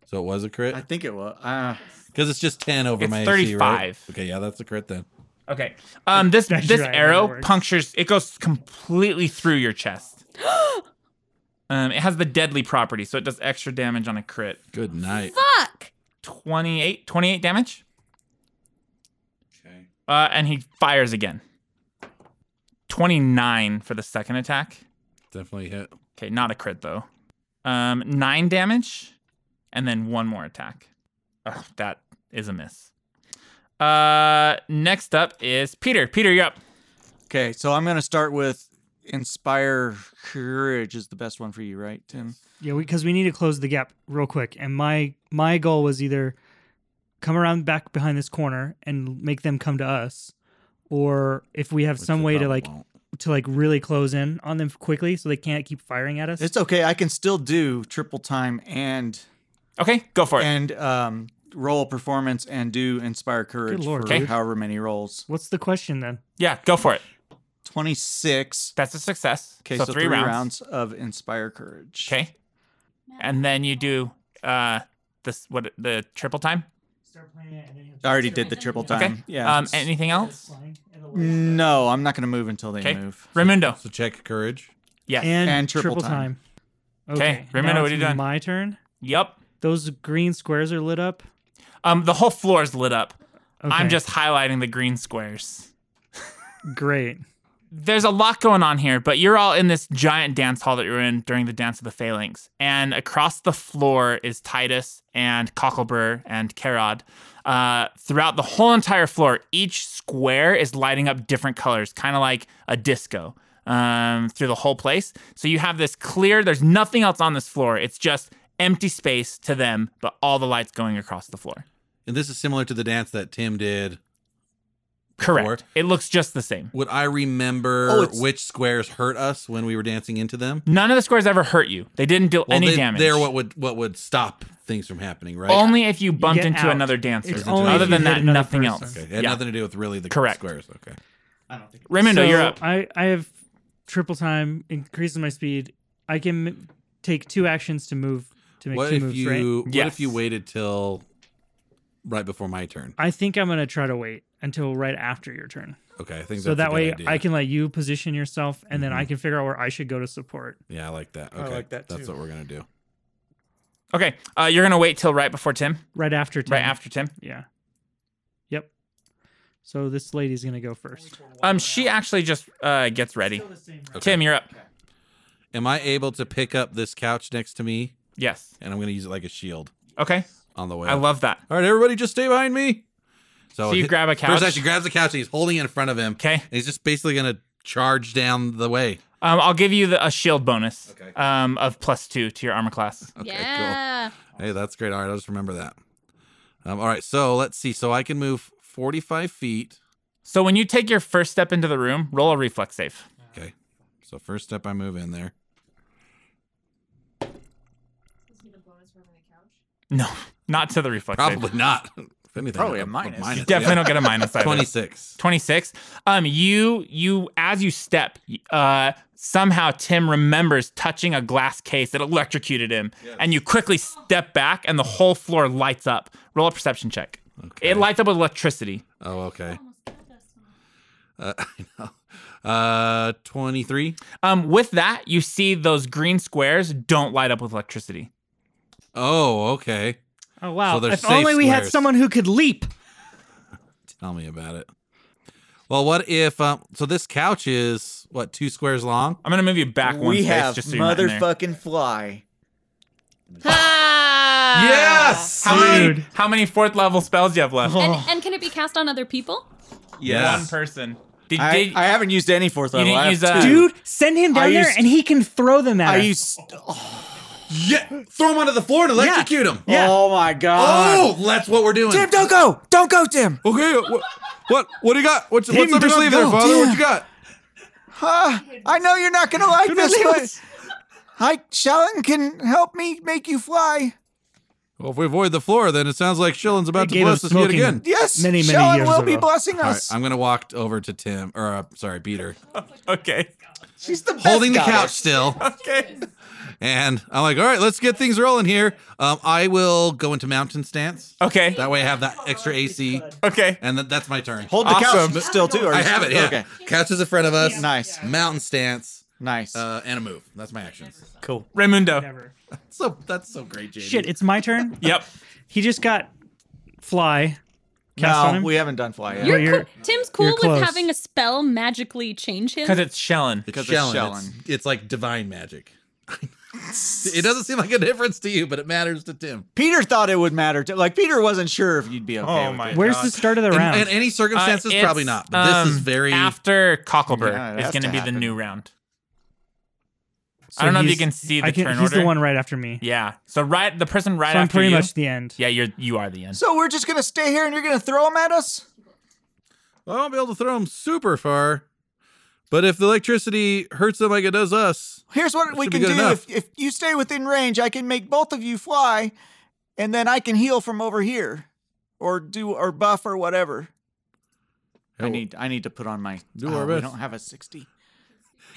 [SPEAKER 7] So it was a
[SPEAKER 8] I
[SPEAKER 7] crit?
[SPEAKER 8] think it was. Uh,
[SPEAKER 7] Because it's just 10 over
[SPEAKER 2] It's
[SPEAKER 7] my
[SPEAKER 2] 35.
[SPEAKER 7] AC, right? Okay, yeah, that's a crit then.
[SPEAKER 2] Okay. Um, this
[SPEAKER 4] That's
[SPEAKER 2] this
[SPEAKER 4] right, that
[SPEAKER 2] arrow
[SPEAKER 4] works.
[SPEAKER 2] punctures. It goes completely through your chest. um, it has the deadly property, so it does extra damage on a crit.
[SPEAKER 7] Good night.
[SPEAKER 6] Fuck.
[SPEAKER 2] 28, 28 damage.
[SPEAKER 7] Okay.
[SPEAKER 2] Uh, and he fires again. Twenty nine for the second attack.
[SPEAKER 7] Definitely hit.
[SPEAKER 2] Okay, not a crit though. Um, nine damage, and then one more attack. Ugh, that is a miss. Uh, next up is Peter. Peter, you're up.
[SPEAKER 3] Okay, so I'm gonna start with inspire courage is the best one for you, right, Tim?
[SPEAKER 4] Yeah, because we, need to close the gap real quick. And my my goal was either come around back behind this corner and make them come to us, or if we have
[SPEAKER 7] Which
[SPEAKER 4] some
[SPEAKER 7] they
[SPEAKER 4] way to
[SPEAKER 7] probably
[SPEAKER 4] like
[SPEAKER 7] won't.
[SPEAKER 4] to like really close in on them quickly so they can't keep firing at us.
[SPEAKER 3] It's okay. I can still do triple time and
[SPEAKER 2] Okay, go for it.
[SPEAKER 3] and um roll performance and do inspire courage
[SPEAKER 4] lord,
[SPEAKER 3] for
[SPEAKER 2] Okay.
[SPEAKER 3] however many rolls.
[SPEAKER 4] What's the question then?
[SPEAKER 2] yeah, go for it.
[SPEAKER 3] Twenty six.
[SPEAKER 2] That's a success.
[SPEAKER 3] Okay,
[SPEAKER 2] so,
[SPEAKER 3] so,
[SPEAKER 2] three, rounds.
[SPEAKER 3] of inspire courage.
[SPEAKER 2] Okay, and then you do uh this what the triple time.
[SPEAKER 4] Start playing it and then you
[SPEAKER 3] I already did the triple time.
[SPEAKER 2] Okay.
[SPEAKER 3] Yeah.
[SPEAKER 2] Um, anything else?
[SPEAKER 3] no, I'm not gonna move until they
[SPEAKER 2] Okay.
[SPEAKER 3] move.
[SPEAKER 2] Raimundo.
[SPEAKER 7] So check courage.
[SPEAKER 2] Yes.
[SPEAKER 4] and,
[SPEAKER 3] And
[SPEAKER 4] triple,
[SPEAKER 3] triple
[SPEAKER 4] time.
[SPEAKER 3] time.
[SPEAKER 2] Okay, Raymond,
[SPEAKER 4] now
[SPEAKER 2] what
[SPEAKER 4] it's
[SPEAKER 2] are you doing?
[SPEAKER 4] My turn.
[SPEAKER 2] yep.
[SPEAKER 4] Those green squares are lit up.
[SPEAKER 2] Um, the whole floor is lit up. I'm
[SPEAKER 4] Okay,
[SPEAKER 2] just highlighting the green squares.
[SPEAKER 4] great.
[SPEAKER 2] there's a lot going on here, but you're all in this giant dance hall that you're in during the Dance of the Phalanx. And across the floor is Titus and Cocklebur and Kerod. Uh, throughout the whole entire floor, each square is lighting up different colors, kind of like a disco um, through the whole place. So you have this clear, there's nothing else on this floor. It's just empty space to them, but all the lights going across the floor.
[SPEAKER 7] And this is similar to the dance that Tim did.
[SPEAKER 2] Correct.
[SPEAKER 7] Floor.
[SPEAKER 2] It looks just the same.
[SPEAKER 7] Would I remember
[SPEAKER 8] Oh, it's-
[SPEAKER 7] which squares hurt us when we were dancing into them?
[SPEAKER 2] None of the squares ever hurt you. They didn't deal any
[SPEAKER 7] they,
[SPEAKER 2] damage.
[SPEAKER 7] They're what would what would stop things from happening, right?
[SPEAKER 2] Only if you bumped
[SPEAKER 4] get
[SPEAKER 2] into
[SPEAKER 4] out.
[SPEAKER 2] another dancer.
[SPEAKER 4] It's
[SPEAKER 7] only
[SPEAKER 2] Other
[SPEAKER 7] if
[SPEAKER 2] than
[SPEAKER 4] you hit
[SPEAKER 2] that,
[SPEAKER 4] another
[SPEAKER 2] nothing
[SPEAKER 4] person.
[SPEAKER 2] else.
[SPEAKER 7] okay. It had
[SPEAKER 2] yeah.
[SPEAKER 7] nothing to do with really the
[SPEAKER 2] Correct.
[SPEAKER 7] squares. Okay.
[SPEAKER 8] I don't think.
[SPEAKER 2] Raimundo, you're up.
[SPEAKER 4] I, I have triple time, increases my speed. I can m- take two actions to move to make
[SPEAKER 7] What
[SPEAKER 4] two
[SPEAKER 7] if
[SPEAKER 4] moves,
[SPEAKER 7] you
[SPEAKER 4] right?
[SPEAKER 7] what
[SPEAKER 2] Yes.
[SPEAKER 7] if you waited till right before my turn?
[SPEAKER 4] I think I'm gonna try to wait until right after your turn,
[SPEAKER 7] Okay, I think
[SPEAKER 4] so
[SPEAKER 7] that's a
[SPEAKER 4] that
[SPEAKER 7] good
[SPEAKER 4] way
[SPEAKER 7] idea. Mm-hmm.
[SPEAKER 4] I can let you position yourself, and then I can figure out where I should go to support.
[SPEAKER 7] Yeah, I like that.
[SPEAKER 8] I
[SPEAKER 7] Okay,
[SPEAKER 8] like that
[SPEAKER 7] that's
[SPEAKER 8] too.
[SPEAKER 7] what we're gonna do.
[SPEAKER 2] Okay, uh, you're gonna wait till right before Tim.
[SPEAKER 4] Right after, Tim.
[SPEAKER 2] Right after Tim.
[SPEAKER 4] yeah, yep. So this lady's gonna go first.
[SPEAKER 2] Um, she actually just uh gets ready. Tim, you're up.
[SPEAKER 7] Am I able to pick up this couch next to me?
[SPEAKER 2] Yes.
[SPEAKER 7] And I'm gonna use it like a shield
[SPEAKER 2] Okay.
[SPEAKER 7] on the way.
[SPEAKER 2] I
[SPEAKER 7] up.
[SPEAKER 2] love that.
[SPEAKER 7] All right, everybody, just stay behind me. So,
[SPEAKER 2] So you
[SPEAKER 7] hit-
[SPEAKER 2] grab a couch.
[SPEAKER 7] First, actually grabs the couch and he's holding it in front of him.
[SPEAKER 2] Okay.
[SPEAKER 7] And he's just basically gonna charge down the way.
[SPEAKER 2] Um, I'll give you the, a shield bonus.
[SPEAKER 7] Okay.
[SPEAKER 2] Um, of plus two to your armor class.
[SPEAKER 7] Okay, cool.
[SPEAKER 6] yeah.
[SPEAKER 7] Hey, that's great. All right, I'll just remember that. Um, all right, so let's see. So I can move 45 feet.
[SPEAKER 2] So when you take your first step into the room, roll a reflex save.
[SPEAKER 7] Okay. So first step, I move in there.
[SPEAKER 2] No, not to the reflex. save.
[SPEAKER 7] Probably not. If anything,
[SPEAKER 3] Probably a
[SPEAKER 7] I'll- I'll
[SPEAKER 3] minus.
[SPEAKER 2] You definitely
[SPEAKER 7] yeah.
[SPEAKER 2] don't get a minus either.
[SPEAKER 7] 26.
[SPEAKER 2] 26 um you you as you step uh somehow tim remembers touching a glass case that electrocuted him and you quickly step back and the whole floor lights up roll a perception check
[SPEAKER 7] Okay.
[SPEAKER 2] it lights up with electricity
[SPEAKER 7] Oh, okay. Uh, I know. Uh, 23.
[SPEAKER 2] um with that you see those green squares don't light up with electricity
[SPEAKER 7] Oh, okay.
[SPEAKER 4] Oh wow!
[SPEAKER 7] So they're
[SPEAKER 4] if
[SPEAKER 7] safe
[SPEAKER 4] only we had
[SPEAKER 7] squares.
[SPEAKER 4] someone who could leap.
[SPEAKER 7] Tell me about it. Well, what if um? So this couch is what two squares long?
[SPEAKER 2] i'm gonna move you back one
[SPEAKER 8] we
[SPEAKER 2] space
[SPEAKER 8] have
[SPEAKER 2] just so you're not in there.
[SPEAKER 8] motherfucking fly.
[SPEAKER 6] Ah.
[SPEAKER 7] yes.
[SPEAKER 2] how many,
[SPEAKER 4] Dude.
[SPEAKER 2] how many fourth level spells do you have
[SPEAKER 4] Oh.
[SPEAKER 2] left
[SPEAKER 6] And, and can it be cast on other people?
[SPEAKER 2] one
[SPEAKER 3] Yes.
[SPEAKER 2] person did,
[SPEAKER 3] I,
[SPEAKER 2] did-
[SPEAKER 3] I haven't used any fourth
[SPEAKER 2] you
[SPEAKER 3] level.
[SPEAKER 2] didn't
[SPEAKER 3] I have
[SPEAKER 2] use, uh,
[SPEAKER 3] two.
[SPEAKER 4] Dude, send him down
[SPEAKER 3] I
[SPEAKER 4] there,
[SPEAKER 3] used-
[SPEAKER 4] and he can throw them at
[SPEAKER 3] I
[SPEAKER 4] us.
[SPEAKER 3] used
[SPEAKER 7] Yeah, throw him onto the floor and electrocute him.
[SPEAKER 4] Yeah.
[SPEAKER 8] Oh my god.
[SPEAKER 7] Oh, that's what we're doing.
[SPEAKER 3] Tim, don't go! Don't go, Tim!
[SPEAKER 7] Okay, what, what what do you got? What's, what's
[SPEAKER 4] Tim,
[SPEAKER 7] up your
[SPEAKER 4] don't
[SPEAKER 7] sleeve there,
[SPEAKER 4] go.
[SPEAKER 7] father? What
[SPEAKER 3] Tim.
[SPEAKER 7] you got?
[SPEAKER 3] Ah, I know you're not gonna like
[SPEAKER 4] Do not
[SPEAKER 3] this,
[SPEAKER 4] leave
[SPEAKER 3] but
[SPEAKER 4] us.
[SPEAKER 3] I Shellen can help me make you fly.
[SPEAKER 7] Well, if we avoid the floor, then it sounds like Shillin's about to
[SPEAKER 4] They gave
[SPEAKER 7] bless
[SPEAKER 4] him
[SPEAKER 7] us yet
[SPEAKER 4] smoking.
[SPEAKER 7] again.
[SPEAKER 3] Yes,
[SPEAKER 4] Many, many
[SPEAKER 3] Shellen
[SPEAKER 4] years
[SPEAKER 3] will be
[SPEAKER 4] ago.
[SPEAKER 3] blessing
[SPEAKER 7] All right,
[SPEAKER 3] us.
[SPEAKER 7] I'm gonna walk over to Tim, or uh, sorry, Peter,
[SPEAKER 2] Okay.
[SPEAKER 3] She's the best
[SPEAKER 7] holding the
[SPEAKER 3] goddess.
[SPEAKER 7] couch still,
[SPEAKER 2] Okay.
[SPEAKER 7] and I'm like, all right, let's get things rolling here. Um, I will go into mountain stance.
[SPEAKER 2] Okay.
[SPEAKER 7] That way, I have that extra AC,
[SPEAKER 2] Okay.
[SPEAKER 7] and th- that's my turn.
[SPEAKER 8] Hold
[SPEAKER 2] Awesome.
[SPEAKER 8] the couch still too. Or
[SPEAKER 7] I have it. Yeah.
[SPEAKER 8] Okay.
[SPEAKER 7] Couch is in front of us.
[SPEAKER 8] Nice.
[SPEAKER 7] Mountain stance
[SPEAKER 8] Nice.
[SPEAKER 7] uh, and a move. That's my actions.
[SPEAKER 8] cool.
[SPEAKER 2] Raimundo.
[SPEAKER 4] Never.
[SPEAKER 7] So that's so great, JD.
[SPEAKER 4] Shit, it's my turn.
[SPEAKER 2] Yep.
[SPEAKER 4] He just got fly cast on
[SPEAKER 8] No,
[SPEAKER 4] him.
[SPEAKER 8] we haven't done fly yet.
[SPEAKER 4] You're-
[SPEAKER 6] You're,
[SPEAKER 4] you're-
[SPEAKER 6] cool. Tim's cool
[SPEAKER 4] you're
[SPEAKER 6] with
[SPEAKER 4] close.
[SPEAKER 6] having a spell magically change him.
[SPEAKER 2] Because it's Shellen.
[SPEAKER 7] It's
[SPEAKER 8] Because it's
[SPEAKER 7] Shellen. It's,
[SPEAKER 8] Shellen.
[SPEAKER 7] it's like divine magic. it doesn't seem like a difference to you, but it matters to Tim.
[SPEAKER 8] Peter thought it would matter too. Like Peter wasn't sure if you'd be okay.
[SPEAKER 2] Oh
[SPEAKER 8] with
[SPEAKER 2] my
[SPEAKER 8] it.
[SPEAKER 4] Where's
[SPEAKER 2] God.
[SPEAKER 4] the start of the
[SPEAKER 7] In,
[SPEAKER 4] round?
[SPEAKER 7] in any circumstances,
[SPEAKER 2] Uh, it's,
[SPEAKER 7] probably not. But this is
[SPEAKER 2] um,
[SPEAKER 7] very.
[SPEAKER 2] After Cockleburr
[SPEAKER 8] Yeah, it
[SPEAKER 2] is
[SPEAKER 8] has
[SPEAKER 2] going to
[SPEAKER 8] to
[SPEAKER 2] be the
[SPEAKER 8] happen.
[SPEAKER 2] new round.
[SPEAKER 4] So
[SPEAKER 2] I don't know if you
[SPEAKER 4] he's-
[SPEAKER 2] can see the
[SPEAKER 4] I can,
[SPEAKER 2] turn
[SPEAKER 4] he's
[SPEAKER 2] order.
[SPEAKER 4] the one right after me.
[SPEAKER 2] Yeah. So right, the person right
[SPEAKER 4] so I'm
[SPEAKER 2] after
[SPEAKER 4] pretty
[SPEAKER 2] you.
[SPEAKER 4] much the end.
[SPEAKER 2] yeah, you're you are the end.
[SPEAKER 3] So we're just gonna stay here and you're gonna throw them at us?
[SPEAKER 7] I won't be able to throw him super far, but if the electricity hurts them like it does us,
[SPEAKER 3] Here's what
[SPEAKER 7] That
[SPEAKER 3] we
[SPEAKER 7] should be
[SPEAKER 3] can
[SPEAKER 7] good
[SPEAKER 3] do.
[SPEAKER 7] enough.
[SPEAKER 3] If, if you stay within range, I can make both of you fly, and then I can heal from over here, or do or buff or whatever.
[SPEAKER 7] oh,
[SPEAKER 8] I need I need to put on my
[SPEAKER 7] Do
[SPEAKER 3] uh,
[SPEAKER 8] oh,
[SPEAKER 7] our
[SPEAKER 8] We
[SPEAKER 7] best.
[SPEAKER 8] don't have a 60.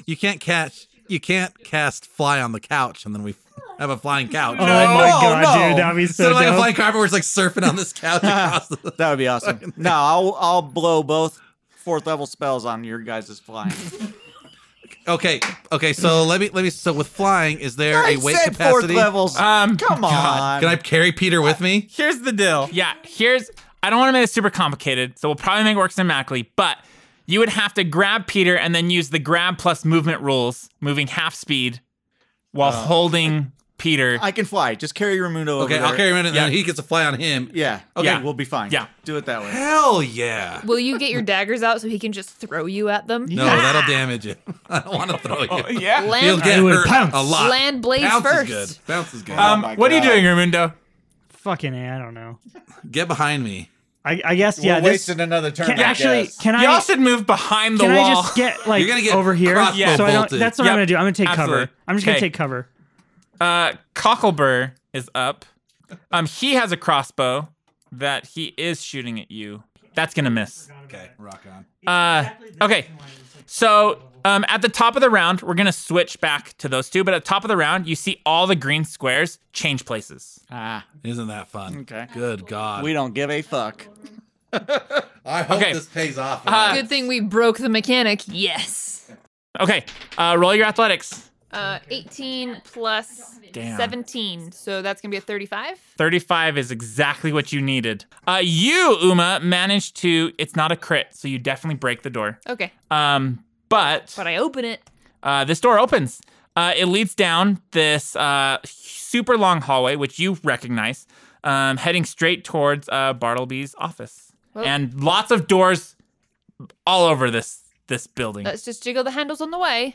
[SPEAKER 7] you can't catch. You can't cast fly on the couch, and then we have a flying couch.
[SPEAKER 4] Oh my god,
[SPEAKER 3] no.
[SPEAKER 4] dude, that'd be
[SPEAKER 7] Instead
[SPEAKER 4] so
[SPEAKER 7] of like a
[SPEAKER 4] dope.
[SPEAKER 7] flying carpet where it's like surfing on this couch across the
[SPEAKER 8] That would be awesome. no, I'll I'll blow both fourth level spells on your guys' flying.
[SPEAKER 7] Okay, okay. So let me let me. So with flying, is there
[SPEAKER 3] I
[SPEAKER 7] a weight
[SPEAKER 3] said fourth
[SPEAKER 7] capacity?
[SPEAKER 3] levels.
[SPEAKER 2] um,
[SPEAKER 3] Come on.
[SPEAKER 7] Can I carry Peter with me?
[SPEAKER 2] here's the deal. Yeah, here's. I don't want to make this super complicated, so we'll probably make it work cinematically, but you would have to grab Peter and then use the grab plus movement rules, moving half speed while
[SPEAKER 8] Oh.
[SPEAKER 2] holding Peter.
[SPEAKER 8] I can fly. Just carry Raimundo over
[SPEAKER 7] Okay, I'll
[SPEAKER 8] there.
[SPEAKER 7] carry him in, and then
[SPEAKER 2] Yeah.
[SPEAKER 7] he gets a fly on him.
[SPEAKER 8] Yeah. Okay,
[SPEAKER 2] Yeah.
[SPEAKER 8] we'll be fine.
[SPEAKER 2] Yeah.
[SPEAKER 8] Do it that way.
[SPEAKER 7] Hell yeah!
[SPEAKER 5] Will you get your daggers out so he can just throw you at them?
[SPEAKER 7] No, that'll damage you. I don't want to throw you.
[SPEAKER 2] yeah.
[SPEAKER 7] He'll
[SPEAKER 5] Land,
[SPEAKER 7] get
[SPEAKER 4] I would
[SPEAKER 7] hurt
[SPEAKER 4] pounce.
[SPEAKER 7] a lot.
[SPEAKER 5] land blaze
[SPEAKER 7] Bounce
[SPEAKER 5] first.
[SPEAKER 7] is good. Bounce is good.
[SPEAKER 2] Um,
[SPEAKER 8] Oh my
[SPEAKER 2] what are you
[SPEAKER 8] God.
[SPEAKER 2] doing, Raimundo?
[SPEAKER 4] Fucking A, I don't know.
[SPEAKER 7] get behind me.
[SPEAKER 4] I, I guess yeah.
[SPEAKER 8] We're
[SPEAKER 4] This
[SPEAKER 8] wasting another turn.
[SPEAKER 4] can,
[SPEAKER 8] I
[SPEAKER 4] actually
[SPEAKER 8] guess.
[SPEAKER 4] can I
[SPEAKER 2] Y'all should move behind the
[SPEAKER 4] can I
[SPEAKER 2] wall.
[SPEAKER 4] just get like
[SPEAKER 7] You're gonna get
[SPEAKER 4] over here?
[SPEAKER 7] crossbow
[SPEAKER 4] So I don't.
[SPEAKER 7] bolted.
[SPEAKER 4] That's what
[SPEAKER 2] Yep.
[SPEAKER 4] I'm gonna do. I'm gonna take cover.
[SPEAKER 2] Absolutely.
[SPEAKER 4] I'm just
[SPEAKER 2] Okay.
[SPEAKER 4] gonna take cover.
[SPEAKER 2] Uh, Cocklebur is up. Um, he has a crossbow that he is shooting at you. That's gonna miss.
[SPEAKER 7] Okay, rock on.
[SPEAKER 2] Uh, okay. So um, at the top of the round, we're gonna switch back to those two. But at the top of the round, you see all the green squares change places.
[SPEAKER 8] Ah,
[SPEAKER 7] Isn't that fun?
[SPEAKER 8] Okay.
[SPEAKER 7] Good God.
[SPEAKER 8] we don't give a fuck.
[SPEAKER 7] I hope
[SPEAKER 2] Okay.
[SPEAKER 7] this pays off.
[SPEAKER 5] Good thing we broke the mechanic. Yes.
[SPEAKER 2] Okay. Uh, roll your athletics.
[SPEAKER 5] Uh, 18 plus
[SPEAKER 2] Damn.
[SPEAKER 5] 17. So that's going to be a 35.
[SPEAKER 2] Thirty-five is exactly what you needed. Uh, you Uma managed to. It's not a crit, so you definitely break the door.
[SPEAKER 5] Okay.
[SPEAKER 2] Um, but
[SPEAKER 5] But I open it.
[SPEAKER 2] Uh, this door opens. Uh, it leads down this uh, super long hallway, which you recognize, um, heading straight towards uh, Bartleby's office.
[SPEAKER 5] Well-
[SPEAKER 2] and lots of doors all over this this building.
[SPEAKER 5] Let's just jiggle the handles on the way.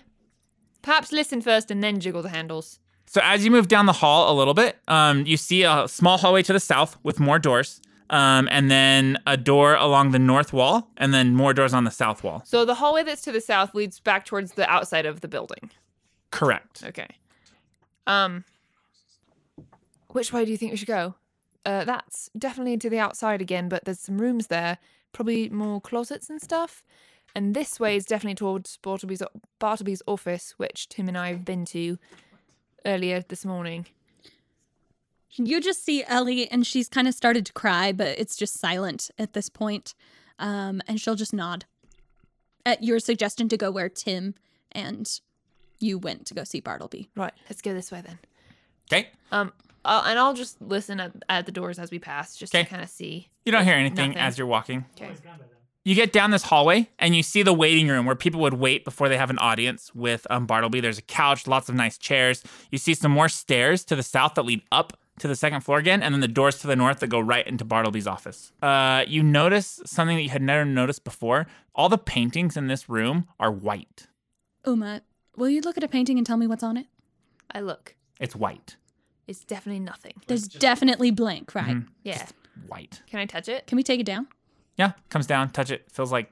[SPEAKER 5] Perhaps listen first and then jiggle the handles.
[SPEAKER 2] So as you move down the hall a little bit, um, you see a small hallway to the south with more doors, um, and then a door along the north wall, and then more doors on the south wall.
[SPEAKER 5] So the hallway that's to the south leads back towards the outside of the building.
[SPEAKER 2] Correct.
[SPEAKER 5] Okay. Um which way do you think we should go? Uh that's definitely to the outside again, but there's some rooms there, probably more closets and stuff. And this way is definitely towards Bartleby's Bartleby's office, which Tim and I have been to earlier this morning.
[SPEAKER 6] You just see Ellie, and she's kind of started to cry, but it's just silent at this point. Um, and she'll just nod at your suggestion to go where Tim and you went to go see Bartleby.
[SPEAKER 5] Right, let's go this way then.
[SPEAKER 2] Okay.
[SPEAKER 5] Um I'll, and I'll just listen at, at the doors as we pass, just
[SPEAKER 2] Okay.
[SPEAKER 5] to kind of see.
[SPEAKER 2] You don't hear anything
[SPEAKER 5] Nothing.
[SPEAKER 2] as you're walking.
[SPEAKER 5] Okay.
[SPEAKER 2] you get down this hallway and you see the waiting room where people would wait before they have an audience with um, Bartleby. There's a couch, lots of nice chairs. You see some more stairs to the south that lead up to the second floor again, and then the doors to the north that go right into Bartleby's office. Uh, you notice something that you had never noticed before. All the paintings in this room are white.
[SPEAKER 6] Uma, will you look at a painting and tell me what's on it?
[SPEAKER 5] I look.
[SPEAKER 2] It's white.
[SPEAKER 5] It's definitely nothing.
[SPEAKER 6] There's definitely blank, right?
[SPEAKER 4] Mm-hmm.
[SPEAKER 2] Mhm.
[SPEAKER 5] Yeah.
[SPEAKER 2] White.
[SPEAKER 5] Can I touch it?
[SPEAKER 6] Can we take it down?
[SPEAKER 2] Yeah, comes down, touch it, feels like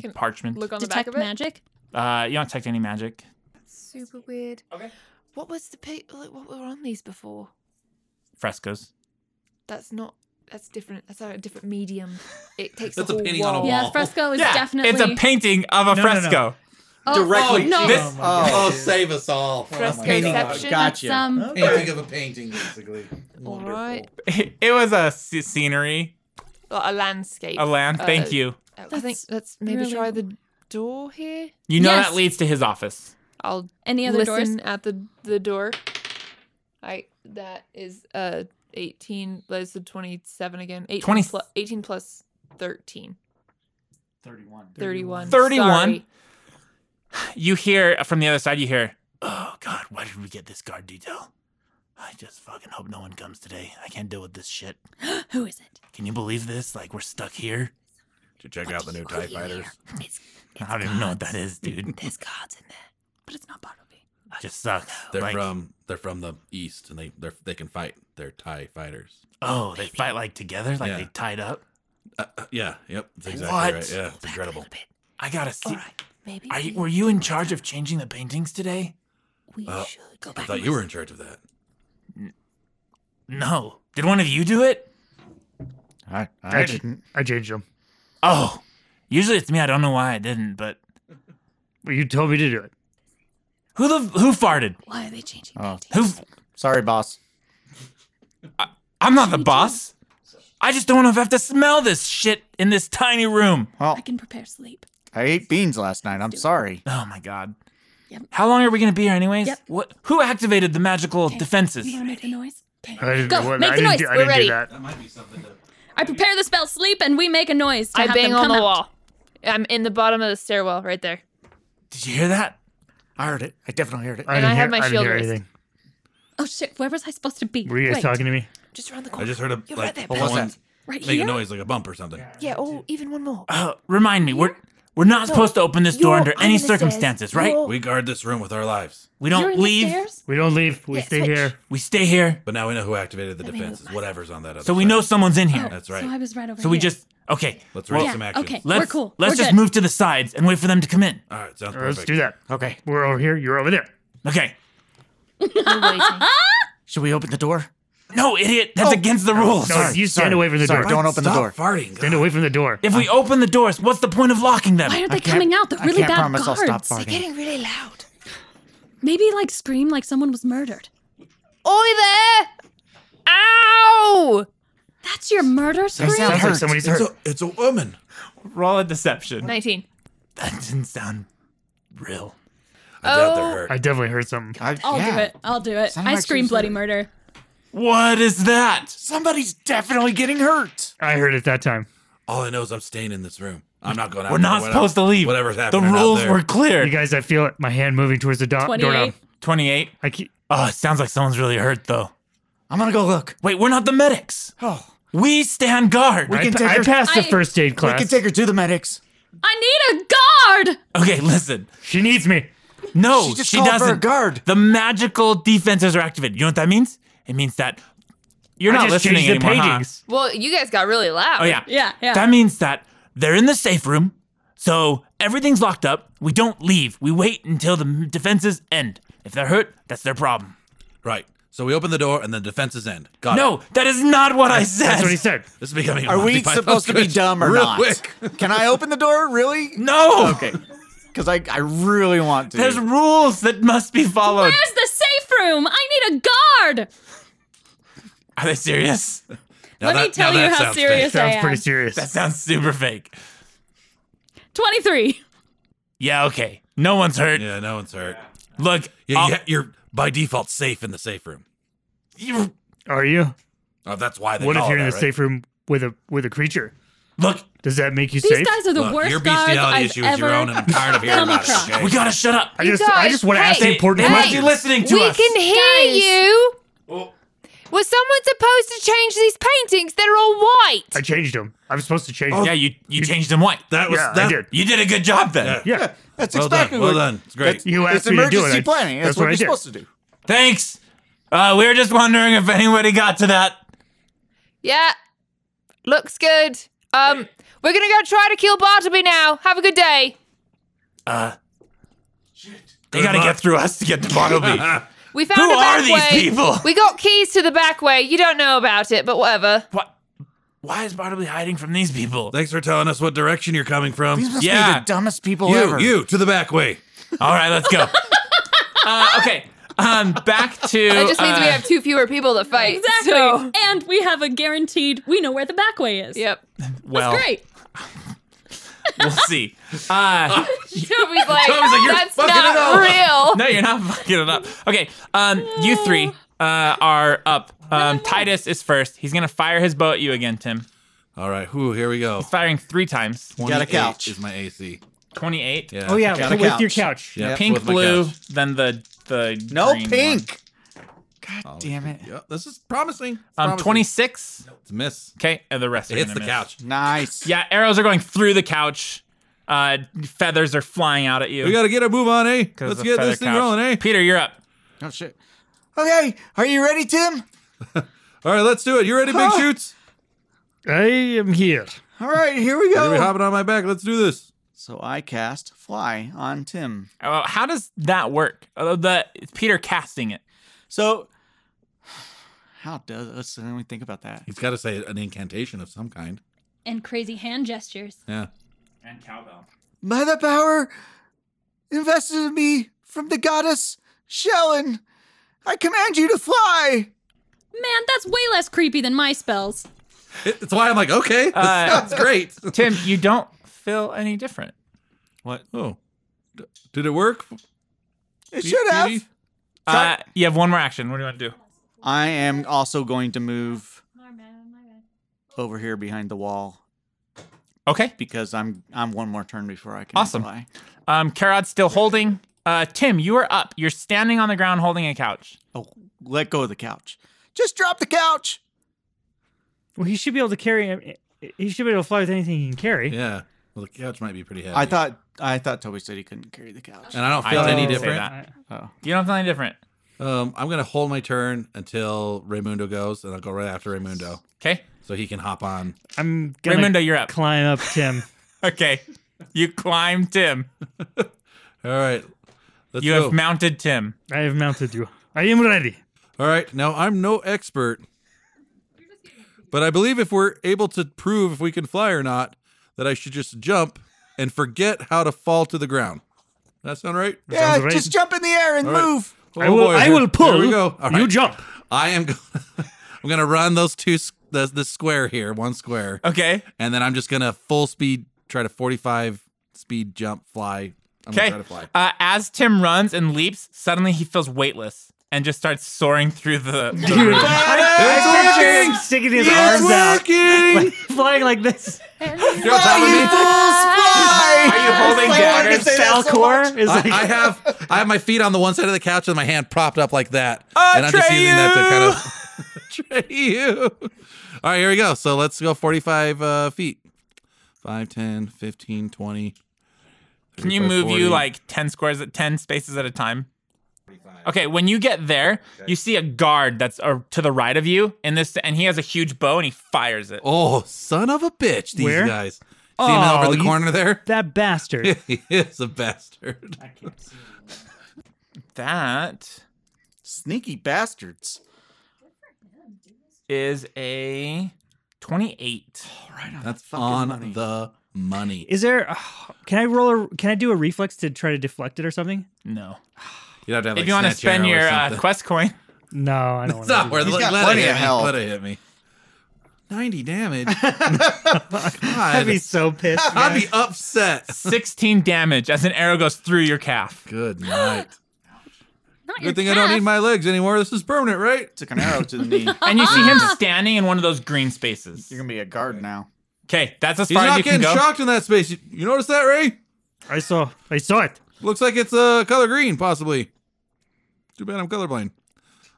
[SPEAKER 5] Can-
[SPEAKER 2] parchment.
[SPEAKER 5] Look on the back
[SPEAKER 6] Detect
[SPEAKER 5] of it.
[SPEAKER 6] magic?
[SPEAKER 2] Uh, you don't detect any magic.
[SPEAKER 5] Super weird.
[SPEAKER 1] Okay.
[SPEAKER 5] What was the pa- like, what were on these before?
[SPEAKER 2] Frescoes.
[SPEAKER 5] That's not. That's different. That's a different medium. It takes
[SPEAKER 7] That's
[SPEAKER 5] the
[SPEAKER 7] a
[SPEAKER 5] whole
[SPEAKER 7] painting on
[SPEAKER 5] wall.
[SPEAKER 7] a wall.
[SPEAKER 6] Yeah, fresco is definitely
[SPEAKER 2] it's a painting of a
[SPEAKER 4] No, no, no.
[SPEAKER 2] fresco.
[SPEAKER 6] Oh,
[SPEAKER 8] Directly
[SPEAKER 6] no.
[SPEAKER 2] to- This-
[SPEAKER 4] my
[SPEAKER 8] Oh,
[SPEAKER 4] God.
[SPEAKER 7] save us all.
[SPEAKER 5] Fresco
[SPEAKER 7] Painting.
[SPEAKER 5] deception.
[SPEAKER 6] That's,
[SPEAKER 8] Gotcha.
[SPEAKER 6] um,
[SPEAKER 4] Oh.
[SPEAKER 7] Painting of a painting, basically.
[SPEAKER 5] All right.
[SPEAKER 2] It, it was a sce- scenery,
[SPEAKER 5] Like a landscape.
[SPEAKER 2] a land.
[SPEAKER 5] Uh,
[SPEAKER 2] Thank you.
[SPEAKER 5] I think
[SPEAKER 6] That's
[SPEAKER 5] let's maybe
[SPEAKER 6] really-
[SPEAKER 5] try the door here.
[SPEAKER 2] You know
[SPEAKER 6] yes.
[SPEAKER 2] that leads to his office.
[SPEAKER 5] I'll
[SPEAKER 6] Any other
[SPEAKER 5] listen
[SPEAKER 6] doors?
[SPEAKER 5] at the the door. I that is uh eighteen. That's the twenty seven again. 18
[SPEAKER 2] Twenty-
[SPEAKER 5] plus eighteen plus thirteen.
[SPEAKER 3] 31.
[SPEAKER 5] 31.
[SPEAKER 2] 31.
[SPEAKER 5] Sorry.
[SPEAKER 2] You hear from the other side. You hear, "Oh God, why did we get this guard detail? I just fucking hope no one comes today. I can't deal with this shit.
[SPEAKER 6] Who is it?
[SPEAKER 2] Can you believe this? Like we're stuck here.
[SPEAKER 7] To check out the new TIE Fighters.
[SPEAKER 6] It's,
[SPEAKER 2] I don't even know what that is, dude.
[SPEAKER 6] there's cards in there, but it's not Bartleby.
[SPEAKER 2] just sucks.
[SPEAKER 7] They're
[SPEAKER 2] Like,
[SPEAKER 7] from they're from the east and they they're, they can fight. They're TIE fighters.
[SPEAKER 2] Oh, they fight like together, like
[SPEAKER 7] Yeah.
[SPEAKER 2] they tied up.
[SPEAKER 7] Uh, uh, yeah, yep. That's exactly
[SPEAKER 2] What?
[SPEAKER 7] right. Yeah, it's incredible.
[SPEAKER 2] I gotta see.
[SPEAKER 5] Maybe
[SPEAKER 2] Are you,
[SPEAKER 5] we-
[SPEAKER 2] were you in charge of changing the paintings today?
[SPEAKER 5] we
[SPEAKER 7] Uh,
[SPEAKER 5] should
[SPEAKER 7] I thought you were in charge of that.
[SPEAKER 2] No. Did one of you do it?
[SPEAKER 3] I,
[SPEAKER 4] I didn't. I changed them.
[SPEAKER 2] Oh, usually it's me. I don't know why I didn't, but
[SPEAKER 4] Well, you told me to do it.
[SPEAKER 2] who the who farted?
[SPEAKER 6] Why are they changing
[SPEAKER 3] Oh.
[SPEAKER 6] paintings?
[SPEAKER 2] Who? f-
[SPEAKER 3] Sorry, boss.
[SPEAKER 2] I'm not the boss. I just don't want to have to smell this shit in this tiny room.
[SPEAKER 3] Well,
[SPEAKER 6] I can prepare sleep.
[SPEAKER 3] I ate beans last night. I'm sorry.
[SPEAKER 2] Oh my god.
[SPEAKER 6] Yep.
[SPEAKER 2] How long are we gonna be here, anyways?
[SPEAKER 6] Yep.
[SPEAKER 2] What? Who activated the magical
[SPEAKER 6] Okay.
[SPEAKER 2] defenses?
[SPEAKER 6] You want to make the noise? Okay.
[SPEAKER 4] I didn't,
[SPEAKER 6] Go,
[SPEAKER 4] what-
[SPEAKER 6] make the
[SPEAKER 4] I didn't
[SPEAKER 6] noise.
[SPEAKER 4] do- I
[SPEAKER 6] We're
[SPEAKER 4] didn't do
[SPEAKER 6] ready.
[SPEAKER 4] that.
[SPEAKER 7] might be something to
[SPEAKER 6] I prepare the spell sleep, and we make a noise to
[SPEAKER 5] I
[SPEAKER 6] have
[SPEAKER 5] bang
[SPEAKER 6] them
[SPEAKER 5] on
[SPEAKER 6] come
[SPEAKER 5] the
[SPEAKER 6] out.
[SPEAKER 5] wall. I'm in the bottom of the stairwell right there.
[SPEAKER 2] Did you hear that?
[SPEAKER 3] I heard it. I definitely heard it.
[SPEAKER 4] I
[SPEAKER 5] And
[SPEAKER 4] didn't
[SPEAKER 5] I
[SPEAKER 4] hear,
[SPEAKER 5] have my
[SPEAKER 4] I didn't
[SPEAKER 5] shield
[SPEAKER 4] hear
[SPEAKER 5] raised.
[SPEAKER 4] anything.
[SPEAKER 6] Oh shit! Where was I supposed to be?
[SPEAKER 4] Were you guys
[SPEAKER 6] Wait,
[SPEAKER 4] talking to me?
[SPEAKER 5] Just around the
[SPEAKER 7] I
[SPEAKER 5] corner.
[SPEAKER 7] just heard a
[SPEAKER 5] You're
[SPEAKER 7] like
[SPEAKER 5] right there,
[SPEAKER 3] What was
[SPEAKER 7] someone
[SPEAKER 3] that?
[SPEAKER 6] Right
[SPEAKER 7] make
[SPEAKER 6] here.
[SPEAKER 7] a noise like a bump or something.
[SPEAKER 5] Yeah, oh, even one more.
[SPEAKER 2] Uh, remind me. We're we're not
[SPEAKER 5] No,
[SPEAKER 2] supposed to open this door
[SPEAKER 5] you're
[SPEAKER 2] under
[SPEAKER 5] under
[SPEAKER 2] any
[SPEAKER 5] the stairs.
[SPEAKER 2] circumstances, right?
[SPEAKER 5] You're-
[SPEAKER 7] We guard this room with our lives,
[SPEAKER 2] We
[SPEAKER 6] You're
[SPEAKER 2] don't
[SPEAKER 6] in the
[SPEAKER 2] leave.
[SPEAKER 6] stairs?
[SPEAKER 4] We don't leave. We
[SPEAKER 5] Yeah,
[SPEAKER 4] stay
[SPEAKER 5] switch.
[SPEAKER 4] here.
[SPEAKER 2] We stay here,
[SPEAKER 7] but now we know who activated the
[SPEAKER 5] me move
[SPEAKER 7] defenses.
[SPEAKER 5] my-
[SPEAKER 7] Whatever's on that other.
[SPEAKER 2] so we
[SPEAKER 7] side.
[SPEAKER 2] know someone's in here.
[SPEAKER 6] Oh,
[SPEAKER 7] That's right.
[SPEAKER 6] So I was right over
[SPEAKER 2] so we
[SPEAKER 6] here.
[SPEAKER 2] just okay.
[SPEAKER 7] Let's
[SPEAKER 2] well,
[SPEAKER 7] raise
[SPEAKER 6] Yeah,
[SPEAKER 7] some action.
[SPEAKER 6] okay.
[SPEAKER 2] Let's
[SPEAKER 6] We're cool.
[SPEAKER 2] let's
[SPEAKER 6] We're
[SPEAKER 2] just
[SPEAKER 6] good.
[SPEAKER 2] move to the sides and wait for them to come in.
[SPEAKER 7] All right, sounds
[SPEAKER 4] All right,
[SPEAKER 7] perfect.
[SPEAKER 4] let's do that.
[SPEAKER 3] Okay.
[SPEAKER 4] We're over here. You're over there.
[SPEAKER 2] Okay.
[SPEAKER 5] We're waiting.
[SPEAKER 3] Should we open the door?
[SPEAKER 2] No, idiot.
[SPEAKER 3] Oh.
[SPEAKER 2] That's against the rules.
[SPEAKER 4] No, you stand away from the
[SPEAKER 3] sorry,
[SPEAKER 4] door.
[SPEAKER 3] Don't open the
[SPEAKER 7] Stop
[SPEAKER 3] door.
[SPEAKER 7] farting.
[SPEAKER 4] Stand away from the door.
[SPEAKER 2] If we open the doors, what's the point of locking them?
[SPEAKER 6] Why are
[SPEAKER 3] I
[SPEAKER 6] they
[SPEAKER 3] can't-
[SPEAKER 6] coming out? They're really
[SPEAKER 3] I can't
[SPEAKER 6] bad
[SPEAKER 3] promise
[SPEAKER 6] guards.
[SPEAKER 3] I'll stop
[SPEAKER 5] They're
[SPEAKER 3] farting.
[SPEAKER 5] getting really loud.
[SPEAKER 6] Maybe like scream like someone was murdered.
[SPEAKER 5] Oi there! Ow!
[SPEAKER 6] That's your murder scream.
[SPEAKER 3] sound
[SPEAKER 4] Sounds like
[SPEAKER 3] hurts.
[SPEAKER 4] somebody's
[SPEAKER 7] It's
[SPEAKER 4] hurt.
[SPEAKER 7] a, it's a woman.
[SPEAKER 2] Roll a deception.
[SPEAKER 5] 19.
[SPEAKER 2] That didn't sound real.
[SPEAKER 7] I doubt
[SPEAKER 5] Oh.
[SPEAKER 7] they're
[SPEAKER 4] I
[SPEAKER 7] hurt.
[SPEAKER 4] definitely heard something.
[SPEAKER 3] I,
[SPEAKER 6] I'll
[SPEAKER 3] yeah.
[SPEAKER 6] do it. I'll do it.
[SPEAKER 3] Sounded
[SPEAKER 6] I
[SPEAKER 3] like she
[SPEAKER 6] scream
[SPEAKER 3] was
[SPEAKER 6] bloody
[SPEAKER 3] like-
[SPEAKER 6] murder.
[SPEAKER 2] What is that?
[SPEAKER 3] Somebody's definitely getting hurt.
[SPEAKER 4] I heard it that time.
[SPEAKER 7] All I know is I'm staying in this room. I'm not going out.
[SPEAKER 2] We're
[SPEAKER 7] there,
[SPEAKER 2] not
[SPEAKER 7] whatever-
[SPEAKER 2] supposed to leave.
[SPEAKER 7] Whatever's
[SPEAKER 2] The
[SPEAKER 7] happening. out
[SPEAKER 2] rules
[SPEAKER 7] there.
[SPEAKER 2] were clear.
[SPEAKER 4] You guys, I feel it. My hand moving towards the do- doorknob.
[SPEAKER 6] 28.
[SPEAKER 2] 28.
[SPEAKER 4] I keep.
[SPEAKER 2] Oh, it sounds like someone's really hurt, though.
[SPEAKER 3] I'm gonna go look.
[SPEAKER 2] Wait, we're not the medics.
[SPEAKER 3] Oh,
[SPEAKER 2] We stand guard.
[SPEAKER 4] I,
[SPEAKER 3] can
[SPEAKER 4] pa-
[SPEAKER 3] take
[SPEAKER 4] I
[SPEAKER 3] her-
[SPEAKER 4] passed the
[SPEAKER 6] I-
[SPEAKER 4] first aid
[SPEAKER 3] we
[SPEAKER 4] class.
[SPEAKER 3] can take her to the medics.
[SPEAKER 6] I need a guard.
[SPEAKER 2] Okay, listen.
[SPEAKER 4] she needs me.
[SPEAKER 2] No,
[SPEAKER 3] She
[SPEAKER 2] Oh, she,
[SPEAKER 3] just called for a
[SPEAKER 2] doesn't.
[SPEAKER 3] guard.
[SPEAKER 2] The magical defenses are activated. You know what that means? It means that you're
[SPEAKER 4] I
[SPEAKER 2] not
[SPEAKER 4] just
[SPEAKER 2] listening
[SPEAKER 4] changed the
[SPEAKER 2] anymore. huh?
[SPEAKER 4] paintings.
[SPEAKER 5] Well, you guys got really loud.
[SPEAKER 2] Oh yeah.
[SPEAKER 6] Yeah, yeah.
[SPEAKER 2] That means that they're in the safe room, so everything's locked up. We don't leave. We wait until the m- defenses end. If they're hurt, that's their problem.
[SPEAKER 7] Right. So we open the door and the defenses end. Got it.
[SPEAKER 2] No, that is not what I said.
[SPEAKER 4] That's what he said.
[SPEAKER 7] This is becoming. a
[SPEAKER 3] Are we
[SPEAKER 7] Monty Python
[SPEAKER 3] supposed to be
[SPEAKER 7] sketch
[SPEAKER 3] dumb or
[SPEAKER 7] real
[SPEAKER 3] not?
[SPEAKER 7] Quick.
[SPEAKER 3] Can I open the door? Really?
[SPEAKER 2] No.
[SPEAKER 3] Okay. Because I, I really want to.
[SPEAKER 2] There's rules that must be followed.
[SPEAKER 6] Where's the safe room? I need a guard.
[SPEAKER 2] Are they serious?
[SPEAKER 7] Now
[SPEAKER 6] Let
[SPEAKER 7] that-
[SPEAKER 6] me tell
[SPEAKER 7] now
[SPEAKER 6] you
[SPEAKER 7] that
[SPEAKER 6] how
[SPEAKER 7] sounds
[SPEAKER 6] serious I
[SPEAKER 4] Sounds
[SPEAKER 6] am.
[SPEAKER 4] pretty serious.
[SPEAKER 2] That sounds super fake.
[SPEAKER 6] 23.
[SPEAKER 2] Yeah, okay. No one's hurt.
[SPEAKER 7] fake. Yeah, no one's hurt.
[SPEAKER 2] Look,
[SPEAKER 7] Yeah,
[SPEAKER 2] I'll-
[SPEAKER 7] yeah, you're by default safe in the safe room.
[SPEAKER 2] you-
[SPEAKER 4] Are you?
[SPEAKER 7] Oh, that's why they
[SPEAKER 4] What if
[SPEAKER 7] call it
[SPEAKER 4] you're in the
[SPEAKER 7] that, right?
[SPEAKER 4] safe room with a with a creature?
[SPEAKER 2] look,
[SPEAKER 4] Does that make you
[SPEAKER 6] These
[SPEAKER 4] safe?
[SPEAKER 6] guys are the
[SPEAKER 7] Look,
[SPEAKER 6] worst
[SPEAKER 7] your
[SPEAKER 6] guards
[SPEAKER 7] bestiality
[SPEAKER 6] I've
[SPEAKER 7] issue
[SPEAKER 6] ever
[SPEAKER 7] is your own, and I'm tired of hearing
[SPEAKER 6] come
[SPEAKER 7] about
[SPEAKER 6] across.
[SPEAKER 7] it. Okay?
[SPEAKER 2] we gotta shut up.
[SPEAKER 4] I
[SPEAKER 5] You
[SPEAKER 4] just I
[SPEAKER 5] guys,
[SPEAKER 4] just want to ask
[SPEAKER 5] hey,
[SPEAKER 4] the important
[SPEAKER 5] hey.
[SPEAKER 2] must be
[SPEAKER 4] questions.
[SPEAKER 2] listening to
[SPEAKER 5] we
[SPEAKER 2] us.
[SPEAKER 5] can hear
[SPEAKER 6] Guys.
[SPEAKER 5] you.
[SPEAKER 2] Oh.
[SPEAKER 5] Was someone supposed to change these paintings? They're all white.
[SPEAKER 4] I changed them. I'm supposed to change.
[SPEAKER 2] yeah,
[SPEAKER 4] them.
[SPEAKER 2] you, you changed them white.
[SPEAKER 7] That was
[SPEAKER 4] yeah, I
[SPEAKER 7] that.
[SPEAKER 4] did.
[SPEAKER 2] You did a good job then.
[SPEAKER 7] Yeah.
[SPEAKER 4] Yeah,
[SPEAKER 3] That's
[SPEAKER 7] Well done.
[SPEAKER 3] exactly
[SPEAKER 7] Well
[SPEAKER 3] what-
[SPEAKER 7] done. It's great.
[SPEAKER 3] That's-
[SPEAKER 4] You asked
[SPEAKER 3] it's
[SPEAKER 4] me to do it.
[SPEAKER 3] emergency
[SPEAKER 4] I-
[SPEAKER 3] planning. That's,
[SPEAKER 4] that's what
[SPEAKER 3] what,
[SPEAKER 4] I
[SPEAKER 3] you're
[SPEAKER 4] did.
[SPEAKER 3] supposed to do.
[SPEAKER 2] Thanks. Uh, we were just wondering if anybody got to that.
[SPEAKER 5] Yeah. Looks good. Um, we're gonna go try to kill Bartleby now. Have a good day.
[SPEAKER 2] Uh, They gotta get through us to get to Bartleby.
[SPEAKER 5] We found
[SPEAKER 2] Who
[SPEAKER 5] a back
[SPEAKER 2] are these
[SPEAKER 5] way.
[SPEAKER 2] people?
[SPEAKER 5] We got keys to the back way. You don't know about it, but whatever.
[SPEAKER 2] what? Why is Bartleby hiding from these people?
[SPEAKER 7] Thanks for telling us what direction you're coming from.
[SPEAKER 3] These must be
[SPEAKER 2] Yeah.
[SPEAKER 3] the dumbest people
[SPEAKER 7] You,
[SPEAKER 3] ever.
[SPEAKER 7] you, to the back way.
[SPEAKER 2] All right, let's go. uh, okay, um, back to.
[SPEAKER 5] That just means
[SPEAKER 2] uh,
[SPEAKER 5] we have two fewer people to fight.
[SPEAKER 6] Exactly.
[SPEAKER 5] so-
[SPEAKER 6] And we have a guaranteed, we know where the back way is.
[SPEAKER 5] Yep.
[SPEAKER 2] well,
[SPEAKER 6] Great.
[SPEAKER 2] We'll see. Uh,
[SPEAKER 5] Toby's like,
[SPEAKER 2] Toby's like, "You're
[SPEAKER 5] that's
[SPEAKER 2] fucking it
[SPEAKER 5] not
[SPEAKER 2] up."
[SPEAKER 5] real.
[SPEAKER 2] no, you're not fucking it up. Okay, um, you three uh, are up. Um, Titus is first. He's gonna fire his bow at you again, Tim.
[SPEAKER 7] All right, whoo, here we go.
[SPEAKER 2] He's firing three times.
[SPEAKER 3] Got a
[SPEAKER 7] 28
[SPEAKER 3] couch.
[SPEAKER 7] Is my AC.
[SPEAKER 2] Twenty-eight.
[SPEAKER 7] Yeah.
[SPEAKER 4] Oh yeah,
[SPEAKER 3] Got a
[SPEAKER 4] with your
[SPEAKER 3] couch.
[SPEAKER 4] couch.
[SPEAKER 7] Yeah,
[SPEAKER 2] Pink,
[SPEAKER 7] with my
[SPEAKER 2] blue,
[SPEAKER 7] couch.
[SPEAKER 2] then the the
[SPEAKER 3] No
[SPEAKER 2] green one. Um,
[SPEAKER 3] pink.
[SPEAKER 7] Oh,
[SPEAKER 3] God damn it.
[SPEAKER 7] Yep, this is promising. It's
[SPEAKER 2] Um,
[SPEAKER 7] promising.
[SPEAKER 2] twenty-six.
[SPEAKER 7] It's a miss.
[SPEAKER 2] Okay, and the rest
[SPEAKER 7] It
[SPEAKER 2] are
[SPEAKER 7] hits
[SPEAKER 2] gonna
[SPEAKER 7] the
[SPEAKER 2] miss.
[SPEAKER 7] couch.
[SPEAKER 3] Nice.
[SPEAKER 2] Yeah, arrows are going through the couch. Uh, feathers are flying out at you.
[SPEAKER 7] We gotta get a move on, eh?
[SPEAKER 2] 'cause
[SPEAKER 7] Let's
[SPEAKER 2] the
[SPEAKER 7] get
[SPEAKER 2] feather
[SPEAKER 7] this thing
[SPEAKER 2] couch.
[SPEAKER 7] rolling, eh?
[SPEAKER 2] Peter, you're up.
[SPEAKER 3] Oh shit. Okay, are you ready, Tim?
[SPEAKER 7] eh? All right, let's do it. You ready, big
[SPEAKER 3] Huh.
[SPEAKER 7] shoots?
[SPEAKER 4] I am here.
[SPEAKER 3] All right, here we
[SPEAKER 7] You're
[SPEAKER 3] go.
[SPEAKER 7] hopping on my back. Let's do this.
[SPEAKER 3] So I cast fly on Tim.
[SPEAKER 2] Uh, how does that work? Uh, the Peter casting it.
[SPEAKER 3] So how does let's let me think about that.
[SPEAKER 7] He's got to say an incantation of some kind.
[SPEAKER 6] And crazy hand gestures.
[SPEAKER 7] Yeah.
[SPEAKER 2] And cowbell.
[SPEAKER 3] By the power invested in me from the goddess Shellen, I command you to fly.
[SPEAKER 6] Man, that's way less creepy than my spells.
[SPEAKER 7] It- It's why I'm like, okay, this
[SPEAKER 2] Uh,
[SPEAKER 7] sounds great.
[SPEAKER 2] Tim, you don't feel any different.
[SPEAKER 7] Oh, D- did it work?
[SPEAKER 3] It
[SPEAKER 7] Dee-
[SPEAKER 3] should have.
[SPEAKER 7] Dee Dee?
[SPEAKER 2] Uh, you have one more action. What do you want to do?
[SPEAKER 3] I am also going to move over here behind the wall
[SPEAKER 2] Okay.
[SPEAKER 3] because I'm I'm one more turn before I can
[SPEAKER 2] Awesome.
[SPEAKER 3] fly.
[SPEAKER 2] Um, Karad's still holding. Uh, Tim, you are up. You're standing on the ground holding a couch.
[SPEAKER 3] Oh, let go of the couch. Just drop the couch.
[SPEAKER 4] Well, he should be able to carry. He should be able to fly with anything he can carry.
[SPEAKER 7] Yeah. Well, the couch might be pretty heavy.
[SPEAKER 3] I thought I thought Toby said he couldn't carry the couch.
[SPEAKER 7] and I don't
[SPEAKER 2] I
[SPEAKER 7] feel
[SPEAKER 2] didn't
[SPEAKER 7] any
[SPEAKER 2] say
[SPEAKER 7] different.
[SPEAKER 2] that.
[SPEAKER 3] Oh.
[SPEAKER 2] You don't feel any different.
[SPEAKER 7] Um, I'm gonna hold my turn until Raymundo goes, and I'll go right after Raymundo,
[SPEAKER 2] Okay.
[SPEAKER 7] so he can hop on.
[SPEAKER 4] I'm gonna
[SPEAKER 2] Raymundo, you're up.
[SPEAKER 4] climb up Tim.
[SPEAKER 2] Okay. You climb Tim.
[SPEAKER 7] All right, let's
[SPEAKER 2] You
[SPEAKER 7] go.
[SPEAKER 2] have mounted Tim.
[SPEAKER 4] I have mounted you. I am ready.
[SPEAKER 7] All right, now I'm no expert, but I believe if we're able to prove if we can fly or not, that I should just jump and forget how to fall to the ground. That sound right?
[SPEAKER 3] Yeah,
[SPEAKER 4] Sounds right.
[SPEAKER 3] just jump in the air and
[SPEAKER 7] All right.
[SPEAKER 3] move.
[SPEAKER 4] I
[SPEAKER 7] Oh,
[SPEAKER 4] will.
[SPEAKER 7] boy,
[SPEAKER 4] I
[SPEAKER 7] here-
[SPEAKER 4] will pull.
[SPEAKER 7] Here we go. All
[SPEAKER 4] You
[SPEAKER 7] right.
[SPEAKER 4] jump.
[SPEAKER 7] I am. Going, I'm gonna run those two. s- This, this square here, one square,
[SPEAKER 2] Okay.
[SPEAKER 7] and then I'm just gonna full speed try to 45 speed jump fly. I'm
[SPEAKER 2] Okay.
[SPEAKER 7] gonna try to fly.
[SPEAKER 2] Uh, as Tim runs and leaps, suddenly he feels weightless and just starts soaring through the. the
[SPEAKER 4] Dude,
[SPEAKER 2] room.
[SPEAKER 4] I, I picture him sticking his
[SPEAKER 3] It's
[SPEAKER 4] arms out,
[SPEAKER 3] working.
[SPEAKER 4] flying like this.
[SPEAKER 7] You're on top of me?
[SPEAKER 2] Are you holding daggers?
[SPEAKER 4] Falcor is
[SPEAKER 7] I,
[SPEAKER 4] like.
[SPEAKER 7] I have I have my feet on the one side of the couch and my hand propped up like that,
[SPEAKER 2] Ah,
[SPEAKER 7] and I'm just
[SPEAKER 2] tray
[SPEAKER 7] using that to kind of tray you. All right, here we go. So let's go 45 uh, feet. 5, 10, 15, 20.
[SPEAKER 2] Can you
[SPEAKER 7] 35,
[SPEAKER 2] move
[SPEAKER 7] 40.
[SPEAKER 2] you like 10 squares at 10 spaces at a time? Okay, when you get there, you see a guard that's uh, to the right of you in this and he has a huge bow and he fires it.
[SPEAKER 7] Oh, son of a bitch! These
[SPEAKER 4] Where?
[SPEAKER 7] guys. See him
[SPEAKER 4] Oh,
[SPEAKER 7] over the
[SPEAKER 4] you-
[SPEAKER 7] corner there.
[SPEAKER 4] that bastard.
[SPEAKER 7] he is a bastard.
[SPEAKER 2] That
[SPEAKER 3] Sneaky bastards.
[SPEAKER 2] is a 28.
[SPEAKER 3] Right on
[SPEAKER 7] That's
[SPEAKER 3] fucking
[SPEAKER 7] on
[SPEAKER 3] money.
[SPEAKER 7] the money.
[SPEAKER 4] Is there? ah, can I roll? A, can I do a reflex to try to deflect it or something?
[SPEAKER 2] No.
[SPEAKER 7] You'd have to have,
[SPEAKER 2] if
[SPEAKER 7] like,
[SPEAKER 2] you want to
[SPEAKER 7] snatch arrow
[SPEAKER 2] spend
[SPEAKER 7] or
[SPEAKER 2] your uh,
[SPEAKER 7] something.
[SPEAKER 2] quest coin,
[SPEAKER 4] No, I don't
[SPEAKER 7] It's
[SPEAKER 4] want
[SPEAKER 7] not
[SPEAKER 4] to.
[SPEAKER 7] worth.
[SPEAKER 3] He's
[SPEAKER 7] Let,
[SPEAKER 3] got
[SPEAKER 7] let it
[SPEAKER 3] plenty
[SPEAKER 7] hit
[SPEAKER 3] of
[SPEAKER 7] me.
[SPEAKER 3] health.
[SPEAKER 7] Let it hit me. Ninety damage.
[SPEAKER 4] I'd be
[SPEAKER 7] God,
[SPEAKER 4] so pissed.
[SPEAKER 7] I'd be upset.
[SPEAKER 2] 16 damage as an arrow goes through your calf.
[SPEAKER 7] Good night.
[SPEAKER 6] Not your
[SPEAKER 7] Good thing I don't
[SPEAKER 6] calf.
[SPEAKER 7] need my legs anymore. This is permanent, right?
[SPEAKER 3] Took an arrow to the knee.
[SPEAKER 6] Uh-huh.
[SPEAKER 2] And you see him
[SPEAKER 6] Uh-uh.
[SPEAKER 2] standing in one of those green spaces.
[SPEAKER 3] You're gonna be a guard now.
[SPEAKER 2] Okay, that's as
[SPEAKER 7] He's
[SPEAKER 2] far as
[SPEAKER 7] not
[SPEAKER 2] you can go.
[SPEAKER 7] getting shocked in that space. You, you notice that, Ray?
[SPEAKER 4] I saw. I saw it.
[SPEAKER 7] Looks like it's uh, color green, possibly. Too bad I'm colorblind.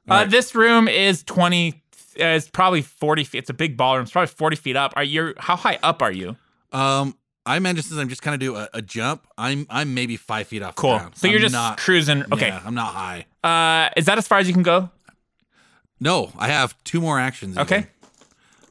[SPEAKER 2] Uh, This room is 20. Uh, it's probably 40 feet. It's a big ballroom. It's probably 40 feet up. Are you? How high up are you?
[SPEAKER 7] Um, I imagine since I'm just kind of do a, a jump, I'm I'm maybe five feet off.
[SPEAKER 2] Cool.
[SPEAKER 7] The ground.
[SPEAKER 2] So you're
[SPEAKER 7] I'm
[SPEAKER 2] just
[SPEAKER 7] not,
[SPEAKER 2] cruising. Okay.
[SPEAKER 7] yeah, I'm not high.
[SPEAKER 2] Uh, is that as far as you can go?
[SPEAKER 7] No, I have two more actions. even.
[SPEAKER 2] Okay.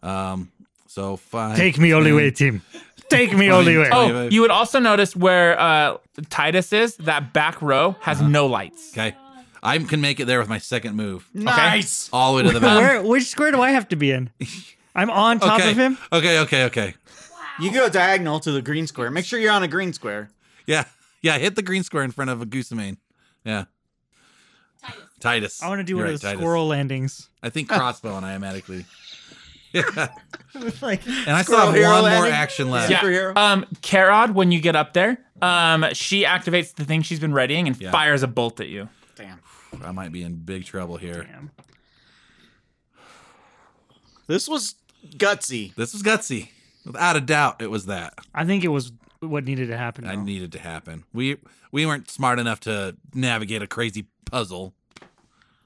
[SPEAKER 7] Um. So five.
[SPEAKER 4] Take me all the way, Tim. Take me all the way.
[SPEAKER 7] Oh,
[SPEAKER 2] Oh,
[SPEAKER 7] yeah.
[SPEAKER 2] you would also notice where uh, Titus is. That back row has
[SPEAKER 7] Uh-huh.
[SPEAKER 2] no lights.
[SPEAKER 7] Okay. I can make it there with my second move.
[SPEAKER 3] Nice.
[SPEAKER 7] All the way to the back.
[SPEAKER 4] Where? Which square do I have to be in? I'm on top
[SPEAKER 7] okay.
[SPEAKER 4] of him.
[SPEAKER 7] Okay. Okay. Okay.
[SPEAKER 3] You go diagonal to the green square. Make sure you're on a green square.
[SPEAKER 7] Yeah. Yeah. Hit the green square in front of a goosemane. Yeah. Titus.
[SPEAKER 4] I want to do
[SPEAKER 7] You're
[SPEAKER 4] one
[SPEAKER 7] right,
[SPEAKER 4] of those
[SPEAKER 7] Titus.
[SPEAKER 4] squirrel landings.
[SPEAKER 7] I think crossbow and I automatically. Yeah.
[SPEAKER 4] like,
[SPEAKER 7] And I still have
[SPEAKER 3] Squirrel
[SPEAKER 7] one more
[SPEAKER 3] landing?
[SPEAKER 7] action left.
[SPEAKER 2] Yeah.
[SPEAKER 3] Superhero.
[SPEAKER 2] Um, Karod, when you get up there, um, she activates the thing she's been readying and
[SPEAKER 7] Yeah.
[SPEAKER 2] fires a bolt at you.
[SPEAKER 3] Damn.
[SPEAKER 7] I might be in big trouble here.
[SPEAKER 4] damn.
[SPEAKER 3] This was gutsy.
[SPEAKER 7] This was gutsy. Without a doubt, it was that.
[SPEAKER 4] I think it was what needed to happen.
[SPEAKER 7] I
[SPEAKER 4] though.
[SPEAKER 7] needed to happen. We we weren't smart enough to navigate a crazy puzzle.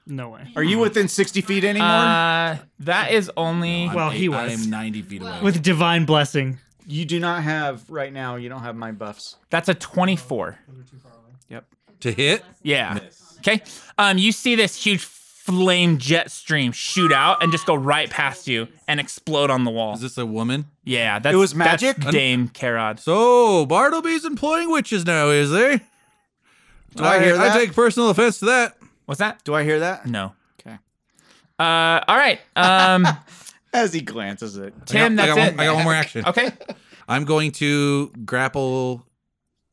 [SPEAKER 4] no way.
[SPEAKER 3] Are you within 60 feet anymore?
[SPEAKER 2] Uh, that is only.
[SPEAKER 7] I'm
[SPEAKER 4] Well, he
[SPEAKER 7] I
[SPEAKER 4] was.
[SPEAKER 7] am 90 feet away.
[SPEAKER 4] With divine blessing.
[SPEAKER 3] you do not have right now. You don't have my buffs.
[SPEAKER 2] That's a 24.
[SPEAKER 3] Yep.
[SPEAKER 7] to hit?
[SPEAKER 2] Yeah. Okay. Um, you see this huge flame jet stream shoot out and just go right past you and explode on the wall.
[SPEAKER 7] Is this a woman?
[SPEAKER 2] Yeah, that's
[SPEAKER 3] It was
[SPEAKER 2] that's
[SPEAKER 3] magic?
[SPEAKER 2] Dame Karad.
[SPEAKER 7] So Bartleby's employing witches now, is there?
[SPEAKER 3] Do I hear that?
[SPEAKER 7] I take personal offense to that.
[SPEAKER 2] What's that?
[SPEAKER 3] Do I hear that?
[SPEAKER 2] No.
[SPEAKER 3] Okay.
[SPEAKER 2] Uh, all right. Um,
[SPEAKER 3] As he glances at
[SPEAKER 2] Tim,
[SPEAKER 7] I
[SPEAKER 2] that's
[SPEAKER 7] got, I got
[SPEAKER 2] it.
[SPEAKER 7] One, I got one more action.
[SPEAKER 2] Okay.
[SPEAKER 7] I'm going to grapple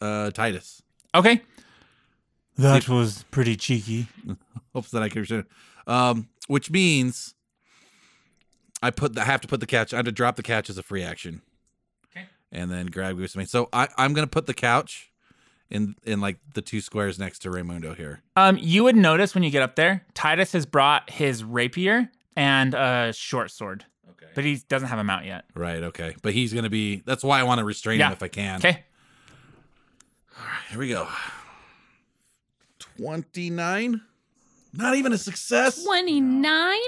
[SPEAKER 7] uh, Titus.
[SPEAKER 2] Okay.
[SPEAKER 9] That was pretty cheeky.
[SPEAKER 7] Hopes that I can return. Um, which means I put the, I have to put the couch. I have to drop the couch as a free action.
[SPEAKER 2] Okay.
[SPEAKER 7] And then grab Goosemane. So I, I'm gonna put the couch in in like the two squares next to Raymundo here.
[SPEAKER 2] Um, you would notice when you get up there, Titus has brought his rapier and a short sword,
[SPEAKER 7] Okay.
[SPEAKER 2] but he doesn't have them out yet.
[SPEAKER 7] Right, okay. But he's gonna be that's why I want to restrain
[SPEAKER 2] Yeah.
[SPEAKER 7] him if I can.
[SPEAKER 2] Okay.
[SPEAKER 7] Here we go. Twenty-nine? Not even a success.
[SPEAKER 6] 29?
[SPEAKER 7] I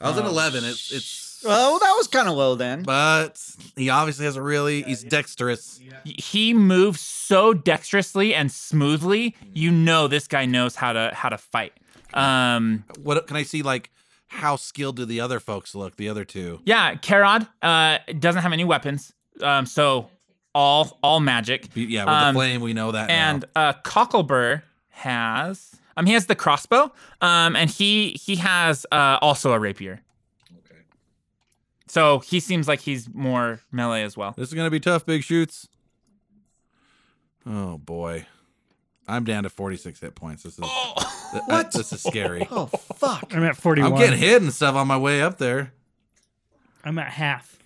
[SPEAKER 7] was an eleven. It's it's
[SPEAKER 3] Oh, that was kind of low then.
[SPEAKER 7] but he obviously has a really he's dexterous.
[SPEAKER 2] Y- He moves so dexterously and smoothly. You know this guy knows how to how to fight. Um,
[SPEAKER 7] What can I see? Like how skilled do the other folks look? The other two.
[SPEAKER 2] yeah, Karad uh doesn't have any weapons. Um, so all all magic.
[SPEAKER 7] Be- Yeah, with
[SPEAKER 2] Um,
[SPEAKER 7] the flame, we know that. now.
[SPEAKER 2] and uh, Cocklebur has um he has the crossbow um and he he has uh also a rapier.
[SPEAKER 7] Okay.
[SPEAKER 2] So he seems like he's more melee as well.
[SPEAKER 7] this is gonna be tough. Big shoots. Oh boy, I'm down to 46 hit points. This is what? this is scary.
[SPEAKER 3] Oh, fuck.
[SPEAKER 4] I'm at 41.
[SPEAKER 7] I'm getting hit and stuff on my way up there.
[SPEAKER 4] I'm at half.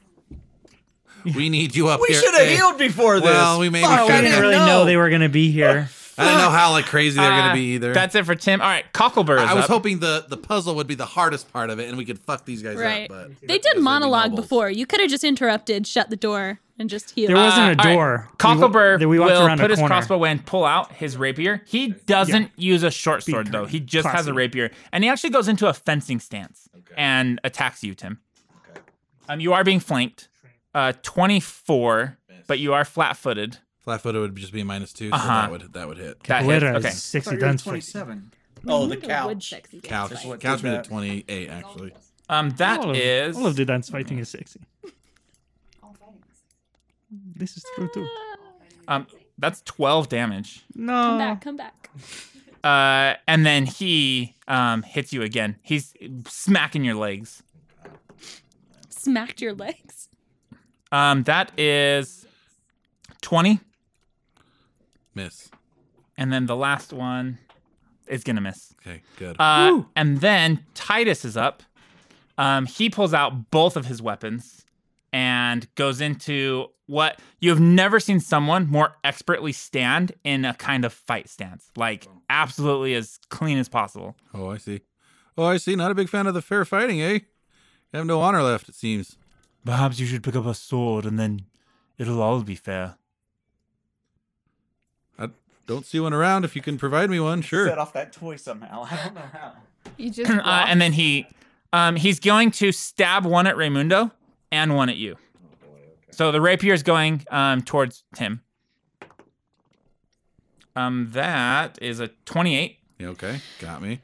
[SPEAKER 7] We need you up
[SPEAKER 3] We
[SPEAKER 7] here.
[SPEAKER 3] should have
[SPEAKER 7] Hey,
[SPEAKER 3] healed before this. Oh,
[SPEAKER 7] Well, we maybe
[SPEAKER 3] Fuck,
[SPEAKER 7] should
[SPEAKER 4] I
[SPEAKER 7] have.
[SPEAKER 4] didn't really know they were going to be here.
[SPEAKER 7] I don't know how like crazy they're
[SPEAKER 2] Uh,
[SPEAKER 7] gonna be either.
[SPEAKER 2] That's it for Tim. All right, Cocklebur is
[SPEAKER 7] I was
[SPEAKER 2] up.
[SPEAKER 7] hoping the the puzzle would be the hardest part of it, and we could fuck these guys
[SPEAKER 6] Right.
[SPEAKER 7] up.
[SPEAKER 6] They
[SPEAKER 7] But Because
[SPEAKER 6] did
[SPEAKER 7] they'd be
[SPEAKER 6] monologue
[SPEAKER 7] nobles.
[SPEAKER 6] before. You could have just interrupted, shut the door, and just healed.
[SPEAKER 4] There wasn't
[SPEAKER 2] Uh,
[SPEAKER 4] a
[SPEAKER 2] all right.
[SPEAKER 4] door.
[SPEAKER 2] Cocklebur
[SPEAKER 4] we, wa- we walked
[SPEAKER 2] will
[SPEAKER 4] around
[SPEAKER 2] put
[SPEAKER 4] a
[SPEAKER 2] his
[SPEAKER 4] corner.
[SPEAKER 2] crossbow away and pull out his rapier. He doesn't use a short sword though. He just has a
[SPEAKER 4] classy.
[SPEAKER 2] rapier, and he actually goes into a fencing stance and attacks you, Tim. Um, you are being flanked. Uh, twenty-four, but you are flat-footed.
[SPEAKER 7] flat footed would just be a minus two, so
[SPEAKER 2] Uh-huh.
[SPEAKER 7] that would that would hit.
[SPEAKER 2] That hits.
[SPEAKER 4] Capoeira is
[SPEAKER 2] Okay.
[SPEAKER 4] 60 guns. for-
[SPEAKER 3] Oh, the
[SPEAKER 6] Wood
[SPEAKER 3] couch.
[SPEAKER 6] sexy dance
[SPEAKER 7] Couch,
[SPEAKER 6] fight.
[SPEAKER 3] what
[SPEAKER 7] couch
[SPEAKER 3] did
[SPEAKER 7] me to
[SPEAKER 3] that.
[SPEAKER 7] twenty eight actually.
[SPEAKER 2] Um, that
[SPEAKER 4] all of,
[SPEAKER 2] is
[SPEAKER 4] all of the dance fighting is sexy. This is true too.
[SPEAKER 2] um, that's twelve damage.
[SPEAKER 6] Ah, Come
[SPEAKER 4] No,
[SPEAKER 6] back, come back.
[SPEAKER 2] Uh, and then he um hits you again. He's smacking your legs.
[SPEAKER 6] Smacked your legs.
[SPEAKER 2] Um, that is twenty.
[SPEAKER 7] Miss.
[SPEAKER 2] And then the last one is gonna miss.
[SPEAKER 7] Okay, good.
[SPEAKER 2] Uh, and then Titus is up. Um, he pulls out both of his weapons and goes into what you have never seen someone more expertly stand in a kind of fight stance, like absolutely as clean as possible.
[SPEAKER 7] oh, I see. Oh, I see. Not a big fan of the fair fighting, eh? You have no honor left, it seems.
[SPEAKER 9] Perhaps you should pick up a sword and then it'll all be fair.
[SPEAKER 7] I don't see one around. If you can provide me one, sure.
[SPEAKER 3] Set off that toy somehow. I don't know how.
[SPEAKER 5] You just
[SPEAKER 2] uh, and then he um, he's going to stab one at Raimundo and one at you. So the rapier is going um, towards Tim. Um, that is a twenty-eight.
[SPEAKER 7] Yeah, okay, got me.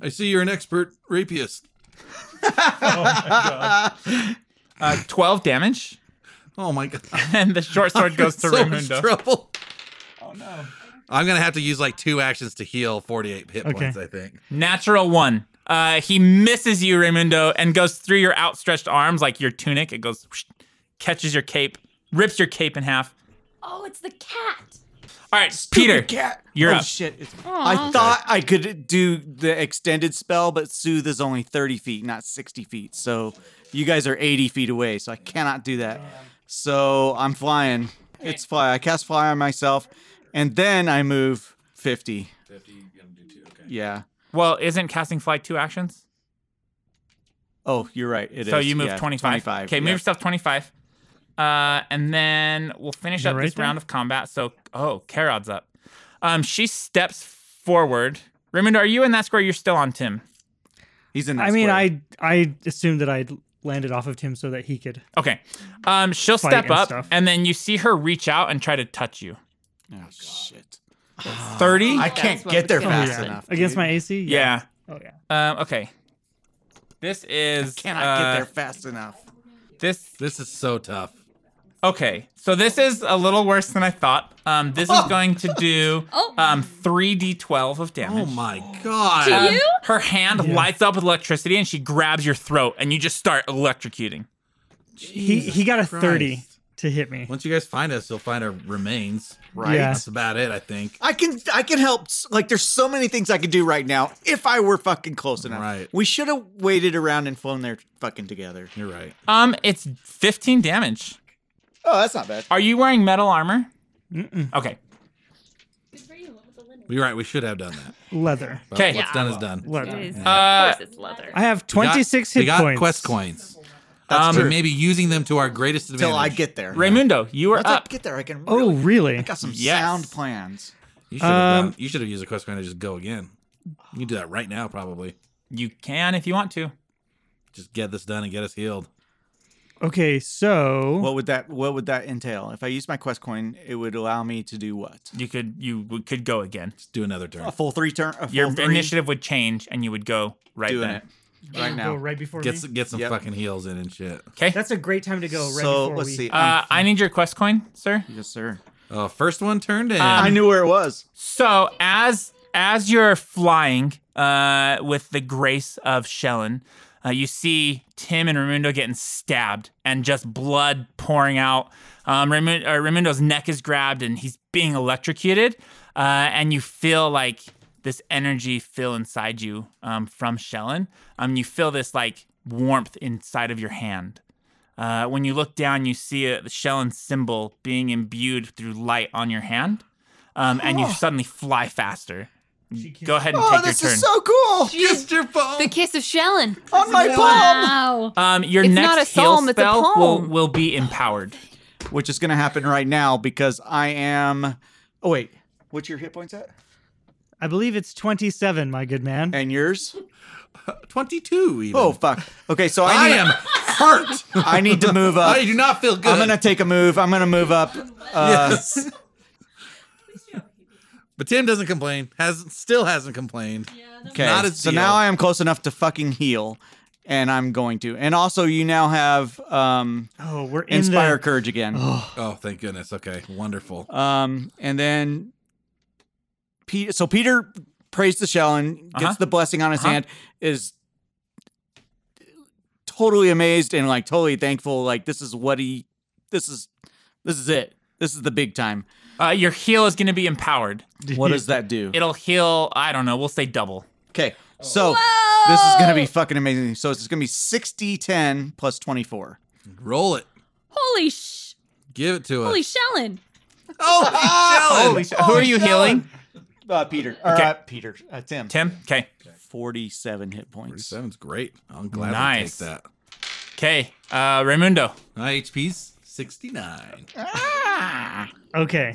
[SPEAKER 7] I see you're an expert rapist.
[SPEAKER 2] Uh, 12 damage,
[SPEAKER 7] Oh my god.
[SPEAKER 2] and the short sword goes to
[SPEAKER 7] so much
[SPEAKER 2] Raimundo.
[SPEAKER 7] trouble. Oh no. I'm gonna have to use like two actions to heal 48 hit
[SPEAKER 4] Okay.
[SPEAKER 7] points. I think.
[SPEAKER 2] Natural one. Uh, he misses you, Raimundo, and goes through your outstretched arms like your tunic. It goes, whoosh, catches your cape, rips your cape in half.
[SPEAKER 6] Oh, it's the cat.
[SPEAKER 2] All right, Peter,
[SPEAKER 3] cat.
[SPEAKER 2] you're
[SPEAKER 3] oh,
[SPEAKER 2] up.
[SPEAKER 3] shit. It's, I thought I could do the extended spell, but Soothe is only 30 feet, not 60 feet. So you guys are 80 feet away, so I cannot do that. So I'm flying. It's fly. I cast fly on myself, and then I move 50. 50, you're going to do two. Okay. Yeah.
[SPEAKER 2] Well, isn't casting fly two actions?
[SPEAKER 3] Oh, you're right. It is.
[SPEAKER 2] so you move
[SPEAKER 3] yeah,
[SPEAKER 2] 25.
[SPEAKER 3] 25.
[SPEAKER 2] Okay,
[SPEAKER 3] yeah.
[SPEAKER 2] move yourself 25. Uh, and then we'll finish
[SPEAKER 4] You're
[SPEAKER 2] up this
[SPEAKER 4] right there.
[SPEAKER 2] round of combat. So, oh, Karod's up. Um, she steps forward. Raimundo, are you in that square? You're still on Tim.
[SPEAKER 3] He's in that
[SPEAKER 4] I mean,
[SPEAKER 3] square.
[SPEAKER 4] I I assumed that I landed off of Tim so that he could.
[SPEAKER 2] Okay. Um, she'll
[SPEAKER 4] Fight
[SPEAKER 2] step
[SPEAKER 4] and
[SPEAKER 2] up,
[SPEAKER 4] stuff.
[SPEAKER 2] and then you see her reach out and try to touch you.
[SPEAKER 3] Oh, shit.
[SPEAKER 2] 30?
[SPEAKER 3] I
[SPEAKER 5] That's
[SPEAKER 3] can't
[SPEAKER 5] what
[SPEAKER 3] get
[SPEAKER 5] was
[SPEAKER 3] there
[SPEAKER 5] gonna
[SPEAKER 3] fast
[SPEAKER 5] happen.
[SPEAKER 3] enough.
[SPEAKER 4] Against
[SPEAKER 3] dude.
[SPEAKER 4] my AC?
[SPEAKER 2] yeah.
[SPEAKER 4] Oh yeah.
[SPEAKER 2] Um, okay. This is.
[SPEAKER 3] Cannot
[SPEAKER 2] uh,
[SPEAKER 3] get there fast enough.
[SPEAKER 2] This
[SPEAKER 7] This is so tough.
[SPEAKER 2] Okay, so this is a little worse than I thought. Um, this is going to do
[SPEAKER 6] Oh.
[SPEAKER 2] um, 3d12 of
[SPEAKER 7] Oh
[SPEAKER 2] damage.
[SPEAKER 7] my god.
[SPEAKER 6] To
[SPEAKER 2] Um,
[SPEAKER 6] you?
[SPEAKER 2] Her hand lights up with electricity and she grabs your throat and you just start electrocuting.
[SPEAKER 4] He he got a
[SPEAKER 7] Jesus
[SPEAKER 4] thirty
[SPEAKER 7] Christ.
[SPEAKER 4] to hit me.
[SPEAKER 7] Once you guys find us, you'll find our remains.
[SPEAKER 3] Right?
[SPEAKER 4] Yeah.
[SPEAKER 7] That's about it, I think.
[SPEAKER 3] I can I can help. s- Like there's so many things I could do right now if I were fucking close enough.
[SPEAKER 7] Right.
[SPEAKER 3] We should have waited around and flown there fucking together.
[SPEAKER 7] You're right.
[SPEAKER 2] Um, it's 15 damage.
[SPEAKER 3] Oh, that's not bad.
[SPEAKER 2] Are you wearing metal armor? Mm-mm. Okay.
[SPEAKER 7] You're right. We should have done that.
[SPEAKER 4] Leather.
[SPEAKER 2] Okay.
[SPEAKER 7] What's done is done.
[SPEAKER 4] Leather.
[SPEAKER 5] is.
[SPEAKER 2] Uh,
[SPEAKER 5] of course, it's leather.
[SPEAKER 4] I have
[SPEAKER 7] We got-
[SPEAKER 4] twenty six
[SPEAKER 7] we
[SPEAKER 4] hit
[SPEAKER 7] got
[SPEAKER 4] points.
[SPEAKER 7] quest coins.
[SPEAKER 3] That's
[SPEAKER 7] Um,
[SPEAKER 3] true.
[SPEAKER 7] maybe using them to our greatest advantage.
[SPEAKER 3] Until I get there.
[SPEAKER 2] Raimundo, you are
[SPEAKER 3] Once I
[SPEAKER 2] up.
[SPEAKER 3] get there, I can.
[SPEAKER 4] Oh
[SPEAKER 3] really-
[SPEAKER 4] really?
[SPEAKER 3] I got some
[SPEAKER 2] Yes.
[SPEAKER 3] sound plans.
[SPEAKER 7] You should, have
[SPEAKER 4] Um,
[SPEAKER 7] done, you should have used a quest coin to just go again. You can do that right now, probably.
[SPEAKER 2] You can if you want to.
[SPEAKER 7] Just get this done and get us healed.
[SPEAKER 4] Okay, so
[SPEAKER 3] What would that What would that entail? If I used my quest coin, it would allow me to do what?
[SPEAKER 2] You could you w- could go again.
[SPEAKER 7] Just do another turn.
[SPEAKER 3] A full three turn. A full
[SPEAKER 2] Your
[SPEAKER 3] three
[SPEAKER 2] initiative would change and you would go right
[SPEAKER 3] doing
[SPEAKER 2] then.
[SPEAKER 3] it right
[SPEAKER 4] go
[SPEAKER 3] now.
[SPEAKER 4] right before
[SPEAKER 7] Get
[SPEAKER 4] me.
[SPEAKER 7] some, get some
[SPEAKER 3] Yep.
[SPEAKER 7] fucking heals in and shit.
[SPEAKER 2] Okay.
[SPEAKER 4] That's a great time to go. Right
[SPEAKER 3] so
[SPEAKER 4] before
[SPEAKER 3] let's
[SPEAKER 4] we...
[SPEAKER 3] see.
[SPEAKER 2] Uh, um, I need your quest coin, sir.
[SPEAKER 3] yes, sir.
[SPEAKER 7] Uh, first one turned in.
[SPEAKER 3] I knew where it was.
[SPEAKER 2] So as as you're flying uh, with the grace of Shellen, uh, you see Tim and Raimundo getting stabbed and just blood pouring out. Um, Raimun- uh, Raimundo's neck is grabbed and he's being electrocuted, uh, and you feel like this energy fill inside you um, from Shellen. Um, you feel this like warmth inside of your hand. Uh, when you look down, you see a, the Shellen symbol being imbued through light on your hand, um, and you suddenly fly faster. Go ahead and
[SPEAKER 3] Oh,
[SPEAKER 2] take your
[SPEAKER 3] this
[SPEAKER 2] turn.
[SPEAKER 3] is so cool.
[SPEAKER 6] The kiss of Shellen.
[SPEAKER 3] On my palm,
[SPEAKER 6] Wow.
[SPEAKER 2] um, your
[SPEAKER 5] It's
[SPEAKER 2] next
[SPEAKER 5] not a
[SPEAKER 2] heal
[SPEAKER 5] psalm, it's a
[SPEAKER 2] spell will,
[SPEAKER 5] poem.
[SPEAKER 2] will be empowered.
[SPEAKER 3] which is going to happen right now because I am. Oh wait, what's your hit points at?
[SPEAKER 4] I believe it's twenty seven, my good man.
[SPEAKER 3] And yours?
[SPEAKER 7] 22 even.
[SPEAKER 3] Oh fuck. Okay, so I
[SPEAKER 7] I
[SPEAKER 3] need,
[SPEAKER 7] am hurt.
[SPEAKER 3] I need to move up.
[SPEAKER 7] I do not feel good.
[SPEAKER 3] I'm gonna take a move. I'm gonna move up. Uh,
[SPEAKER 7] Yes. but Tim doesn't complain. Hasn't still hasn't complained.
[SPEAKER 3] Okay.
[SPEAKER 7] Not a
[SPEAKER 3] so
[SPEAKER 7] deal.
[SPEAKER 3] now I am close enough to fucking heal, and I'm going to. And also, you now have um,
[SPEAKER 4] oh, we're in
[SPEAKER 3] inspire
[SPEAKER 4] the
[SPEAKER 3] courage again.
[SPEAKER 7] Oh, thank goodness. Okay, wonderful.
[SPEAKER 3] Um, and then, Pete. So Peter prays the shell and gets
[SPEAKER 2] Uh-huh.
[SPEAKER 3] the blessing on his
[SPEAKER 2] Uh-huh.
[SPEAKER 3] hand. Is totally amazed and like totally thankful. Like this is what he. This is. This is it. This is the big time.
[SPEAKER 2] Uh, your heal is going to be empowered.
[SPEAKER 3] What does that do?
[SPEAKER 2] It'll heal. I don't know. We'll say double.
[SPEAKER 3] Okay.
[SPEAKER 2] Oh.
[SPEAKER 3] So this is going to be fucking amazing. So it's going to be 60 10 plus 24.
[SPEAKER 7] Roll it.
[SPEAKER 6] Holy sh!
[SPEAKER 7] Give it to
[SPEAKER 6] Holy
[SPEAKER 7] us.
[SPEAKER 6] Shellen.
[SPEAKER 7] Holy shit.
[SPEAKER 2] Who are you healing?
[SPEAKER 3] Uh, Peter. Or,
[SPEAKER 2] Okay.
[SPEAKER 3] uh, Peter. Uh, Tim.
[SPEAKER 2] Tim. Okay.
[SPEAKER 3] 47 hit points.
[SPEAKER 7] Seven's great. I'm glad I take
[SPEAKER 2] Nice.
[SPEAKER 7] that.
[SPEAKER 2] Okay. Uh, Raimundo.
[SPEAKER 7] My HP's 69.
[SPEAKER 4] Okay.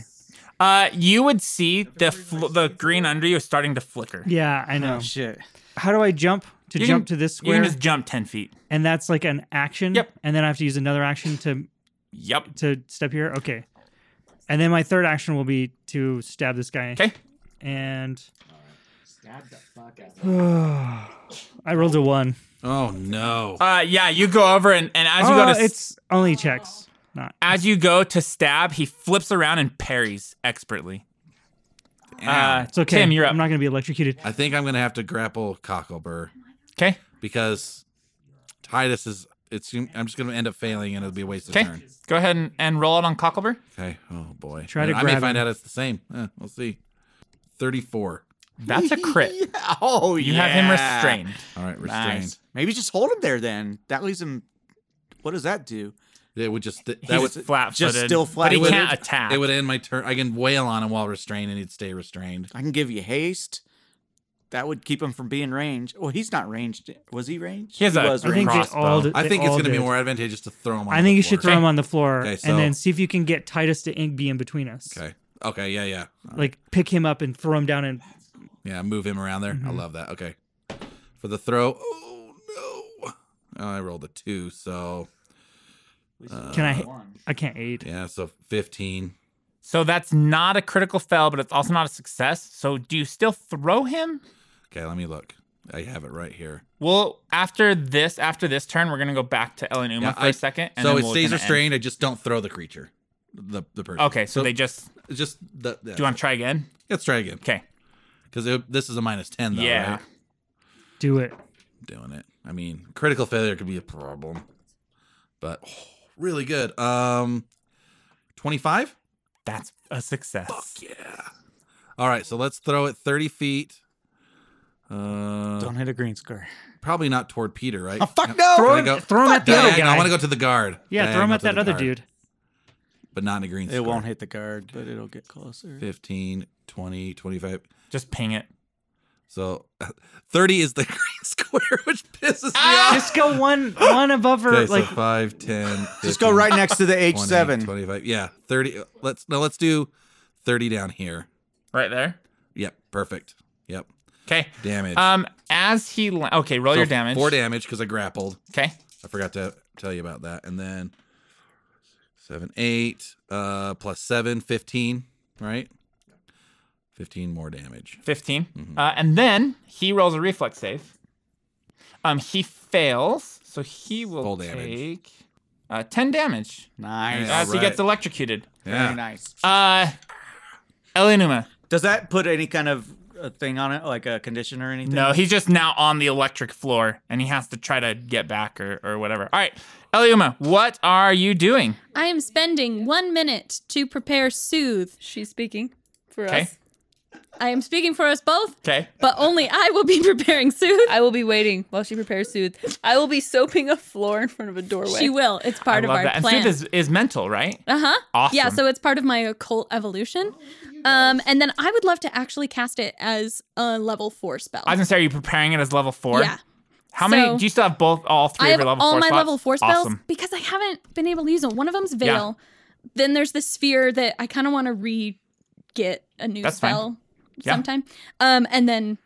[SPEAKER 2] Uh, you would see the fl- the green under you is starting to flicker.
[SPEAKER 4] Yeah, I know.
[SPEAKER 3] Shit.
[SPEAKER 4] How do I jump to
[SPEAKER 2] Oh, You
[SPEAKER 4] jump
[SPEAKER 2] can-
[SPEAKER 4] to this
[SPEAKER 2] You
[SPEAKER 4] square?
[SPEAKER 2] can just jump ten feet.
[SPEAKER 4] And that's like an action.
[SPEAKER 2] Yep.
[SPEAKER 4] And then I have to use another action to
[SPEAKER 2] Yep.
[SPEAKER 4] to step here. Okay. And then my third action will be to stab this guy.
[SPEAKER 2] Okay.
[SPEAKER 4] And
[SPEAKER 10] Stab the fuck out of him.
[SPEAKER 4] I rolled a one.
[SPEAKER 7] Oh no.
[SPEAKER 2] Uh, yeah, you go over and, and as you
[SPEAKER 4] Oh,
[SPEAKER 2] go to s-
[SPEAKER 4] it's only checks. Not
[SPEAKER 2] as you go to stab, he flips around and parries expertly.
[SPEAKER 7] Ah,
[SPEAKER 2] Uh,
[SPEAKER 4] it's okay.
[SPEAKER 2] Tim, you're up.
[SPEAKER 4] I'm not gonna be electrocuted.
[SPEAKER 7] I think I'm gonna have to grapple Cocklebur
[SPEAKER 2] okay.
[SPEAKER 7] because Titus is. It's. I'm just gonna end up failing and it'll be a waste of
[SPEAKER 2] Okay.
[SPEAKER 7] turn.
[SPEAKER 2] Go ahead and, and roll it on Cockleburr.
[SPEAKER 7] Okay. Oh boy.
[SPEAKER 4] Try to
[SPEAKER 7] I may
[SPEAKER 4] grab
[SPEAKER 7] find
[SPEAKER 4] him.
[SPEAKER 7] out it's the same. Eh, we'll see. Thirty-four.
[SPEAKER 2] That's a crit.
[SPEAKER 8] Oh,
[SPEAKER 2] You have him restrained.
[SPEAKER 7] All right, restrained.
[SPEAKER 2] Nice.
[SPEAKER 8] Maybe just hold him there then. That leaves him. What does that do?
[SPEAKER 7] It would just. That
[SPEAKER 2] He's
[SPEAKER 7] would.
[SPEAKER 2] flat footed.
[SPEAKER 8] just still
[SPEAKER 2] But he
[SPEAKER 8] flat-footed.
[SPEAKER 2] can't attack.
[SPEAKER 7] It would end my turn. I can wail on him while restrained, and he'd stay restrained.
[SPEAKER 8] I can give you haste. That would keep him from being ranged. Well, he's not ranged. Was he ranged?
[SPEAKER 2] He has a
[SPEAKER 8] was
[SPEAKER 4] I think they
[SPEAKER 2] crossbow.
[SPEAKER 4] all. did-
[SPEAKER 7] I
[SPEAKER 4] they
[SPEAKER 7] think it's
[SPEAKER 4] all
[SPEAKER 7] going to be
[SPEAKER 4] did.
[SPEAKER 7] more advantageous to throw him. on
[SPEAKER 4] I think
[SPEAKER 7] the
[SPEAKER 4] you should
[SPEAKER 7] floor.
[SPEAKER 4] throw him on the floor
[SPEAKER 7] Okay,
[SPEAKER 4] and then
[SPEAKER 7] so-
[SPEAKER 4] see if you can get Titus to ink be in between us.
[SPEAKER 7] Okay. Okay. Yeah. Yeah. All right.
[SPEAKER 4] Like pick him up and throw him down and
[SPEAKER 7] Yeah. Move him around there. I
[SPEAKER 4] Mm-hmm.
[SPEAKER 7] love that. Okay. For the throw. Oh no. Oh, I rolled a two, so
[SPEAKER 4] can I?
[SPEAKER 7] Uh,
[SPEAKER 4] I can't aid.
[SPEAKER 7] yeah, so fifteen.
[SPEAKER 2] so that's not a critical fail, but it's also not a success. So do you still throw him?
[SPEAKER 7] Okay, let me look. I have it right here.
[SPEAKER 2] Well, after this, after this turn, we're gonna go back to Ellen Uma
[SPEAKER 7] Yeah,
[SPEAKER 2] for
[SPEAKER 7] I-
[SPEAKER 2] a second. And
[SPEAKER 7] so
[SPEAKER 2] then
[SPEAKER 7] it
[SPEAKER 2] we'll
[SPEAKER 7] stays
[SPEAKER 2] kinda
[SPEAKER 7] restrained. I just don't throw the creature, the the person.
[SPEAKER 2] end. Okay, so, they just.
[SPEAKER 7] it's just the.
[SPEAKER 2] Do you want to try again?
[SPEAKER 7] Let's try again
[SPEAKER 2] Okay.
[SPEAKER 7] because this is a minus ten. Though,
[SPEAKER 2] Yeah.
[SPEAKER 7] right?
[SPEAKER 4] Do it.
[SPEAKER 7] doing it. I mean, critical failure could be a problem, but oh, really good. Um, twenty five.
[SPEAKER 2] That's a success.
[SPEAKER 7] Yeah. All right, so let's throw it thirty feet. Uh,
[SPEAKER 8] Don't hit a green square.
[SPEAKER 7] probably not toward Peter, right?
[SPEAKER 8] Oh, fuck
[SPEAKER 7] Can
[SPEAKER 8] no!
[SPEAKER 7] I
[SPEAKER 8] Throw
[SPEAKER 4] him-
[SPEAKER 7] go-
[SPEAKER 4] throw him at the other
[SPEAKER 7] Diagonal. I
[SPEAKER 4] guy.
[SPEAKER 7] want to go to the guard.
[SPEAKER 4] Yeah, throw him
[SPEAKER 7] Diagonal
[SPEAKER 4] at
[SPEAKER 7] to
[SPEAKER 4] that
[SPEAKER 7] the
[SPEAKER 4] other
[SPEAKER 7] guard,
[SPEAKER 4] dude.
[SPEAKER 7] But not in a green.
[SPEAKER 8] It won't hit the guard, but it'll get closer.
[SPEAKER 7] 15, 20, 25.
[SPEAKER 2] Just ping it.
[SPEAKER 7] So uh, 30 is the green square, which pisses me off.
[SPEAKER 4] Just go one one above or
[SPEAKER 7] Ah! Okay,
[SPEAKER 4] like
[SPEAKER 7] so 5, 10, 15,
[SPEAKER 8] Just go right next to the
[SPEAKER 7] 20,
[SPEAKER 8] H7.
[SPEAKER 7] 25. Yeah, 30. Let's no, let's do 30 down here.
[SPEAKER 2] Right there.
[SPEAKER 7] Yep, perfect. Yep.
[SPEAKER 2] Okay.
[SPEAKER 7] Damage.
[SPEAKER 2] Um, as he la- okay, roll
[SPEAKER 7] So
[SPEAKER 2] your damage.
[SPEAKER 7] Four damage because I grappled.
[SPEAKER 2] Okay.
[SPEAKER 7] I forgot to tell you about that. And then 7, 8, uh, plus 7, 15, right? 15 more damage.
[SPEAKER 2] 15
[SPEAKER 7] Mm-hmm.
[SPEAKER 2] Uh, and then he rolls a reflex save. Um, he fails, so he will
[SPEAKER 7] Full
[SPEAKER 2] take
[SPEAKER 7] damage.
[SPEAKER 2] uh ten damage
[SPEAKER 8] Nice.
[SPEAKER 7] Yeah.
[SPEAKER 2] as he
[SPEAKER 7] Alright.
[SPEAKER 2] gets electrocuted.
[SPEAKER 8] Very
[SPEAKER 7] Yeah.
[SPEAKER 8] nice.
[SPEAKER 2] Uh, Elenuma.
[SPEAKER 8] Does that put any kind of uh thing on it, like a condition or anything?
[SPEAKER 2] No, he's just now on the electric floor, and he has to try to get back or, or whatever. All right, Eliuma, what are you doing?
[SPEAKER 6] I am spending one minute to prepare Soothe. She's speaking for
[SPEAKER 2] Okay.
[SPEAKER 6] us. I am speaking for us both,
[SPEAKER 2] Okay.
[SPEAKER 6] but only I will be preparing Soothe.
[SPEAKER 11] I will be waiting while she prepares Soothe. I will be soaping a floor in front of a doorway.
[SPEAKER 6] She will. It's
[SPEAKER 2] I
[SPEAKER 6] part of
[SPEAKER 2] love
[SPEAKER 6] our
[SPEAKER 2] that.
[SPEAKER 6] plan.
[SPEAKER 2] And Sooth is, is mental, right?
[SPEAKER 6] uh huh. Yeah,
[SPEAKER 2] Awesome.
[SPEAKER 6] so it's part of my occult evolution. Um, and then I would love to actually cast it as a level four spell.
[SPEAKER 2] I was gonna say, are you preparing it as level four?
[SPEAKER 6] Yeah.
[SPEAKER 2] How many?
[SPEAKER 6] So-
[SPEAKER 2] Do you still have both all three
[SPEAKER 6] I
[SPEAKER 2] of
[SPEAKER 6] have
[SPEAKER 2] your level
[SPEAKER 6] all
[SPEAKER 2] four
[SPEAKER 6] my
[SPEAKER 2] slots?
[SPEAKER 6] level four spells
[SPEAKER 2] Awesome.
[SPEAKER 6] because I haven't been able to use them. One of them's Veil. Then there's the sphere that I kind of want to re get a new
[SPEAKER 2] That's fine.
[SPEAKER 6] spell
[SPEAKER 2] Yeah.
[SPEAKER 6] sometime. Um, and then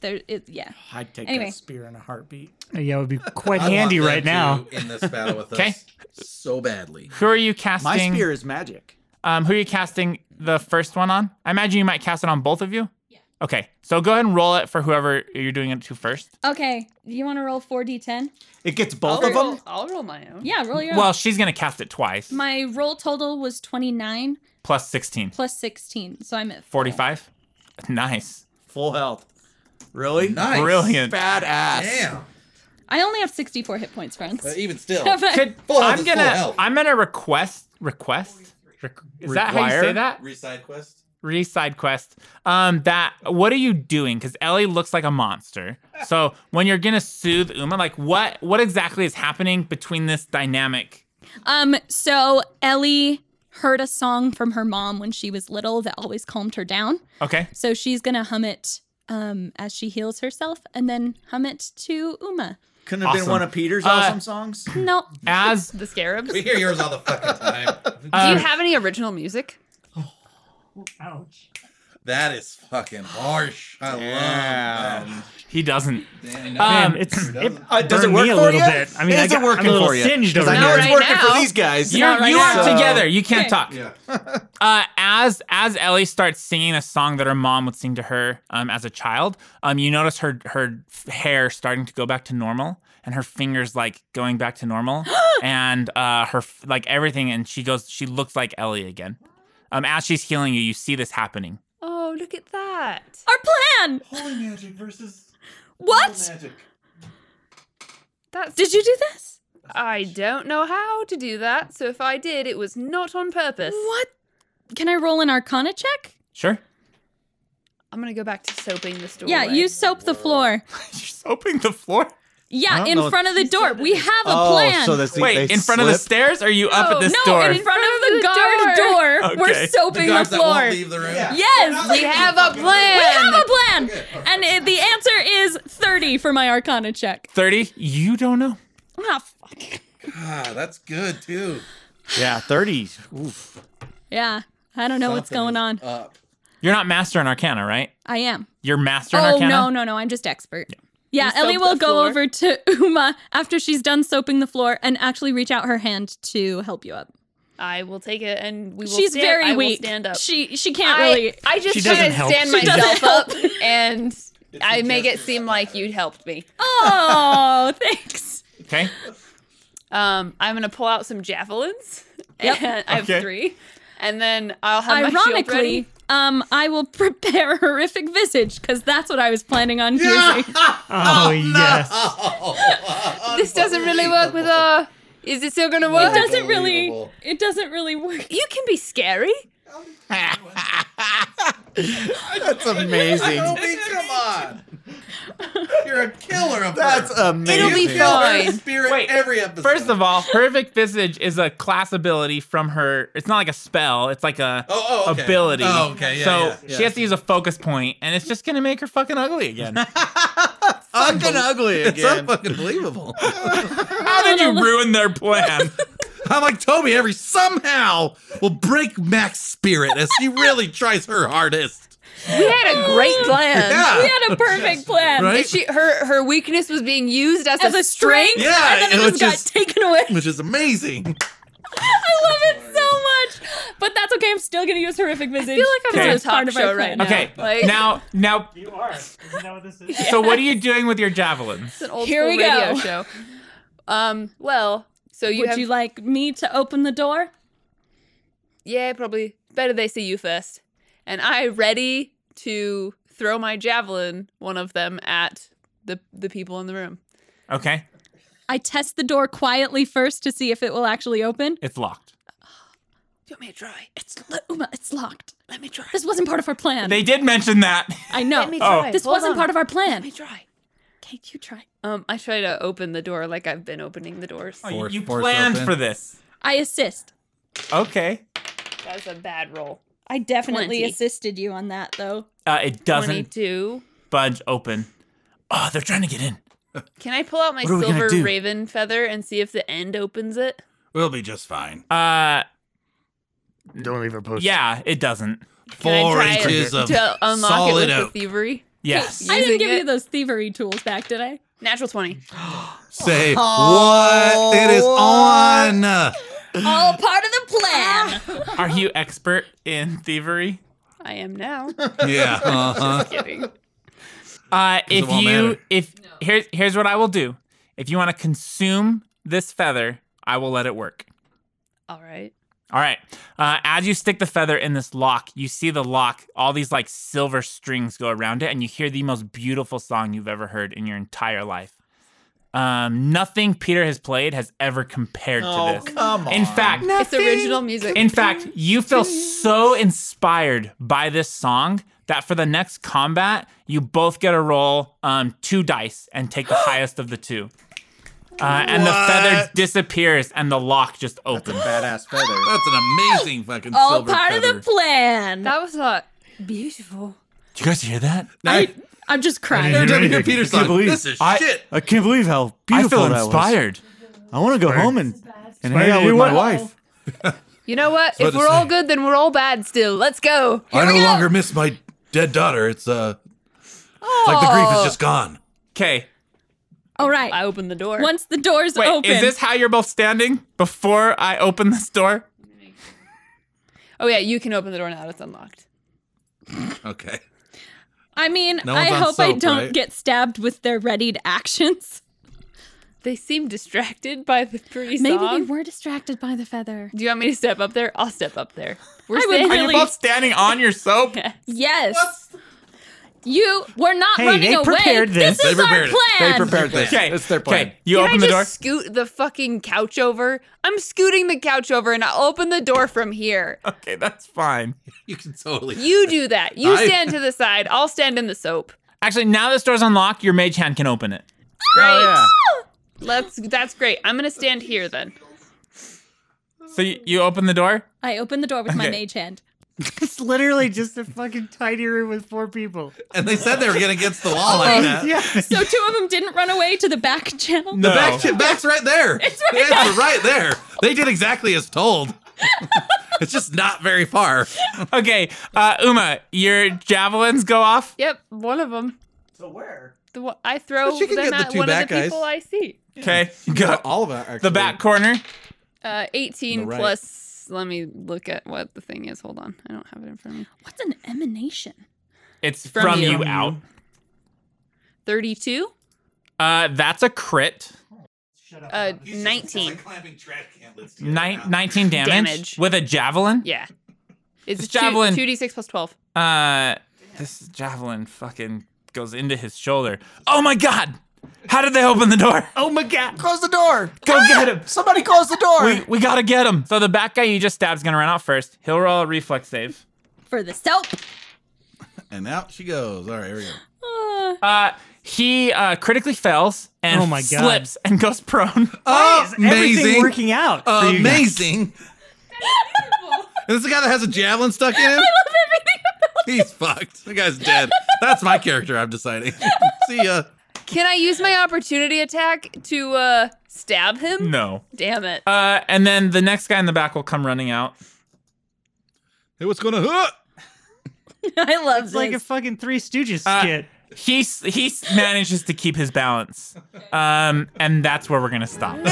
[SPEAKER 6] there, it, yeah.
[SPEAKER 10] I'd take
[SPEAKER 6] Anyway.
[SPEAKER 10] that spear in a heartbeat.
[SPEAKER 4] yeah, it would be quite handy right now.
[SPEAKER 7] In this battle with
[SPEAKER 2] Okay.
[SPEAKER 7] us so badly.
[SPEAKER 2] Who are you casting?
[SPEAKER 8] My spear is magic.
[SPEAKER 2] Um, who are you casting the first one on? I imagine you might cast it on both of you. Yeah. Okay, so go ahead and roll it for whoever you're doing it to first.
[SPEAKER 6] Okay, you want to roll four d10?
[SPEAKER 8] It gets
[SPEAKER 11] I'll
[SPEAKER 8] both of
[SPEAKER 11] roll,
[SPEAKER 8] them.
[SPEAKER 11] I'll roll my own.
[SPEAKER 6] Yeah, roll your. own.
[SPEAKER 2] Well, she's gonna cast it twice.
[SPEAKER 6] my roll total was twenty nine
[SPEAKER 2] Plus 16.
[SPEAKER 6] plus sixteen, so I'm at four.
[SPEAKER 2] 45. Nice.
[SPEAKER 8] Full health. Really?
[SPEAKER 7] Nice.
[SPEAKER 2] Brilliant.
[SPEAKER 8] Badass.
[SPEAKER 7] Damn.
[SPEAKER 6] I only have sixty four hit points, friends.
[SPEAKER 7] But even still.
[SPEAKER 2] Could,
[SPEAKER 7] Full health
[SPEAKER 2] I'm
[SPEAKER 7] is
[SPEAKER 2] gonna
[SPEAKER 7] full health.
[SPEAKER 2] I'm gonna request request. Requ- Is that how you say
[SPEAKER 8] Require?
[SPEAKER 2] that?
[SPEAKER 7] Reside quest.
[SPEAKER 2] Re side quest. Um, that what are you doing? Because Ellie looks like a monster. So when you're gonna soothe Uma, like what what exactly is happening between this dynamic?
[SPEAKER 6] Um, so Ellie heard a song from her mom when she was little that always calmed her down.
[SPEAKER 2] Okay.
[SPEAKER 6] So she's gonna hum it um as she heals herself and then hum it to Uma.
[SPEAKER 8] Couldn't have
[SPEAKER 2] Awesome.
[SPEAKER 8] been one of Peter's
[SPEAKER 2] Uh,
[SPEAKER 8] awesome songs.
[SPEAKER 6] Nope.
[SPEAKER 2] As
[SPEAKER 11] The scarabs.
[SPEAKER 7] We hear yours all
[SPEAKER 6] uh,
[SPEAKER 7] the fucking time.
[SPEAKER 11] Do
[SPEAKER 2] um,
[SPEAKER 11] you have any original music?
[SPEAKER 10] Ouch.
[SPEAKER 7] That is fucking harsh. I love that.
[SPEAKER 2] He doesn't.
[SPEAKER 4] Man,
[SPEAKER 2] Um,
[SPEAKER 4] it's
[SPEAKER 2] It
[SPEAKER 4] Uh, it
[SPEAKER 7] uh,
[SPEAKER 4] burned me a little bit. I mean, I got, I'm a little singed over here.
[SPEAKER 2] You, you are together. You can't talk.
[SPEAKER 7] Yeah.
[SPEAKER 2] uh, as as Ellie starts singing a song that her mom would sing to her um, as a child, um, you notice her her f- hair starting to go back to normal and her fingers like going back to normal and uh, her f- like everything and she goes she looks like Ellie again. Um, as she's healing you, you see this happening.
[SPEAKER 5] Oh, look at that.
[SPEAKER 6] Our plan.
[SPEAKER 7] Holy magic versus
[SPEAKER 6] what?
[SPEAKER 7] Magic.
[SPEAKER 5] That's
[SPEAKER 6] Did you do this?
[SPEAKER 5] I don't know how to do that, so if I did, it was not on purpose.
[SPEAKER 6] What? Can I roll an Arcana check?
[SPEAKER 2] Sure.
[SPEAKER 5] I'm gonna go back to soaping the store.
[SPEAKER 6] Yeah, you soap the floor.
[SPEAKER 2] Soaping the floor.
[SPEAKER 6] Yeah,
[SPEAKER 3] don't
[SPEAKER 6] in
[SPEAKER 3] know.
[SPEAKER 6] front of the door. We have a
[SPEAKER 3] Oh,
[SPEAKER 6] plan.
[SPEAKER 3] so that's the-
[SPEAKER 2] Wait,
[SPEAKER 3] they
[SPEAKER 2] in front of the
[SPEAKER 3] slip?
[SPEAKER 2] stairs? Or are you up at this
[SPEAKER 6] Oh, no,
[SPEAKER 2] door?
[SPEAKER 6] in front of the guard door.
[SPEAKER 2] door. Okay.
[SPEAKER 6] We're soaping the,
[SPEAKER 7] guards that
[SPEAKER 6] floor.
[SPEAKER 7] won't leave the room.
[SPEAKER 6] Yes,
[SPEAKER 5] We have a plan.
[SPEAKER 6] We have a plan. And it, the answer is 30 for my Arcana check.
[SPEAKER 2] 30? You don't know.
[SPEAKER 6] Ah, fuck.
[SPEAKER 7] God, that's good too.
[SPEAKER 3] Yeah, 30. Oof.
[SPEAKER 6] Yeah, I don't know what's
[SPEAKER 7] Something
[SPEAKER 6] going on.
[SPEAKER 7] is Up.
[SPEAKER 2] You're not master in Arcana, right?
[SPEAKER 6] I am.
[SPEAKER 2] You're master in
[SPEAKER 6] Oh,
[SPEAKER 2] Arcana?
[SPEAKER 6] no, no, no. I'm just expert. Yeah,
[SPEAKER 11] You
[SPEAKER 6] Ellie
[SPEAKER 11] soap
[SPEAKER 6] will
[SPEAKER 11] the
[SPEAKER 6] go
[SPEAKER 11] floor.
[SPEAKER 6] over to Uma after she's done soaping the floor and actually reach out her hand to help you up.
[SPEAKER 11] I will take it, and we will.
[SPEAKER 6] She's
[SPEAKER 11] stand,
[SPEAKER 6] very
[SPEAKER 11] I will
[SPEAKER 6] weak.
[SPEAKER 11] Stand up.
[SPEAKER 6] She she can't
[SPEAKER 11] I,
[SPEAKER 6] really.
[SPEAKER 11] I just
[SPEAKER 4] She
[SPEAKER 11] try
[SPEAKER 4] doesn't
[SPEAKER 11] to
[SPEAKER 4] help.
[SPEAKER 11] stand
[SPEAKER 4] She doesn't
[SPEAKER 11] myself up,
[SPEAKER 6] help.
[SPEAKER 11] and I make it seem like you helped me.
[SPEAKER 6] Oh, thanks.
[SPEAKER 2] Okay.
[SPEAKER 11] Um, I'm gonna pull out some javelins.
[SPEAKER 6] Yep.
[SPEAKER 11] And I have
[SPEAKER 2] Okay.
[SPEAKER 11] three, and then I'll have my shield ready.
[SPEAKER 6] Ironically, um, I will prepare a horrific visage because that's what I was planning on using.
[SPEAKER 4] Oh, yes.
[SPEAKER 5] This doesn't really work with our. Is it still gonna work?
[SPEAKER 6] It doesn't really.
[SPEAKER 7] Unbelievable.
[SPEAKER 6] It doesn't really work.
[SPEAKER 5] You can be scary.
[SPEAKER 3] That's amazing.
[SPEAKER 7] Toby, come on. You're a killer of
[SPEAKER 3] That's
[SPEAKER 7] her.
[SPEAKER 3] amazing.
[SPEAKER 5] It'll be
[SPEAKER 7] Kill her
[SPEAKER 5] fine.
[SPEAKER 7] spirit
[SPEAKER 2] Wait,
[SPEAKER 7] every episode.
[SPEAKER 2] First of all, horrific visage is a class ability from her. It's not like a spell. It's like a
[SPEAKER 7] Oh, oh, okay.
[SPEAKER 2] ability.
[SPEAKER 7] Oh, okay, yeah,
[SPEAKER 2] so
[SPEAKER 7] yeah, yeah.
[SPEAKER 2] she has to use a focus point, and it's just gonna make her fucking ugly again.
[SPEAKER 3] fucking ugly
[SPEAKER 7] it's
[SPEAKER 3] again.
[SPEAKER 7] unfucking believable.
[SPEAKER 2] How did you ruin their plan?
[SPEAKER 7] I'm like Toby. Every somehow will break Mac's spirit as he really tries her hardest.
[SPEAKER 5] We had a great plan.
[SPEAKER 7] Yeah,
[SPEAKER 6] We had a perfect plan.
[SPEAKER 7] right.
[SPEAKER 5] She, her her weakness was being used as,
[SPEAKER 6] As a strength,
[SPEAKER 7] Yeah,
[SPEAKER 6] and then
[SPEAKER 7] it
[SPEAKER 6] it just
[SPEAKER 7] was
[SPEAKER 6] got
[SPEAKER 7] just-
[SPEAKER 6] taken away. I love
[SPEAKER 7] Which is amazing.
[SPEAKER 6] it so much, but that's okay. I'm still gonna use horrific visage. I feel
[SPEAKER 11] like I'm on a talk show right now.
[SPEAKER 2] okay.
[SPEAKER 11] like-
[SPEAKER 2] now, now.
[SPEAKER 10] You are. Isn't that what this is?
[SPEAKER 2] So what are you doing with your javelins?
[SPEAKER 11] It's an old
[SPEAKER 6] Here
[SPEAKER 11] school
[SPEAKER 6] we go.
[SPEAKER 11] radio show. Um, well, so you
[SPEAKER 6] Would
[SPEAKER 11] have
[SPEAKER 6] you like me to open the door?
[SPEAKER 11] yeah, probably better they see you first. And I ready to throw my javelin, one of them, at the the people in the room.
[SPEAKER 2] Okay,
[SPEAKER 6] I test the door quietly first to see if it will actually open.
[SPEAKER 2] it's locked.
[SPEAKER 11] Do you want me to try?
[SPEAKER 6] It's lo- Uma, it's locked.
[SPEAKER 11] Let me try.
[SPEAKER 6] This wasn't part of our plan.
[SPEAKER 2] They did mention that.
[SPEAKER 6] I know.
[SPEAKER 5] Let me
[SPEAKER 2] Oh.
[SPEAKER 5] try.
[SPEAKER 6] This
[SPEAKER 5] Hold
[SPEAKER 6] wasn't
[SPEAKER 5] on.
[SPEAKER 6] part of our
[SPEAKER 11] Let me
[SPEAKER 6] plan.
[SPEAKER 11] try.
[SPEAKER 6] Okay, you try.
[SPEAKER 11] Um, I try to open the door like I've been opening the doors.
[SPEAKER 2] Oh,
[SPEAKER 7] Force-
[SPEAKER 2] you
[SPEAKER 7] force
[SPEAKER 2] planned
[SPEAKER 7] open.
[SPEAKER 2] for this.
[SPEAKER 6] I assist.
[SPEAKER 2] Okay.
[SPEAKER 11] That's a bad roll.
[SPEAKER 6] I definitely
[SPEAKER 11] 20.
[SPEAKER 6] assisted you on that though.
[SPEAKER 2] Uh, it doesn't
[SPEAKER 11] Twenty-two.
[SPEAKER 2] budge open. Oh, they're trying to get in.
[SPEAKER 11] Can I pull out my
[SPEAKER 3] What are we gonna
[SPEAKER 11] silver
[SPEAKER 3] do?
[SPEAKER 11] raven feather and see if the end opens it?
[SPEAKER 7] We'll be just fine.
[SPEAKER 2] Uh,
[SPEAKER 10] Don't leave a post.
[SPEAKER 2] yeah, it doesn't.
[SPEAKER 11] Can
[SPEAKER 7] Four
[SPEAKER 11] I try
[SPEAKER 7] inches of
[SPEAKER 11] to unlock it
[SPEAKER 7] solid
[SPEAKER 11] with
[SPEAKER 7] oak.
[SPEAKER 11] the thievery?
[SPEAKER 2] Yes.
[SPEAKER 6] I
[SPEAKER 11] Using
[SPEAKER 6] didn't give
[SPEAKER 11] it-
[SPEAKER 6] you those thievery tools back, did I?
[SPEAKER 11] Natural twenty.
[SPEAKER 7] Say what? It is on.
[SPEAKER 6] All part of the plan.
[SPEAKER 2] Are you expert in thievery?
[SPEAKER 11] I am now.
[SPEAKER 7] Yeah. Uh-huh.
[SPEAKER 11] Kidding.
[SPEAKER 2] Uh, if
[SPEAKER 7] won't
[SPEAKER 2] you
[SPEAKER 7] matter.
[SPEAKER 2] if here's here's what I will do. If you want to consume this feather, I will let it work.
[SPEAKER 11] All right.
[SPEAKER 2] All right. Uh, as you stick the feather in this lock, you see the lock. All these like silver strings go around it, and you hear the most beautiful song you've ever heard in your entire life. Um, nothing Peter has played has ever compared to this.
[SPEAKER 3] Oh, come
[SPEAKER 2] In fact,
[SPEAKER 11] It's original music.
[SPEAKER 2] In fact, you feel so inspired by this song that for the next combat, you both get to roll um, two dice and take the highest of the two. Uh, and the feather
[SPEAKER 7] What?
[SPEAKER 2] disappears and the lock just opens.
[SPEAKER 3] Badass feather.
[SPEAKER 7] That's an amazing fucking
[SPEAKER 6] All
[SPEAKER 7] silver
[SPEAKER 6] part
[SPEAKER 7] feather.
[SPEAKER 6] of the plan.
[SPEAKER 5] That was like beautiful.
[SPEAKER 2] Did you guys hear that?
[SPEAKER 6] I, I'm just
[SPEAKER 7] Every
[SPEAKER 6] crying.
[SPEAKER 7] time you hear Peter's
[SPEAKER 3] I
[SPEAKER 7] song,
[SPEAKER 3] can't believe
[SPEAKER 7] this is
[SPEAKER 3] I,
[SPEAKER 7] shit.
[SPEAKER 3] I can't believe how
[SPEAKER 2] I
[SPEAKER 3] beautiful
[SPEAKER 2] feel
[SPEAKER 3] that was.
[SPEAKER 2] inspired.
[SPEAKER 3] I want to go home and, and hang
[SPEAKER 10] Inspired
[SPEAKER 3] out
[SPEAKER 10] to
[SPEAKER 3] with
[SPEAKER 10] do
[SPEAKER 3] my
[SPEAKER 10] what?
[SPEAKER 3] wife.
[SPEAKER 5] You know what?
[SPEAKER 7] about
[SPEAKER 5] If
[SPEAKER 7] to
[SPEAKER 5] we're all
[SPEAKER 7] say.
[SPEAKER 5] good, then we're all bad still. Let's go.
[SPEAKER 7] I no longer miss my dead daughter. It's uh, it's like the grief is just gone.
[SPEAKER 2] Okay.
[SPEAKER 6] All right.
[SPEAKER 11] I open the door.
[SPEAKER 6] Once the door's
[SPEAKER 2] Wait,
[SPEAKER 6] open.
[SPEAKER 2] is this how you're both standing before I open this door?
[SPEAKER 11] Oh yeah, you can open the door now. that It's unlocked.
[SPEAKER 7] Okay.
[SPEAKER 6] I mean,
[SPEAKER 7] No
[SPEAKER 6] I
[SPEAKER 7] one's on
[SPEAKER 6] hope I
[SPEAKER 7] soap,
[SPEAKER 6] don't
[SPEAKER 7] right?
[SPEAKER 6] get stabbed with their readied actions.
[SPEAKER 11] They seem distracted by the pre
[SPEAKER 6] Maybe they
[SPEAKER 11] song.
[SPEAKER 6] were distracted by the feather.
[SPEAKER 11] Do you want me to step up there? I'll step up there. We're
[SPEAKER 6] I would
[SPEAKER 11] standing-
[SPEAKER 2] Are you both standing on your soap?
[SPEAKER 6] Yes. You were not
[SPEAKER 2] Hey,
[SPEAKER 6] running
[SPEAKER 2] they
[SPEAKER 6] away.
[SPEAKER 2] prepared this.
[SPEAKER 6] is
[SPEAKER 2] They prepared
[SPEAKER 6] our
[SPEAKER 2] it.
[SPEAKER 6] plan.
[SPEAKER 2] They prepared this. Okay,
[SPEAKER 8] It's their
[SPEAKER 2] okay.
[SPEAKER 8] plan.
[SPEAKER 2] You
[SPEAKER 11] Can
[SPEAKER 2] open
[SPEAKER 11] I
[SPEAKER 2] the
[SPEAKER 11] just
[SPEAKER 2] door.
[SPEAKER 11] scoot the fucking couch over? I'm scooting the couch over and I'll open the door from here.
[SPEAKER 2] Okay, that's fine.
[SPEAKER 7] You can totally.
[SPEAKER 11] You do that. You
[SPEAKER 2] I-
[SPEAKER 11] stand to the side. I'll stand in the soap.
[SPEAKER 2] Actually, now this door's unlocked. Your mage hand can open it.
[SPEAKER 11] Great. Let's that's great. I'm gonna stand here then.
[SPEAKER 2] So you, you open the door.
[SPEAKER 6] I opened the door with my
[SPEAKER 2] Okay.
[SPEAKER 6] mage hand.
[SPEAKER 4] It's literally just a fucking tiny room with four people.
[SPEAKER 7] And they said they were getting against the wall like that.
[SPEAKER 4] Yeah.
[SPEAKER 6] So two of them didn't run away to the back channel.
[SPEAKER 7] The back, ch- back's right there. It's right, there. They did exactly as told. it's just not very far.
[SPEAKER 2] Okay, uh, Uma, your javelins go off.
[SPEAKER 11] Yep, one of them.
[SPEAKER 8] So where?
[SPEAKER 11] The one, I throw
[SPEAKER 7] But you can
[SPEAKER 11] them
[SPEAKER 7] get the
[SPEAKER 11] at
[SPEAKER 7] two
[SPEAKER 11] one of
[SPEAKER 7] back
[SPEAKER 11] the
[SPEAKER 7] guys.
[SPEAKER 11] people I see.
[SPEAKER 2] Okay, you got
[SPEAKER 7] All of it.
[SPEAKER 2] the back corner.
[SPEAKER 11] Uh, 18
[SPEAKER 7] On the right.
[SPEAKER 11] plus. Let me look at what the thing is. Hold on, I don't have it in front of me.
[SPEAKER 6] What's an emanation?
[SPEAKER 2] It's
[SPEAKER 11] From
[SPEAKER 2] from,
[SPEAKER 11] you.
[SPEAKER 2] you. out.
[SPEAKER 11] 32.
[SPEAKER 2] Uh, that's a crit.
[SPEAKER 11] Uh, 19.
[SPEAKER 2] Nine, 19 damage,
[SPEAKER 11] Damage.
[SPEAKER 2] with a javelin.
[SPEAKER 11] Yeah. It's,
[SPEAKER 2] It's
[SPEAKER 11] two,
[SPEAKER 2] javelin.
[SPEAKER 11] 2d6 plus 12.
[SPEAKER 2] Uh, this javelin fucking goes into his shoulder. Oh my god! How did they open the door?
[SPEAKER 4] Oh my god.
[SPEAKER 3] Close the door.
[SPEAKER 2] Go get him!
[SPEAKER 3] Somebody close the door.
[SPEAKER 2] We, we gotta get him. So the back guy you just stab's gonna run out first. He'll roll a reflex save.
[SPEAKER 6] For the soap.
[SPEAKER 7] And out she goes. All right, here we go.
[SPEAKER 6] Uh,
[SPEAKER 2] Uh, he uh, critically fails and
[SPEAKER 4] Oh my God.
[SPEAKER 2] slips and goes prone.
[SPEAKER 4] Everything
[SPEAKER 7] Amazing.
[SPEAKER 4] working out. for you guys.
[SPEAKER 7] Amazing. And this is the guy that has a javelin stuck in him? I love everything He's fucked. The guy's dead. That's my character, I'm deciding. See ya.
[SPEAKER 11] Can I use my opportunity attack to uh, stab him?
[SPEAKER 2] No.
[SPEAKER 11] Damn it.
[SPEAKER 2] Uh, and then the next guy in the back will come running out.
[SPEAKER 7] Hey, what's going on?
[SPEAKER 6] I love
[SPEAKER 4] It's
[SPEAKER 6] this.
[SPEAKER 4] like a fucking Three Stooges
[SPEAKER 2] Uh,
[SPEAKER 4] skit.
[SPEAKER 2] He s- he s- manages to keep his balance, um, and that's where we're gonna stop. Uh,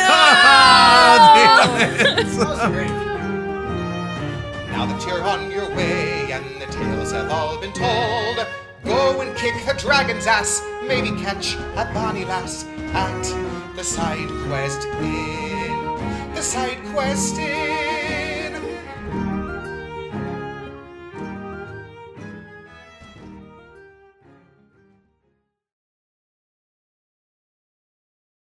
[SPEAKER 1] Now that you're on your way and the tales have all been told, go and kick the dragon's ass, maybe catch a bonny lass at the side quest inn. The side quest inn.